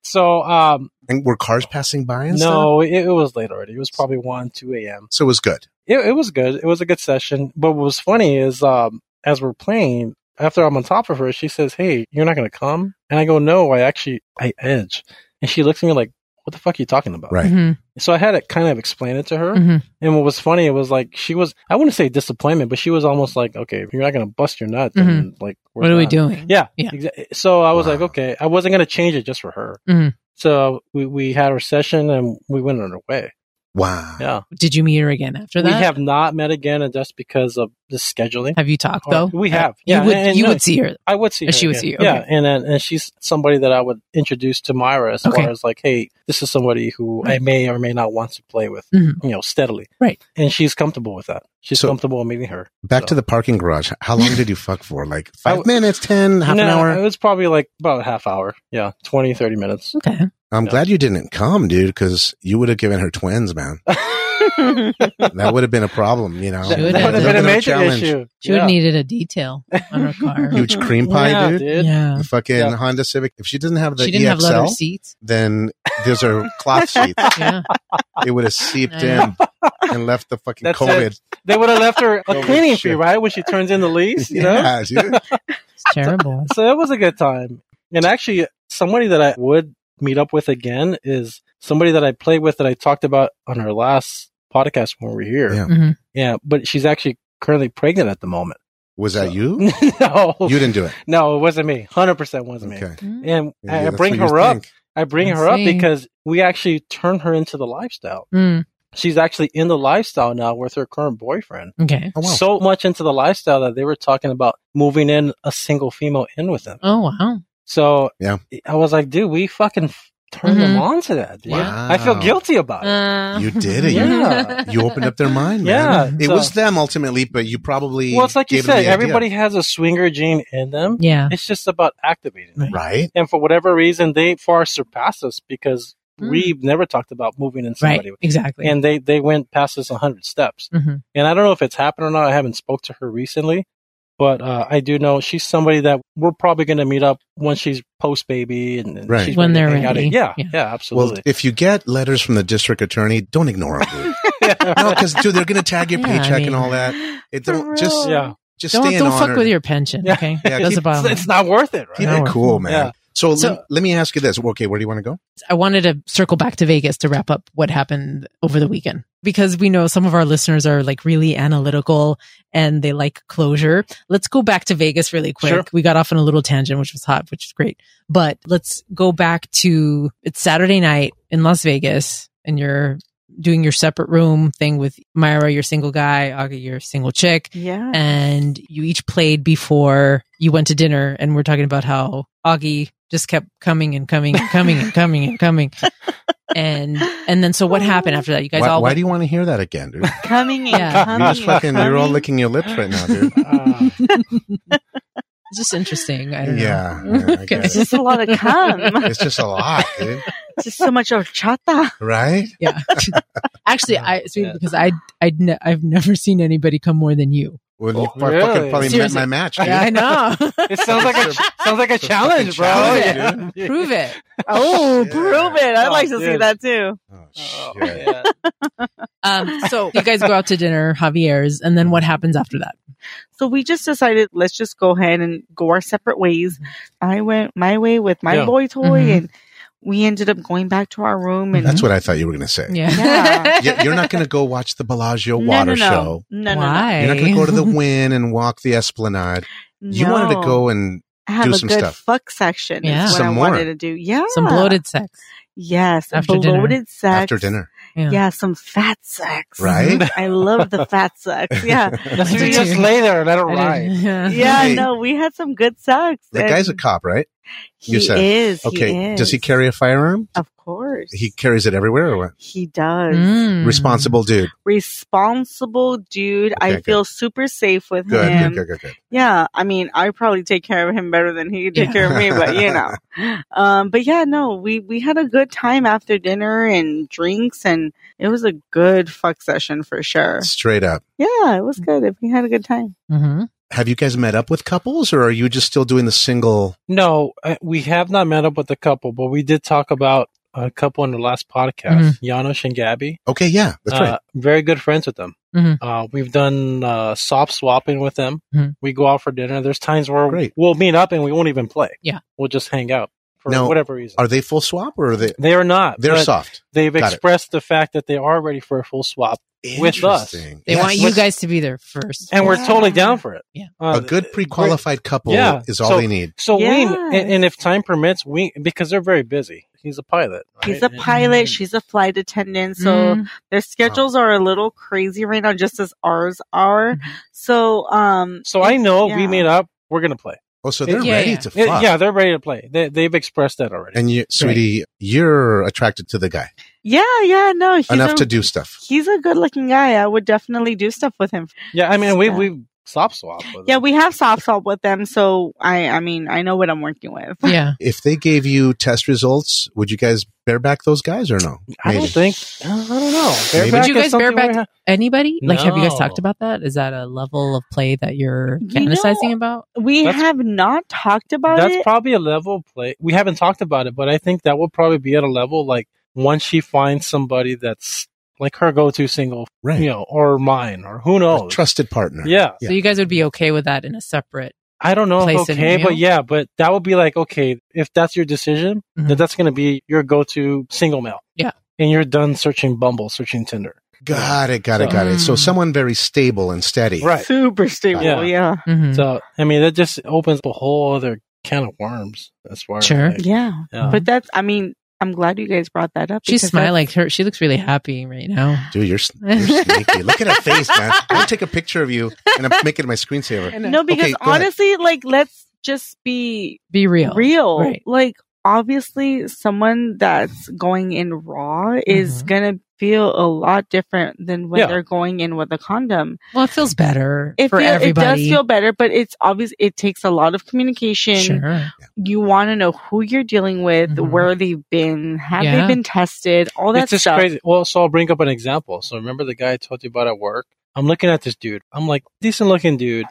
S4: So, um,
S3: And were cars passing by and stuff?
S4: no, it, it was late already. It was probably 1, 2 a.m.
S3: So it was good.
S4: It, it was good. It was a good session. But what was funny is um, as we're playing, after I'm on top of her, she says, Hey, you're not going to come? And I go, No, I actually, I edge. And she looks at me like, What the fuck are you talking about?
S3: Right.
S1: Mhm.
S4: So I had to kind of explain it to her.
S1: Mhm.
S4: And what was funny, it was like she was, I wouldn't say disappointment, but she was almost like, Okay, if you're not going to bust your nut, then like, we're
S1: Mm-hmm. What are we
S4: done."
S1: doing?
S4: Yeah.
S1: Yeah.
S4: exa- So I was like,
S3: Wow.
S4: okay, I wasn't going to change it just for her.
S1: Mhm.
S4: So we, we had our session and we went on our way.
S3: Wow.
S4: Yeah.
S1: Did you meet her again after
S4: We
S1: that?
S4: have not met again and just because of the scheduling.
S1: Have you talked
S4: Or-
S1: though? Uh,
S4: we have.
S1: You
S4: Yeah,
S1: would
S4: and- and
S1: you
S4: no-
S1: would see her.
S4: I would see
S1: Or
S4: her.
S1: she would
S4: again.
S1: see you,
S4: Yeah.
S1: okay.
S4: And, then and she's somebody that I would introduce to Myra as
S1: Okay.
S4: far as like, hey, this is somebody who I
S1: Right.
S4: may or may not want to play with,
S1: Mhm.
S4: you know, steadily.
S1: Right.
S4: And she's comfortable with that. She's
S3: So-
S4: comfortable meeting her.
S3: Back
S4: So-
S3: to the parking garage. How long did you fuck for? Like five
S4: w-
S3: minutes, 10, half
S4: No,
S3: an
S4: It
S3: hour?
S4: was probably like about a half hour. Yeah. 20, 30 minutes.
S1: Okay.
S3: I'm
S4: no.
S3: glad you didn't come, dude, because you would have given her twins, man. That would have been a problem, you know?
S1: She
S4: That,
S1: would
S4: would have been a
S3: Little bit of
S4: major
S3: challenge.
S4: issue.
S1: She would
S4: Yeah.
S1: have needed a detail on her car.
S3: Huge cream pie,
S4: Yeah,
S3: dude.
S1: yeah.
S3: The fucking
S4: Yeah.
S3: Honda Civic. If she doesn't have the E
S1: She didn't have leather
S3: EXL,
S1: seats.
S3: then those are cloth sheets.
S1: Yeah.
S3: It would have seeped
S1: I
S3: in and left the fucking
S4: That's
S3: COVID.
S4: They would have left her a
S3: Holy
S4: cleaning fee,
S3: shit.
S4: right? When she turns in the lease, you know?
S3: Yeah, dude.
S1: It's terrible.
S4: So it was a good time. And actually, somebody that I would meet up with again is somebody that I played with that I talked about on our last podcast when we were here.
S3: Yeah.
S1: Mhm.
S4: Yeah, but she's actually currently pregnant at the moment.
S3: Was that
S4: So-
S3: you?
S4: no,
S3: You didn't do it.
S4: no, it wasn't me. 100% wasn't me.
S3: Okay.
S1: Mm.
S4: And
S3: Yeah,
S4: I, I
S3: that's
S4: bring
S3: what you
S4: her up.
S3: think.
S4: I bring
S1: I
S4: her up
S1: see.
S4: because we actually turn her into the lifestyle.
S1: Mm.
S4: She's actually in the lifestyle now with her current boyfriend.
S1: Okay.
S3: Oh, wow.
S4: so much into the lifestyle that they were talking about moving in a single female in with them.
S1: Oh wow.
S4: So
S3: Yeah.
S4: I was like, dude, we fucking f- turned them
S1: Mhm.
S4: on to that. Dude.
S3: Wow.
S4: I feel guilty about it.
S1: Uh,
S3: You did it. You-
S4: Yeah.
S3: you opened up their mind.
S4: yeah,
S3: man. It
S4: so-
S3: was them ultimately, but you probably.
S4: Well, it's like you
S3: gave them
S4: said,
S3: the idea.
S4: everybody has a swinger gene in them.
S1: Yeah.
S4: It's just about activating it.
S3: Right.
S4: And for whatever reason, they far surpassed us because
S1: Mm.
S4: we've never talked about moving in
S1: Right.
S4: somebody.
S1: Exactly.
S4: And they, they went past us 100 steps.
S1: Mhm.
S4: and I don't know if it's happened or not. I haven't spoke to her recently, but uh, I do know she's somebody that we're probably going to meet up when she's post baby and, and
S3: Right.
S4: she's
S1: When
S4: ready to
S1: they're
S4: hang out.
S1: ready.
S4: Yeah,
S1: Yeah.
S4: yeah,
S3: Well,
S4: absolutely.
S3: if you get letters from the district attorney, don't ignore them. Dude. no,
S4: yeah,
S3: because dude, they're gonna tag your
S1: Yeah, I
S3: paycheck
S1: mean-
S3: and all that. It don't just
S4: yeah.
S3: just
S1: don't
S3: stay in
S1: don't
S3: honor.
S1: fuck with your pension.
S4: Yeah.
S1: Okay.
S3: Yeah,
S1: That's
S3: keep-
S1: the bottom
S4: it's,
S1: line.
S4: it's not worth it,
S3: Keep
S4: right?
S1: Yeah.
S3: it
S1: No.
S3: cool, man.
S4: Yeah.
S3: So, lem-
S1: So-
S3: let me ask you this. Okay, where do you want to go?
S1: I wanted to circle back to Vegas to wrap up what happened over the weekend because we know some of our listeners are like really analytical and they like closure. Let's go back to Vegas really quick.
S4: Sure.
S1: We got off on a little tangent, which was hot, which is great. But let's go back to it's Saturday night in Las Vegas and you're doing your separate room thing with Myra, your single guy, Aga, your single chick
S2: yeah.
S1: and you each played before you went to dinner and we're talking about how Augie just kept coming and coming and coming and coming and coming. And and then so what happened after that? You guys
S3: Why,
S1: all
S3: why
S1: went-
S3: do you want to hear that again, dude?
S2: Coming and
S1: Yeah.
S3: You
S2: coming.
S3: just
S2: and
S3: fucking, you're all
S2: coming.
S3: licking your lips right now, dude.
S4: Uh,
S1: it's just interesting. I don't
S3: Yeah,
S1: know.
S3: yeah, I
S1: Okay.
S3: guess.
S2: It's just a lot of cum.
S3: It's just a lot, dude.
S2: just so much horchata.
S3: Right?
S1: Yeah. Actually, I it's weird
S4: Yeah.
S1: because I I'd ne- I've never seen anybody come more than you.
S3: Well, you
S4: Oh,
S3: fu- fucking
S4: really?
S3: probably
S1: Seriously.
S3: met my match, dude.
S1: I know.
S4: it sounds like a ch- sounds like a
S3: It's a
S4: challenge, bro.
S3: fucking
S4: Yeah.
S3: challenge,
S1: Prove it.
S2: Oh,
S3: Yeah.
S2: prove it. I'd
S4: Oh,
S2: like to see
S4: dude.
S2: that too.
S3: Oh,
S4: Oh,
S3: shit.
S4: yeah.
S1: Um so you guys go out to dinner, Javier's, and then what happens after that?
S2: So we just decided let's just go ahead and go our separate ways. I went my way with my
S4: Yeah.
S2: boy toy
S1: Mhm.
S2: and we ended up going back to our room and
S3: That's what I thought you were going to say.
S1: Yeah.
S2: Yeah.
S3: You- You're not going to go watch the Bellagio
S2: No, no,
S3: water
S2: no.
S3: show.
S2: No, no,
S1: Why?
S3: You're not going to go to the Wynn and walk the Esplanade.
S2: no.
S3: You wanted to
S2: No.
S3: go and
S2: have
S3: do
S2: a
S3: some
S2: good
S3: stuff.
S2: fuck section.
S1: Yeah.
S2: Yeah. Is what
S3: Some
S2: I
S3: more.
S2: wanted to do. Yeah.
S1: Some bloated sex.
S2: Yes.
S1: After dinner.
S2: bloated sex.
S3: after dinner,
S1: Yeah.
S2: Yeah, some fat sex.
S3: right?
S2: I love the fat sex. Yeah.
S4: Let's
S1: I did
S4: just
S1: too.
S4: lay there and let it
S1: I didn't-
S4: ride.
S1: Yeah.
S2: Yeah,
S3: Hey.
S2: no, we had some good sex.
S3: that guy's a
S2: and
S3: cop, right?
S2: He
S3: you said.
S2: is.
S3: Okay.
S2: is.
S3: Does he carry a firearm?
S2: Of course.
S3: He carries it everywhere or what?
S2: He does.
S4: Mm-hmm.
S1: Mm.
S3: Responsible dude.
S2: Responsible dude. I
S3: Okay,
S2: feel super safe with
S3: Good,
S2: him.
S3: good, good, good, good.
S2: Yeah, I mean, I probably take care of him better than he could take
S1: Yeah.
S2: care of me, but you know. Um, but yeah, no, we we had a good time after dinner and drinks, and it was a good fuck session for sure.
S3: Straight up.
S2: Yeah, it was good. We had a good time.
S1: Mm-hmm.
S3: Have you guys met up with couples or are you just still doing the single?
S4: No, uh, we have not met up with the couple, but we did talk about a couple in the last podcast, Janos and Gabby.
S3: Okay, yeah, that's
S4: uh,
S3: right.
S4: Very good friends with them.
S1: Mhm.
S4: Uh, we've done uh, soft swapping with them.
S1: Mhm.
S4: We go out for dinner. There's times where
S3: Great.
S4: we'll meet up and we won't even play.
S1: Yeah.
S4: We'll just hang out for
S3: Now,
S4: whatever reason.
S3: Are they full swap or are they?
S4: they are not.
S3: They're
S4: but
S3: soft.
S4: They've
S3: Got it.
S4: expressed the fact that they are ready for a full swap, With us.
S3: Interesting.
S1: They
S3: Yes.
S1: want you guys to be there first.
S4: and we're totally down for it.
S1: Yeah.
S4: Uh,
S3: A good pre-qualified couple
S4: Yeah,
S3: is all
S4: so-
S3: they need.
S4: So
S2: Yeah.
S4: we and, and if time permits, we because they're very busy. He's a pilot.
S2: He's a
S4: right?
S2: pilot. She's a flight attendant. So
S1: Mm.
S2: their schedules are a little crazy right now, just as ours are.
S1: Mhm.
S2: So, um,
S4: So I know
S2: yeah.
S4: we meet up. We're gonna play.
S3: Oh, so they're
S1: Yeah,
S3: ready
S1: yeah.
S3: to
S4: Yeah,
S3: fuck.
S4: Yeah, they're ready to play. They, they've expressed that already.
S3: And you, sweetie, you're attracted to the guy
S2: yeah, yeah, no, he's
S3: enough
S2: a,
S3: to do stuff.
S2: He's a good-looking guy. I would definitely do stuff with him.
S4: yeah, I mean we
S2: Yeah.
S4: we soft swap. with
S2: Yeah,
S4: them.
S2: we have soft salt with them, so I, I mean, I know what I'm working with.
S1: Yeah.
S3: If they gave you test results, would you guys bareback those guys or no?
S4: I don't think. I don't know.
S3: Maybe.
S4: Bareback
S1: Would you
S4: is
S1: guys
S4: something
S1: bareback-
S4: where-
S1: Anybody? Like, have you guys talked
S4: No.
S1: about that? Is that a level of play that you're
S2: You
S1: fantasizing
S2: know-
S1: about?
S2: We
S4: That's-
S2: have not talked about
S4: That's
S2: it.
S4: probably a level of play. We haven't talked about it, but I think that will probably be at a level like once she finds somebody that's like her go-to single,
S3: Right.
S4: you know, or mine, or who
S3: A
S4: knows.
S3: trusted partner.
S4: Yeah.
S3: Yeah.
S1: So you guys would be okay with that in a separate.
S4: I don't know.
S1: place
S4: If
S1: in
S4: okay,
S1: you.
S4: but yeah, but that would be like okay if that's your decision,
S1: Mhm.
S4: then that's going to be your go-to single male.
S1: Yeah.
S4: and you're done searching Bumble, searching Tinder.
S3: Got it. Got it.
S4: So-
S3: Got it. So
S1: Mm.
S3: someone very stable and steady.
S1: Mm-hmm.
S4: Right.
S2: Super stable.
S4: Yeah.
S2: Yeah. yeah.
S1: Mhm.
S4: So I mean, that just opens a whole other can of worms as far as
S1: Sure.
S4: like, yeah.
S2: But that's, I mean, I'm glad you guys brought that up.
S1: She's
S2: because
S1: smiling. Her, she looks really happy right now.
S3: Dude, you're, s- you're sneaky. Look at her face, man. I'm gonna take a picture of you and I'm making my screensaver.
S2: that's- No, because
S3: Okay, go ahead.
S2: honestly, like, let's just be
S1: Be real.
S2: real.
S1: Right.
S2: Like, obviously, someone that's going in raw is
S1: Mhm.
S2: going to feel a lot different than when
S4: Yeah.
S2: they're going in with a condom.
S1: Well, it feels better
S2: It,
S1: for
S2: feel, it does
S1: everybody.
S2: feel better, but it's obvious it takes a lot of communication.
S1: sure.
S2: You want to know who you're dealing with,
S1: Mhm.
S2: where they've been, have
S1: Yeah.
S2: they been tested, all that
S4: it's just
S2: stuff.
S4: crazy. Well, so I'll bring up an example. So remember the guy I told you about at work? I'm looking at this dude. I'm like, decent looking dude.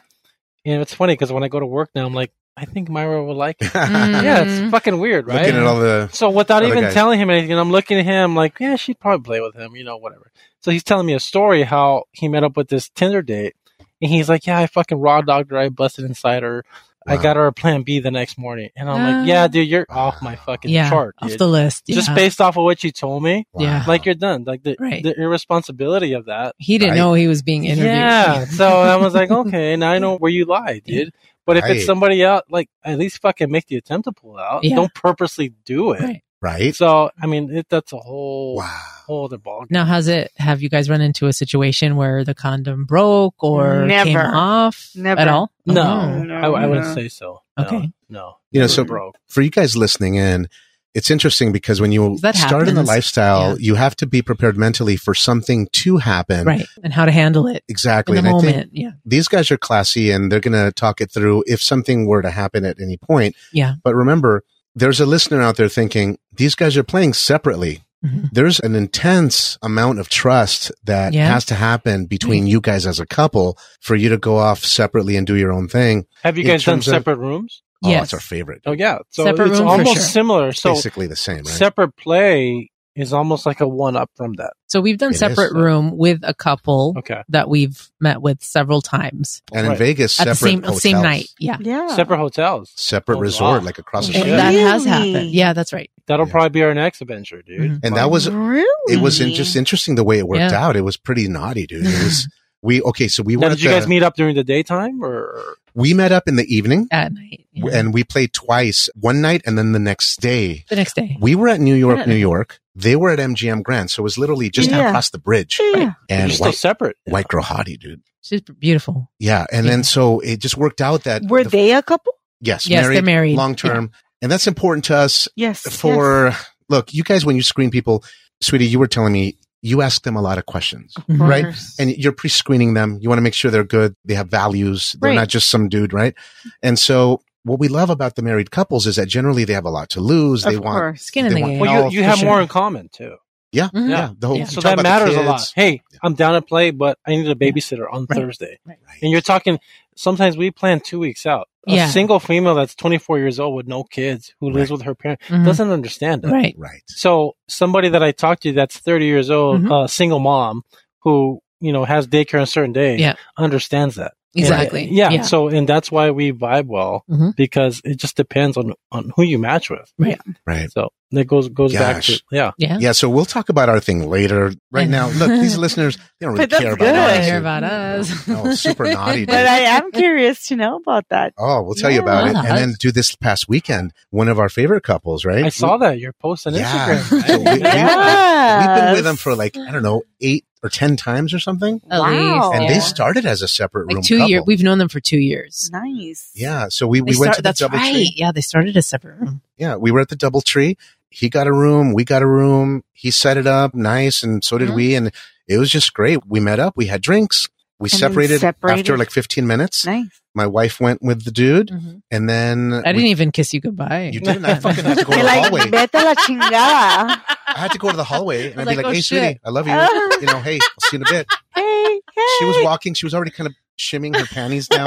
S4: And it's funny because when I go to work now, I'm like, I think Myra will like it.
S1: Mm.
S4: Yeah, it's fucking weird, right?
S3: Looking at all the.
S4: So without
S3: Other
S4: even
S3: guys.
S4: telling him anything, I'm looking at him like, yeah, she'd probably play with him, you know, whatever. So he's telling me a story how he met up with this Tinder date, and he's like, yeah, I fucking raw dogged her, I busted inside her, I
S3: Wow.
S4: got her a Plan B the next morning, and I'm like,
S1: Ah.
S4: yeah, dude, you're off my fucking
S1: Yeah.
S4: chart,
S1: Off
S4: dude.
S1: the list.
S4: just
S1: yeah.
S4: based off of what you told me,
S1: Yeah.
S4: like you're done, like the
S1: Right.
S4: the irresponsibility of that.
S1: He didn't
S3: Right.
S1: know he was being interviewed.
S4: Yeah, so I was like, okay, now I know where you lie, dude. But if
S3: Right.
S4: it's somebody else, like at least fucking make the attempt to pull out.
S1: Yeah.
S4: Don't purposely do it.
S1: Right.
S3: Right.
S4: So I mean, it, that's a whole
S3: Wow.
S4: whole other ball.
S1: Now, how's it? Have you guys run into a situation where the condom broke or came
S2: Never.
S1: off
S2: Never.
S1: at all? Oh.
S4: No,
S2: No,
S4: I, I wouldn't
S2: no.
S4: say so. No,
S1: Okay.
S4: no,
S3: You know,
S4: Never
S3: so-
S4: broke.
S3: For you guys listening in, it's interesting because when you
S1: That
S3: start in the
S1: happens.
S3: lifestyle,
S1: Yeah.
S3: you have to be prepared mentally for something to happen.
S1: Right. And how to handle it in
S3: Exactly.
S1: the
S3: and I think
S1: moment. Yeah.
S3: these guys are classy and they're going to talk it through if something were to happen at any point.
S1: Yeah.
S3: But remember, there's a listener out there thinking these guys are playing separately.
S1: Mhm.
S3: There's an intense amount of trust that
S1: Yeah.
S3: has to happen between you guys as a couple for you to go off separately and do your own thing.
S4: Have you
S3: in
S4: guys done
S3: terms of-
S4: separate rooms?
S3: Oh,
S1: Yes.
S3: that's our favorite.
S4: Oh yeah, so
S1: Separate
S4: it's
S1: room for
S4: almost
S1: sure.
S4: similar.
S3: It's
S4: So
S3: basically the same, right?
S4: separate play is almost like a one up from that.
S1: So we've done
S3: It is, uh,
S1: separate
S3: though.
S1: room with a couple
S4: Okay,
S1: that we've met with several times
S3: and in
S4: Right.
S3: Vegas,
S1: at
S3: separate
S1: the same
S3: hotels,
S1: same night. Yeah.
S2: yeah.
S4: separate hotels.
S3: separate
S4: Oh,
S3: resort,
S4: wow.
S3: like across the
S4: Yeah.
S1: And
S3: street.
S1: that has
S2: Really?
S1: happened. Yeah, that's right.
S4: That'll
S3: Yeah.
S4: probably be our next adventure,
S1: Mm-hmm.
S4: dude.
S3: And that was
S2: really?
S3: it was in, just interesting the way it worked out. It was pretty naughty, dude. It was we okay. So we
S4: Now,
S3: went.
S4: did
S3: at
S4: you
S3: the-
S4: guys meet up during the daytime or?
S3: we met up in the evening.
S1: At night. yeah.
S3: and we played twice one night and then the next day
S1: the next day.
S3: we were at new york
S1: Yeah.
S3: new york they were at mgm grand so it was literally just
S2: Yeah.
S3: across the bridge
S2: Yeah.
S3: and
S4: You're still
S3: white,
S4: separate.
S3: white girl hottie dude
S1: She's beautiful.
S3: yeah and
S1: Yeah.
S3: then so it just worked out that
S2: Were
S3: the-
S2: they a couple?
S3: yes,
S1: Yes, they're married.
S3: long term and that's important to us
S2: Yes.
S3: for look you guys when you screen people sweetie you were telling me you ask them a lot of questions
S2: yes.
S1: Mhm.
S3: right?
S2: Course.
S3: and you're pre-screening them. You want to make sure they're good. They have values. They're
S2: Right.
S3: not just some dude, right? And so what we love about the married couples is that generally they have a lot to lose. they
S2: of
S3: want
S2: course.
S1: Skin in
S3: They
S1: the
S3: want-
S1: game.
S4: Well,
S3: Oh,
S4: you, you
S3: for
S4: have
S1: sure.
S4: more in common too.
S3: Yeah,
S1: Mhm.
S3: yeah. The whole
S1: Yeah.
S4: So
S3: talk
S4: that
S3: about the
S4: matters a lot.
S3: kids.
S4: Hey, I'm down to play, but I need a babysitter on
S1: Right.
S4: Thursday.
S3: Right.
S4: And you're talking, sometimes we plan two weeks out. A
S1: Yeah.
S4: single female that's 24 years old with no kids who lives with her parent
S1: Mhm.
S4: doesn't understand that.
S1: Right.
S3: right.
S4: So somebody that I talked to that's 30 years old,
S1: Mhm.
S4: uh, single mom who, you know, has daycare on a certain day
S1: Yeah.
S4: understands that. And-
S1: Exactly.
S4: yeah, So, and that's why we vibe well
S1: Mhm.
S4: because it just depends on, on who you match with.
S1: Right.
S3: Right.
S4: So that goes, goes back to,
S3: Gosh.
S4: yeah.
S1: Yeah.
S3: Yeah, so we'll talk about our thing later. Right
S1: Yeah.
S3: now, look, these listeners, they don't really
S2: But that's
S3: care about
S2: good.
S3: us.
S2: They don't
S1: care about us.
S3: Oh, it's super naughty.
S2: But
S3: dude.
S2: I am curious to know about that.
S3: Oh, we'll tell you
S2: Yeah.
S3: about it.
S1: Wow.
S3: And then do this past weekend, one of our favorite couples, right?
S4: I saw that your post on
S3: Yeah.
S4: Instagram.
S3: So we- We, have been
S2: Yes.
S3: with them for like, I don't know, eight or 10 times or something.
S1: At
S2: Wow.
S1: least.
S3: And
S1: yeah.
S3: they started as a separate room
S1: like two
S3: couple.
S1: years. We've known them for two years.
S2: Nice.
S3: yeah. So we,
S1: They
S3: we went
S1: start-
S3: to the
S1: that's
S3: double
S1: right.
S3: tree.
S1: Yeah, they started a separate room.
S3: Yeah. We were at the double tree. He got a room. We got a room. He set it up nice. And so did
S2: Mm-hmm.
S1: Mhm.
S3: we. And it was just great. We met up. We had drinks. We
S2: then
S3: separated,
S2: separated.
S3: after like 15 minutes.
S2: Nice. Mm.
S3: My wife went with the dude. And then
S1: Mm-hmm. I didn't
S3: we-
S1: even kiss you goodbye.
S3: you didn't. I fucking had to go to
S2: You're
S3: the
S2: like,
S3: hallway.
S2: vete a la chingada.
S3: I had to go to the hallway and I'd be
S1: Like,
S3: like,
S1: oh,
S3: hey,
S1: shit.
S3: sweetie, I love you. you
S2: hey,
S3: know, hey, I'll see you in a bit.
S2: Oh. hey.
S3: She was walking. She was already kind of shimming her panties down.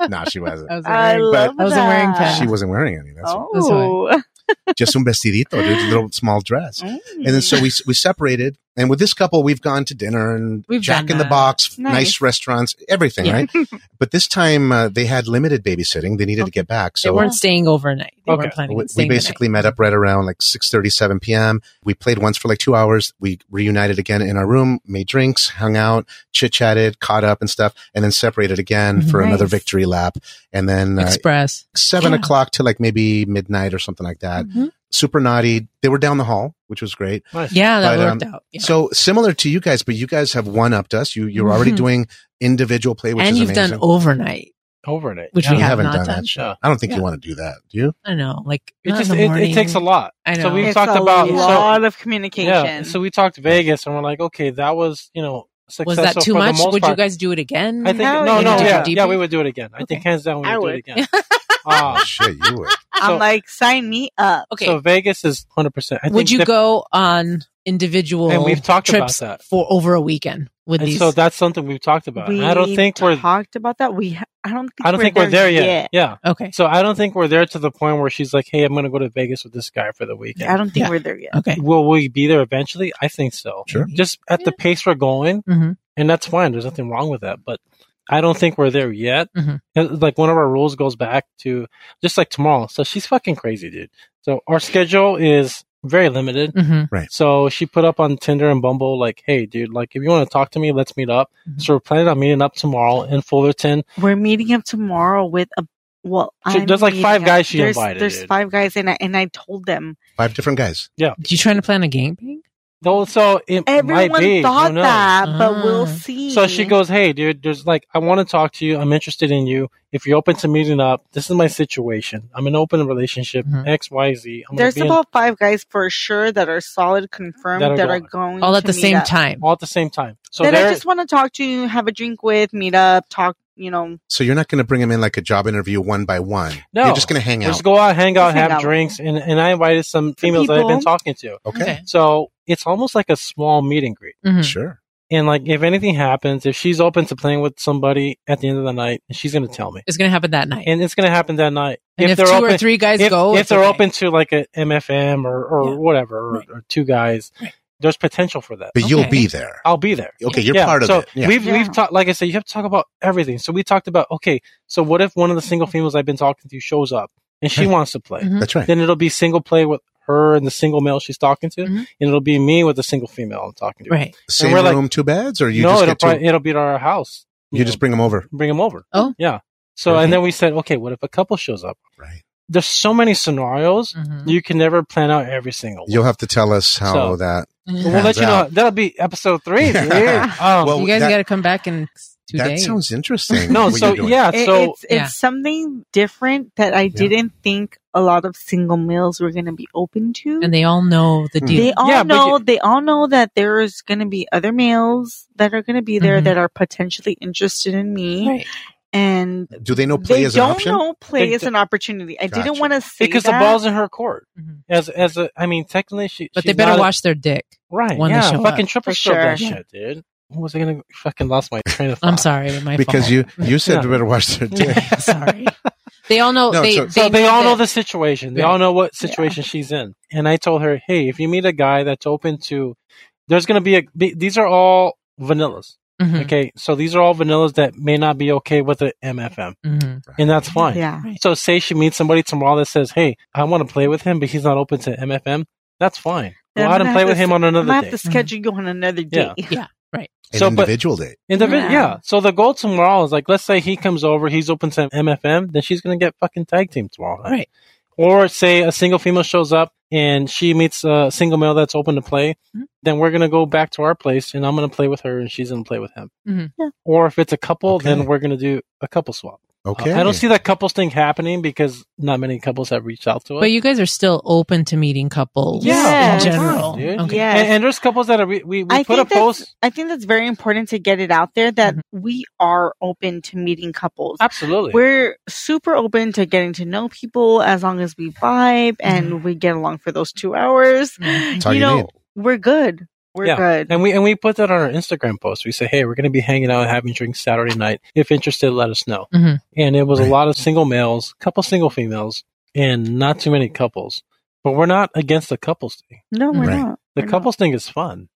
S3: no, nah, she wasn't.
S1: I was
S2: I
S1: wearing-
S2: love
S1: I wasn't
S2: that.
S1: wearing pants.
S3: She wasn't wearing any. That's all.
S1: That's
S2: Oh.
S3: just un vestidito, dude, a little small dress.
S2: Mm.
S3: And then
S1: Hmm.
S3: so we we separated. And with this couple, we've gone to dinner and
S1: We've
S3: Jack
S1: done
S3: in the
S1: that.
S3: Box, nice.
S2: Nice.
S3: restaurants, everything,
S1: Yeah.
S3: right? But this time uh, they had limited babysitting. They needed to get back,
S1: they
S3: so
S1: weren't staying overnight. They
S4: Okay.
S1: weren't planning
S3: we,
S1: on
S3: we
S1: staying. the night.
S3: basically met up right around like 6.30 7 p.m we played once for like two hours we reunited again in our room made drinks hung out chit-chatted caught up and stuff and then separated again for
S2: Nice.
S3: another victory lap and then uh,
S1: express.
S3: seven
S1: Yeah.
S3: o'clock to like maybe midnight or something like that
S1: Mhm.
S3: super naughty they were down the hall which was great
S4: Nice.
S1: Yeah, that
S3: But, um,
S1: worked out. Yeah.
S3: so similar to you guys but you guys have one upped us you you're already
S1: Mhm.
S3: doing individual play which
S1: and
S3: is
S1: you've
S3: amazing.
S1: done overnight,
S4: Overnight.
S1: which
S4: Yeah.
S1: we
S3: We
S1: have
S3: haven't
S1: not
S3: done
S1: done.
S3: that
S4: Yeah.
S3: I don't think
S1: Yeah.
S3: you want to do that do you
S1: I know, like
S4: It
S1: not
S4: just
S1: in the
S4: it,
S1: morning.
S4: it takes a lot.
S1: I know.
S4: So we've
S2: It's
S4: talked
S2: a
S4: about
S2: lot
S4: so,
S2: of communication.
S4: yeah. So we talked Vegas, and we're like, okay, that was you know successful
S1: was that too
S4: for
S1: much?
S4: the most
S1: Would
S4: part.
S1: you guys do it again?
S4: I think
S2: Hell
S4: no, no,
S1: Did you
S4: yeah,
S1: debrief?
S4: yeah, we would do it again. I think
S1: Okay.
S4: hands down we
S2: I
S4: would, do it again. uh,
S3: oh shit you would
S2: I'm
S4: so-
S2: like, sign me up.
S1: okay.
S4: So Vegas is hundred percent.
S1: Would you go on individual
S4: And we've talked about
S1: trips
S4: that.
S1: for over a weekend with
S4: And
S1: these?
S4: so that's something we've talked about. And
S2: We
S4: I don't think we're.
S2: talked about that. We ha- I don't think
S4: I don't
S2: we're
S4: think
S2: there
S4: we're there yet. Yeah.
S1: okay,
S4: So I don't think we're there to the point where she's like, "Hey, I'm going to go to Vegas with this guy for the weekend."
S2: I don't think
S1: Yeah.
S2: we're there yet.
S1: okay,
S4: Will we be there eventually? I think so.
S3: Sure.
S4: Just at the pace we're going,
S1: hmm
S4: and that's fine. There's nothing wrong with that. But I don't think we're there yet.
S1: Mhm.
S4: Uh, Like one of our rules goes back to just like tomorrow. So she's fucking crazy, dude. So our schedule is very limited.
S1: hmm
S4: So she put up on Tinder and Bumble, like, hey, dude, like if you want to talk to me, let's meet up.
S1: Mhm.
S4: So we're planning on meeting up tomorrow in Fullerton.
S2: We're meeting up tomorrow with a well.
S4: She-
S2: I'm
S4: there's like
S2: meeting
S4: five
S2: up-
S4: guys she
S2: there's,
S4: invited,
S2: There's
S4: dude.
S2: five guys, and I and I told them
S3: five different guys
S1: You trying to plan a gangbang?
S4: Though, so it might
S2: everyone
S4: be. who
S2: thought
S4: knows?
S2: that, but we'll
S1: Ah.
S2: see.
S4: So she goes, hey, dude, there's like, I want to talk to you. I'm interested in you. If you're open to meeting up, this is my situation. I'm in an open relationship,
S1: Mhm.
S4: X, Y, Z. I'm gonna
S2: There's
S4: be in-
S2: about five guys for sure that are solid, confirmed,
S4: That
S2: that
S4: are
S2: are,
S4: going.
S2: going
S1: All at
S2: to
S1: the
S2: meet
S1: same
S2: up.
S1: time.
S4: all at the same time. So
S2: that I
S4: there,
S2: just want to talk to, have a drink with, meet up, talk. You know,
S3: So you're not going to bring them in like a job interview one by one.
S4: No.
S3: you're just going to hang
S4: let's
S3: out.
S4: go out, hang out,
S2: Let's hang
S4: have
S2: out.
S4: drinks, and, and I invited some females that I've been
S2: people.
S4: talking to.
S3: okay,
S4: So it's almost like a small meet and greet.
S1: Mhm.
S3: sure.
S4: And like, if anything happens, if she's open to playing with somebody at the end of the night, she's gonna tell me,
S1: It's gonna happen that night.
S4: and it's gonna happen that night.
S1: And if,
S4: they're
S1: two
S4: open,
S1: or three guys
S4: if,
S1: go,
S4: if
S1: it's
S4: they're
S1: okay.
S4: open to like a MFM or or
S1: Yeah.
S4: whatever, or,
S1: Right.
S4: or two guys,
S1: Right.
S4: there's potential for that.
S3: But you'll
S1: Okay.
S3: be there.
S4: I'll be there.
S3: Okay, you're
S4: yeah.
S3: part of
S4: so
S3: it. Yeah.
S4: we've we've
S2: Yeah.
S4: talked. Like I said, you have to talk about everything. So we talked about okay. So what if one of the single females I've been talking to shows up and she
S3: Right.
S4: wants to play?
S1: Mhm.
S3: That's right.
S4: Then it'll be single play with her and the single male she's talking to,
S1: Mhm.
S4: and it'll be me with the single female I'm talking to.
S1: right?
S3: Same
S4: we're like-
S3: room, two beds, or you
S4: no,
S3: just
S4: it'll
S3: get two.
S4: probably, it'll be at our house.
S3: you just bring them over.
S4: bring them over.
S1: Oh.
S4: yeah. So
S3: Right.
S4: and then we said, okay, what if a couple shows up?
S3: Right.
S4: There's so many scenarios.
S1: Mhm.
S4: You can never plan out every single one.
S3: You'll have to tell us how
S4: So-
S3: that.
S4: But we'll let you know.
S3: Hands
S4: That'll be episode three. dude.
S3: Yeah.
S4: Um,
S3: Well,
S1: Mm-hmm. you guys
S3: that-
S1: got to come back in two
S3: That
S1: days.
S3: sounds interesting.
S4: no,
S3: what you're
S4: so
S3: doing.
S4: yeah,
S2: It-
S4: Uh, so
S2: it's it's
S1: Yeah.
S2: something different that I didn't think a lot of single males were going to be open to.
S1: and they all know the
S3: Hmm.
S1: deal.
S2: They all
S4: Yeah, but
S2: know.
S4: you-
S2: they all know that there's going to be other males that are going to be there
S1: Mhm.
S2: that are potentially interested in me,
S1: Right.
S2: and
S3: Do they know play
S2: they
S3: is an
S2: don't
S3: option?
S2: know play
S4: They
S2: is an opportunity. I didn't
S3: Gotcha.
S2: want to say
S4: because
S2: that.
S4: the ball's in her court.
S1: Mhm.
S4: As as a, I mean, technically she.
S1: But
S4: she's
S1: they better
S4: not a-
S1: wash their dick.
S4: right.
S1: when they
S4: yeah,
S1: show
S4: fucking
S1: up.
S4: triple
S2: For
S4: stroke that
S1: sure.
S4: shit, dude. What was I gonna fucking lost my train of thought?
S1: I'm sorry, my
S3: because
S1: fault.
S3: you you said
S4: Yeah.
S3: they better watch their dick.
S1: sorry. They all know.
S3: No,
S1: they,
S3: so-
S1: they
S4: So they, all know
S1: that-
S4: the situation. They
S1: Right.
S4: all know what situation she's in. And I told her, hey, if you meet a guy that's open to, there's going to be a. be- These are all vanillas.
S1: Mhm,
S4: Okay, so these are all vanillas that may not be okay with the MFM,
S1: mhm.
S4: and that's fine.
S2: Yeah.
S4: So say she meets somebody tomorrow that says, hey, I want to play with him, but he's not open to MFM. That's fine. Go
S2: Then I'm
S4: out and
S2: gonna
S4: play
S2: have
S4: with
S2: to
S4: him
S2: s-
S4: on
S2: I'm gonna
S4: another
S2: have
S4: day.
S1: Mm-hmm.
S2: to schedule you on another
S4: Yeah.
S2: date.
S1: Yeah. Right.
S3: An
S4: So, but-
S3: individual date.
S4: Indivi- yeah.
S2: Yeah.
S4: So the goal tomorrow is like, let's say he comes over, he's open to MFM, then she's gonna get fucking tag team tomorrow night.
S1: Right.
S4: Or say a single female shows up and she meets a single male that's open to play,
S2: Mm-hmm.
S1: Mhm.
S4: then we're gonna go back to our place and I'm gonna play with her and she's gonna play with him.
S1: Mhm.
S2: Yeah.
S4: Or if it's a couple, then
S3: Okay.
S4: we're gonna do a couple swap. Uh,
S3: Okay.
S4: I don't see that couples thing happening because not many couples have reached out to us.
S1: But you guys are still open to meeting couples
S4: Yeah,
S2: all
S1: in
S2: the
S1: general.
S4: time, dude.
S1: Okay.
S2: Yes.
S4: and, and there's couples that are we, we, we
S2: I
S4: put a
S2: think that's-
S4: post. Mm-hmm.
S2: I think that's very important to get it out there that we are open to meeting couples.
S4: Absolutely.
S2: We're super open to getting to know people as long as we vibe
S4: Mm-hmm.
S2: and we get along for those two hours.
S1: Mhm.
S3: That's all
S2: you
S3: you
S2: know,
S3: need.
S2: We're good. We're
S4: Yeah.
S2: good.
S4: And we and we put that on our Instagram post. We say, hey, we're going to be hanging out, having drinks Saturday night. If interested, let us know.
S2: Mm-hmm.
S1: Mhm.
S4: And it was a
S3: Right.
S4: lot of single males, couple single females, and not too many couples. But we're not against the couples thing.
S2: no, we're
S3: Right.
S2: not.
S4: The
S2: We're not.
S4: couples thing is fun.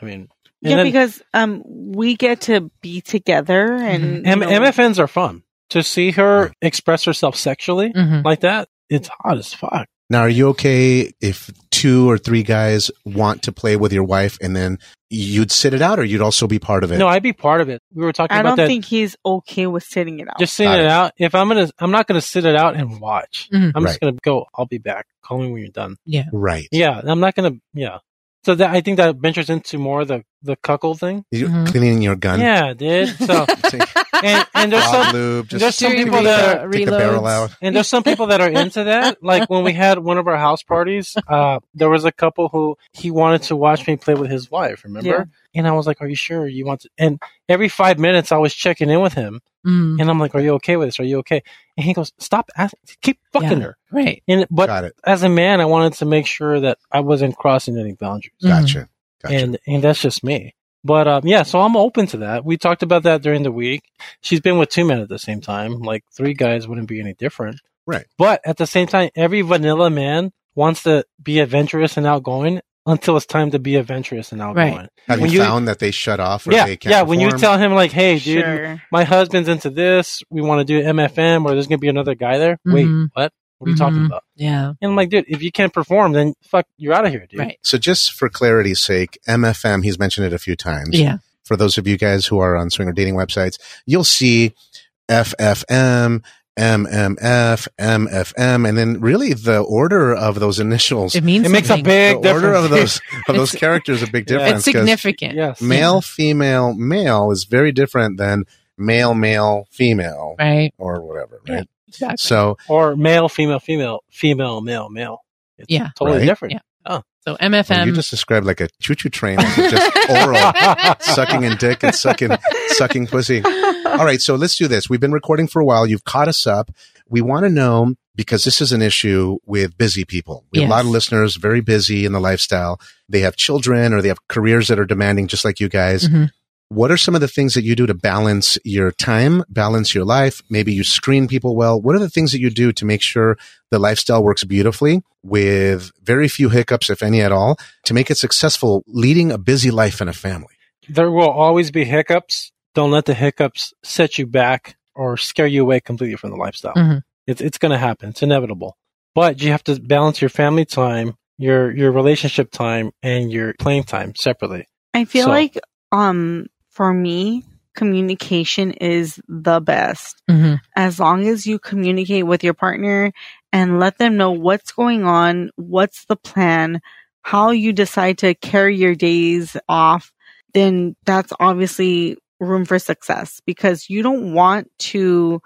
S4: I mean, and
S2: Yeah,
S4: then-
S2: because um, we get to be together and
S4: Mm-hmm. M-
S2: you know,
S4: MFNs are fun. To see her express herself sexually
S2: Mm-hmm.
S1: Mhm.
S4: like that, it's hot as fuck.
S3: Now, are you okay if two or three guys want to play with your wife and then you'd sit it out or you'd also be part of it?
S4: No, I'd be part of it. We were talking
S2: I
S4: about
S2: don't
S4: that.
S2: think he's okay with sitting it out.
S4: just sitting
S3: Got
S4: it
S3: it.
S4: out. If I'm gonna, I'm not gonna sit it out and watch.
S1: Mhm.
S4: I'm just
S3: Right.
S4: gonna go. I'll be back. Call me when you're done.
S3: right.
S4: Yeah, I'm not gonna. Yeah, so that I think that ventures into more of the the cuckold thing.
S3: You're
S1: Mhm.
S3: cleaning your gun.
S4: Yeah, dude. So
S3: Take
S4: and and there's
S3: dog
S4: some
S3: lube, just
S4: there's some
S3: take
S4: people
S3: the-
S4: that
S1: are-
S3: take the barrel out.
S4: and there's some people that are into that. Like when we had one of our house parties, uh, there was a couple who he wanted to watch me play with his wife. Remember?
S2: Yeah.
S4: And I was like, "Are you sure you want to?" And every five minutes, I was checking in with him,
S1: Mm,
S4: and I'm like, "Are you okay with this? Are you okay?" And he goes, "Stop, ask, keep fucking
S1: Yeah.
S4: her."
S1: Right.
S4: And but
S3: Got it.
S4: as a man, I wanted to make sure that I wasn't crossing any boundaries.
S1: Mhm.
S3: Gotcha. Gotcha.
S4: and and that's just me. But um, yeah, so I'm open to that. We talked about that during the week. She's been with two men at the same time. Like three guys wouldn't be any different,
S3: Right.
S4: But at the same time, every vanilla man wants to be adventurous and outgoing until it's time to be adventurous and outgoing.
S3: Have
S4: when
S3: you,
S4: you-
S3: found that they shut off or
S4: Yeah,
S3: they can't
S4: yeah. When you
S3: perform?
S4: tell him like, "Hey, dude,
S2: sure.
S4: my husband's into this. We want to do MFM, or there's gonna be another guy there."
S1: Mhm.
S4: Wait, what? What are you talking
S1: Mhm.
S4: about?
S1: Yeah.
S4: And I'm like, dude, if you can't perform, then fuck, you're out of here, dude.
S1: Right.
S3: So just for clarity's sake, MFM, he's mentioned it a few times.
S1: Yeah.
S3: For those of you guys who are on swinger dating websites, you'll see FFM, MMF, MFM, and then really the order of those initials.
S1: It means
S4: It makes a
S1: something.
S4: big
S3: the order
S4: difference.
S3: of those of those
S1: It's-
S3: characters a big
S4: Yeah.
S3: difference.
S1: It's
S3: 'cause
S1: significant.
S4: Yes.
S3: Male, female, male is very different than male, male, female,
S1: Right.
S3: or whatever. Right.
S1: Yeah, Exactly.
S3: So
S4: or male, female, female, female, male, male. It's
S1: Yeah.
S4: totally
S3: Right.
S4: different.
S1: Yeah. So MFM.
S3: you just described like a choo-choo train, that's just oral sucking and dick and sucking sucking pussy. All right, so let's do this. We've been recording for a while. You've caught us up. We want to know because this is an issue with busy people. We have a lot of
S1: Yes.
S3: listeners very busy in the lifestyle. They have children or they have careers that are demanding, just like you guys.
S1: Mhm.
S3: What are some of the things that you do to balance your time, balance your life? Maybe you screen people well. What are the things that you do to make sure the lifestyle works beautifully with very few hiccups, if any at all, to make it successful leading a busy life in a family?
S4: There will always be hiccups. Don't let the hiccups set you back or scare you away completely from the lifestyle.
S1: Mhm.
S4: It's it's going to happen. It's inevitable. But you have to balance your family time, your your relationship time, and your playing time separately.
S2: I feel
S4: So-
S2: like um for me, communication is the best.
S1: Mhm.
S2: As long as you communicate with your partner and let them know what's going on, what's the plan, how you decide to carry your days off, then that's obviously room for success because you don't want to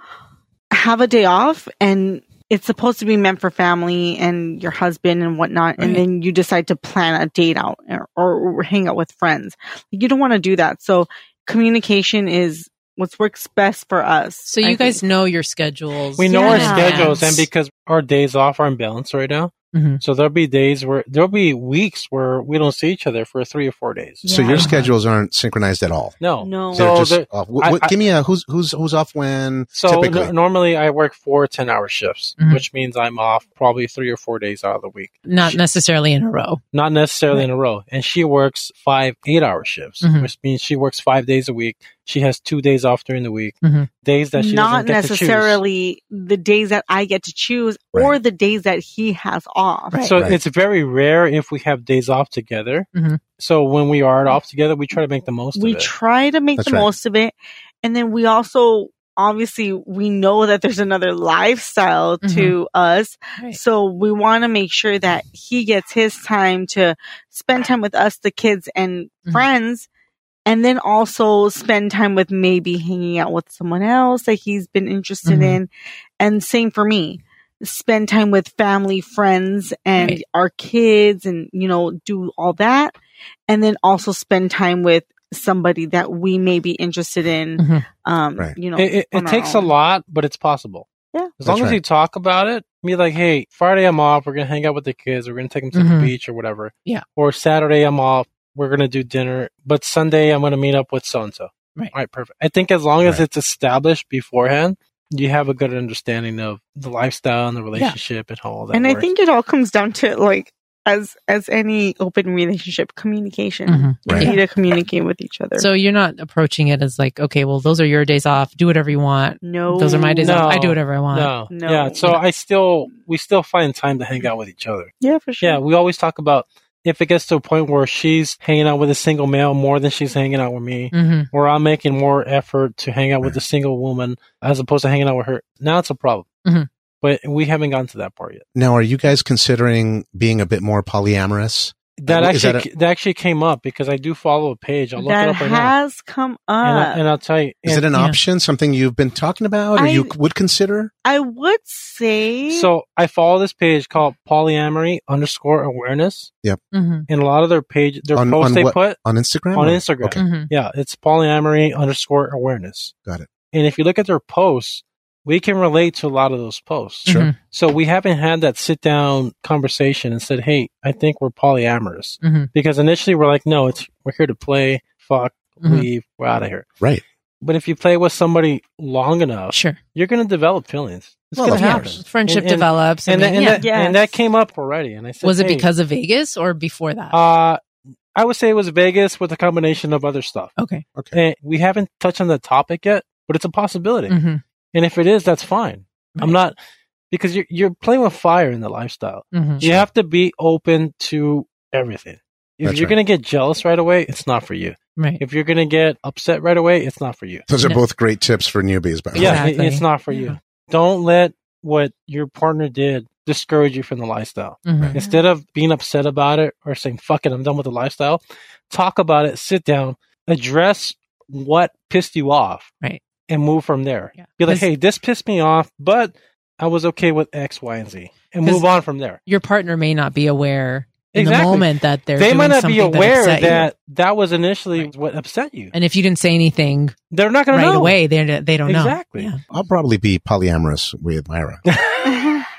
S2: have a day off and it's supposed to be meant for family and your husband and whatnot. And
S1: Right.
S2: then you decide to plan a date out or, or hang out with friends. You don't want to do that. So communication is what works best for us.
S1: So
S2: I
S1: you
S2: think.
S1: guys know your schedules.
S4: We know our
S2: Yeah.
S4: schedules, and because our days off are imbalanced right now,
S2: Mm-hmm.
S1: Mhm.
S4: so there'll be days where there'll be weeks where we don't see each other for three or four days.
S3: So
S2: Yeah.
S3: your schedules aren't synchronized at all.
S4: No,
S2: No.
S3: They're
S4: So
S3: just
S4: the-
S3: off. Wh-
S4: I-
S3: wh-
S4: I-
S3: give me a who's who's who's off when
S4: So
S3: typically.
S4: n- normally I work four 10 hour shifts,
S2: Mm-hmm.
S1: Mhm.
S4: which means I'm off probably three or four days out of the week,
S1: Not necessarily in a row.
S4: not necessarily in a row. And she works five eight hour shifts,
S2: Mm-hmm.
S1: Mhm.
S4: which means she works five days a week. She has two days off during the week,
S1: Mhm.
S4: days that she
S2: Mm-hmm. not
S4: doesn't get to choose.
S2: necessarily the days that I get to choose or the days that he has off.
S1: Right.
S4: So
S3: Right.
S4: it's very rare if we have days off together.
S1: Mhm.
S4: So when we are off together, we try to make the most
S2: Mm-hmm. We
S4: of it.
S2: try to make
S3: That's
S2: the
S3: right.
S2: most of it. And then we also obviously we know that there's another lifestyle to us.
S1: Right.
S2: So we want to make sure that he gets his time to spend time with us, the kids and
S1: Mhm.
S2: friends. And then also spend time with maybe hanging out with someone else that he's been interested
S1: Mhm.
S2: in. And same for me. Spend time with family, friends, and
S1: Right.
S2: our kids and, you know, do all that. And then also spend time with somebody that we may be interested in.
S1: Mhm.
S2: Um,
S3: Right.
S2: you know,
S4: It, it,
S2: on
S4: it
S2: our
S4: takes
S2: own.
S4: a lot, but it's possible.
S2: Yeah.
S4: As
S3: That's
S4: long as
S3: right.
S4: you talk about it, be like, hey, Friday I'm off. We're going to hang out with the kids. We're going to take them to
S1: Mhm.
S2: Mm-hmm.
S4: the beach or whatever.
S1: Yeah.
S4: Or Saturday I'm off. We're going to do dinner. But Sunday I'm going to meet up with so and so.
S1: Right.
S4: All right, perfect. I think as long as
S3: Right.
S4: it's established beforehand, you have a good understanding of the lifestyle and the relationship and how all that
S2: And I
S4: works.
S2: think it all comes down to like, as as any open relationship, communication.
S1: Mhm.
S2: You
S3: Right.
S2: need to communicate with each other.
S1: So you're not approaching it as like, okay, well, those are your days off. Do whatever you want.
S2: no,
S1: Those are my days
S4: No.
S1: off. I do whatever I want.
S4: no,
S2: No.
S4: Yeah. So I still, we still find time to hang out with each other.
S2: Yeah, for sure.
S4: Yeah, we always talk about if it gets to a point where she's hanging out with a single male more than she's hanging out with me,
S1: hmm
S4: or I'm making more effort to hang out with a single woman as opposed to hanging out with her, now it's a problem.
S1: Mhm.
S4: But we haven't gotten to that part yet.
S3: now, are you guys considering being a bit more polyamorous?
S4: That
S3: Is that
S4: actually that, actually came up because I do follow a page. I'll look
S2: that
S4: it up right now.
S2: has come up.
S4: And, I, and I'll tell you.
S3: Is
S4: and
S3: it an
S1: Yeah.
S3: option? Something you've been talking about, or
S2: I-
S3: you c- would consider?
S2: I would say
S4: so I follow this page called polyamory underscore awareness.
S1: hmm
S4: And a lot of their page, their
S3: On-
S4: posts
S3: on
S4: they
S3: what-
S4: put,
S3: on Instagram?
S4: On
S3: or-
S4: Instagram.
S3: Okay.
S1: hmm
S4: yeah, it's polyamory underscore awareness.
S3: Got it.
S4: And if you look at their posts, we can relate to a lot of those posts.
S3: Sure.
S1: Mhm.
S4: So we haven't had that sit down conversation and said, "Hey, I think we're polyamorous,"
S1: Mhm.
S4: because initially we're like, "No, it's we're here to play, fuck,
S1: Mhm.
S4: leave, we're out of here."
S3: Right.
S4: But if you play with somebody long enough,
S1: Sure.
S4: you're going to develop feelings. It's
S3: Well,
S4: going
S3: of
S4: to
S1: yeah.
S4: happen.
S3: course.
S1: Friendship
S4: And- and-
S1: develops.
S4: And, that,
S1: then,
S4: and,
S1: yeah.
S4: that,
S2: yeah.
S4: and that came up already. And I said,
S1: was it
S4: "Hey,
S1: because of Vegas or before that?
S4: Uh, I would say it was Vegas with a combination of other stuff.
S1: okay.
S4: And we haven't touched on the topic yet, but it's a possibility.
S1: hmm
S4: And if it is, that's fine. I'm not because you're you're playing with fire in the lifestyle.
S1: hmm
S4: You have to be open to everything. If
S3: That's
S4: you're
S3: right.
S4: gonna get jealous right away, it's not for you.
S1: Right.
S4: If you're gonna get upset right away, it's not for you.
S3: Those are
S1: No.
S3: both great tips for newbies, by the way.
S4: Yeah, it-
S1: Exactly.
S4: it's not for
S1: Yeah.
S4: you. Don't let what your partner did discourage you from the lifestyle.
S1: Mhm.
S3: Right.
S4: Mm-hmm. Instead of being upset about it or saying "fuck it," I'm done with the lifestyle. Talk about it. Sit down. Address what pissed you off.
S1: Right.
S4: And move from there.
S1: Yeah.
S4: Be like,
S1: 'Cause
S4: hey, this pissed me off, but I was okay with X, Y, and Z, and
S1: 'Cause
S4: move on from there.
S1: Your partner may not be aware in
S4: Exactly.
S1: the moment that they're
S4: They
S1: doing
S4: might not
S1: something
S4: be aware
S1: upset
S4: that
S1: you.
S4: that, was initially
S1: Right.
S4: what upset you.
S1: And if you didn't say anything
S4: They're not going
S1: right
S4: to know
S1: away, they they don't
S4: Exactly.
S1: know.
S3: I'll probably be polyamorous with Myra.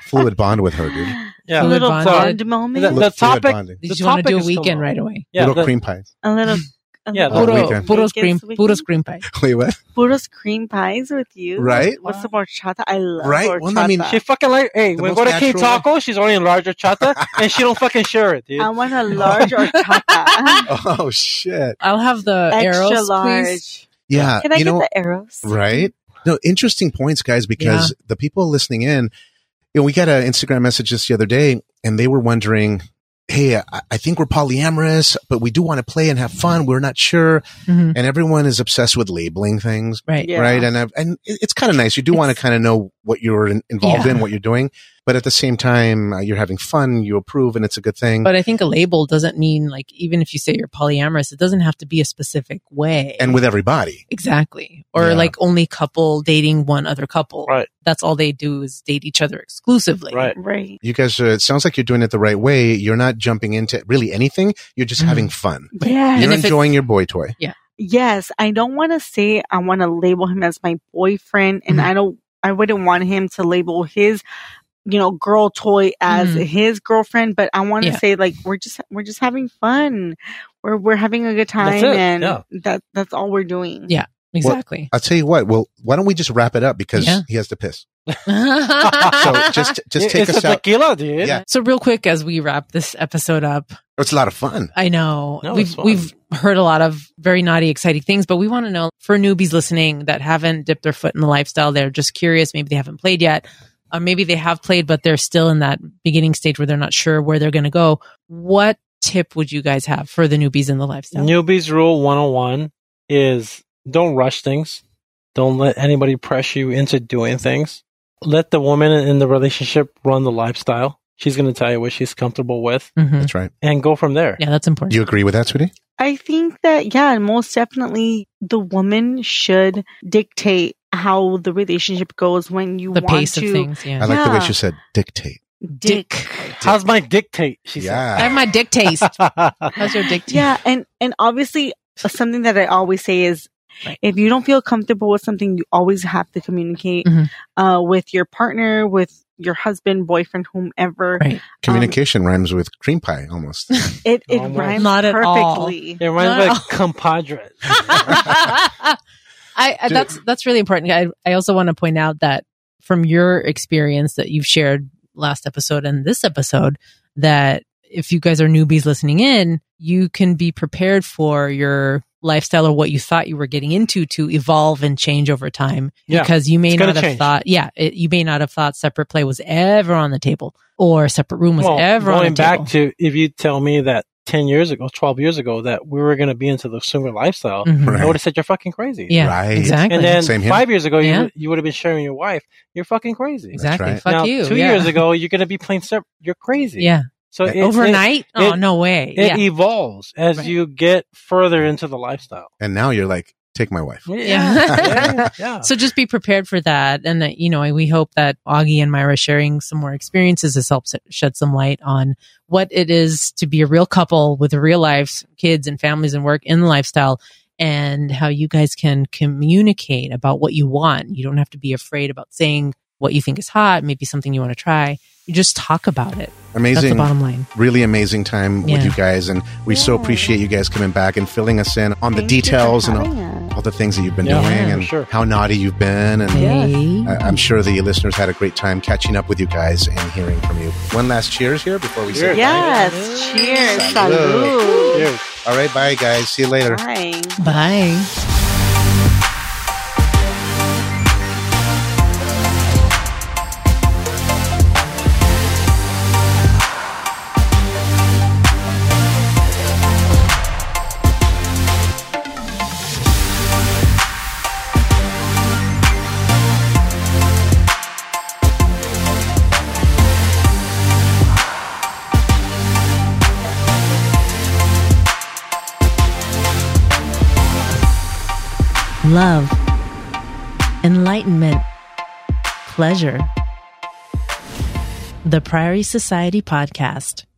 S3: Fluid bond with her, dude.
S2: a
S4: Yeah,
S1: Fluid
S2: little
S1: bond.
S2: bond
S4: The-
S2: moment.
S3: Fluid- fluid
S4: topic-
S3: bonding.
S1: Did
S4: The
S1: you want to
S4: topic
S1: do a
S4: is still
S1: weekend
S4: on.
S1: right away?
S4: yeah.
S3: Little
S4: the-
S3: cream pies.
S2: A little. A
S4: Yeah,
S2: little
S3: the-
S1: Puro,
S3: weekend.
S1: puros,
S2: Vegas
S1: cream,
S2: weekend.
S1: puros cream pie.
S3: Wait, what?
S2: Puros cream pies with you.
S3: Right?
S2: What's the horchata? I love
S3: Right?
S2: horchata.
S3: Well, I mean,
S4: She fucking like hey,
S3: The
S4: when we
S3: most
S4: go to King
S3: natural-
S4: Taco, she's only in larger chata, and she don't fucking share it, dude.
S2: I want a large horchata.
S3: Oh shit!
S1: I'll have the
S2: Extra
S1: arrows,
S2: large.
S1: please.
S3: Yeah,
S2: Can I
S3: you
S2: get
S3: know,
S2: the arrows?
S3: right? No, interesting points, guys, because the people listening in, you know, we got an Instagram message just the other day, and they were wondering, "Hey, I, I think we're polyamorous, but we do want to play and have fun. We're not sure."
S1: Mhm.
S3: And everyone is obsessed with labeling things,
S1: Right.
S2: Yeah.
S3: right? And I've, and it- it's kind of nice. You do
S1: It's-
S3: want to kind of know what you're in, involved
S1: Yeah.
S3: in, what you're doing, but at the same time, uh, you're having fun. You approve, and it's a good thing.
S1: But I think a label doesn't mean like even if you say you're polyamorous, it doesn't have to be a specific way.
S3: and with everybody,
S1: exactly, or
S3: Yeah.
S1: like only couple dating one other couple.
S4: Right.
S1: That's all they do is date each other exclusively.
S4: Right.
S2: Right.
S3: you guys are, it sounds like you're doing it the right way you're not jumping into really anything you're just
S1: Mhm.
S3: having fun
S1: Right.
S2: Yeah.
S1: And
S3: you're
S1: if it's-
S3: enjoying your boy toy
S2: yes, I don't want to say I want to label him as my boyfriend, and
S1: Mhm.
S2: I don't, I wouldn't want him to label his, you know, girl toy as
S1: Mhm.
S2: his girlfriend. But I want to
S1: Yeah.
S2: say like we're just we're just having fun. We're we're having a good time,
S4: That's it,
S2: and
S4: yeah.
S2: that that's all we're doing.
S1: Yeah. Exactly.
S3: I'll tell you what. Well, why don't we just wrap it up because
S1: Yeah.
S3: he has to piss. So
S1: so
S3: just just
S4: It-
S3: take
S4: it's
S3: us
S4: a
S3: out.
S4: tequila, dude.
S3: Yeah.
S1: So real quick as we wrap this episode up,
S3: It's a lot of fun.
S1: I know
S4: No,
S1: we've
S4: it's fun.
S1: we've heard a lot of very naughty, exciting things, but we want to know for newbies listening that haven't dipped their foot in the lifestyle, they're just curious. Maybe they haven't played yet, or maybe they have played but they're still in that beginning stage where they're not sure where they're going to go. What tip would you guys have for the newbies in the lifestyle?
S4: Newbies rule 101 is don't rush things. Don't let anybody press you into doing things. Let the woman in the relationship run the lifestyle. She's going to tell you what she's comfortable with
S1: Mhm.
S3: That's right.
S4: and go from there.
S1: Yeah, that's important.
S3: Do you agree with that, sweetie?
S2: I think that, yeah, most definitely the woman should dictate how the relationship goes when you
S1: the
S2: want
S1: pace
S2: to
S1: of things. Yeah.
S3: I like the way
S2: Yeah.
S3: she said dictate.
S2: dick.
S4: How's my dictate? She
S3: yeah.
S1: I have my dick taste.
S4: said.
S1: How's your dick taste?
S2: Yeah, and and obviously uh, something that I always say is
S1: Right.
S2: if you don't feel comfortable with something, you always have to communicate
S1: Mhm.
S2: uh, with your partner, with your husband, boyfriend, whomever.
S1: Right.
S3: Communication rhymes with cream pie almost.
S2: It it
S4: Almost.
S2: rhymes
S1: Not at all.
S2: perfectly.
S4: it reminds me
S1: No.
S4: of compadre.
S1: I, I
S3: Dude.
S1: that's that's really important. I I also want to point out that from your experience that you've shared last episode and this episode that if you guys are newbies listening in, you can be prepared for your lifestyle or what you thought you were getting into to evolve and change over time
S4: Yeah.
S1: because you may
S4: It's
S1: not
S4: gonna
S1: have
S4: change.
S1: thought yeah it, you may not have thought separate play was ever on the table or separate room was
S4: Well,
S1: ever on
S4: going
S1: the
S4: back
S1: table
S4: to if you tell me that 10 years ago, 12 years ago, that we were going to be into the swinger lifestyle,
S1: Mhm.
S3: Right.
S4: I would have said you're fucking crazy.
S1: yeah
S3: Right.
S1: exactly
S4: And then
S3: Same here.
S4: five years ago, you,
S1: Yeah.
S4: would- you would have been sharing your wife. You're fucking crazy.
S1: exactly
S3: right.
S1: fuck
S4: now,
S1: you
S4: Two
S1: yeah.
S4: years ago, you're going to be playing sep- You're crazy.
S1: yeah
S4: So
S3: Yeah.
S4: it,
S1: overnight
S4: it-
S1: oh no way
S4: it,
S1: yeah
S4: it evolves as
S1: Right.
S4: you get further into the lifestyle.
S3: and now you're like, take my wife.
S4: Yeah. yeah, yeah.
S1: so just be prepared for that and that you know we hope that augie and myra sharing some more experiences has helped shed some light on what it is to be a real couple with real lives kids and families and work in the lifestyle and how you guys can communicate about what you want you don't have to be afraid about saying what you think is hot maybe something you want to try you just talk about it that's the
S3: Amazing.
S1: bottom line
S3: Really amazing time
S1: Yeah.
S3: with you guys. And we so
S2: Yeah.
S3: appreciate you guys coming back and filling us in on the
S2: Thank you for
S3: details and all,
S2: having us.
S3: all the things that you've been
S4: Yeah,
S3: doing
S1: for
S3: and
S4: sure.
S3: how naughty you've been. And
S2: Yeah.
S1: Hey.
S3: I, I'm sure the listeners had a great time catching up with you guys and hearing from you. One last cheers here before we
S4: Cheers.
S3: say
S2: Yes. Cheers.
S3: Salud.
S2: Salud.
S4: Cheers.
S3: All right. Bye, guys. See you later.
S2: Bye.
S1: bye love, enlightenment, pleasure. The Priory Society Podcast.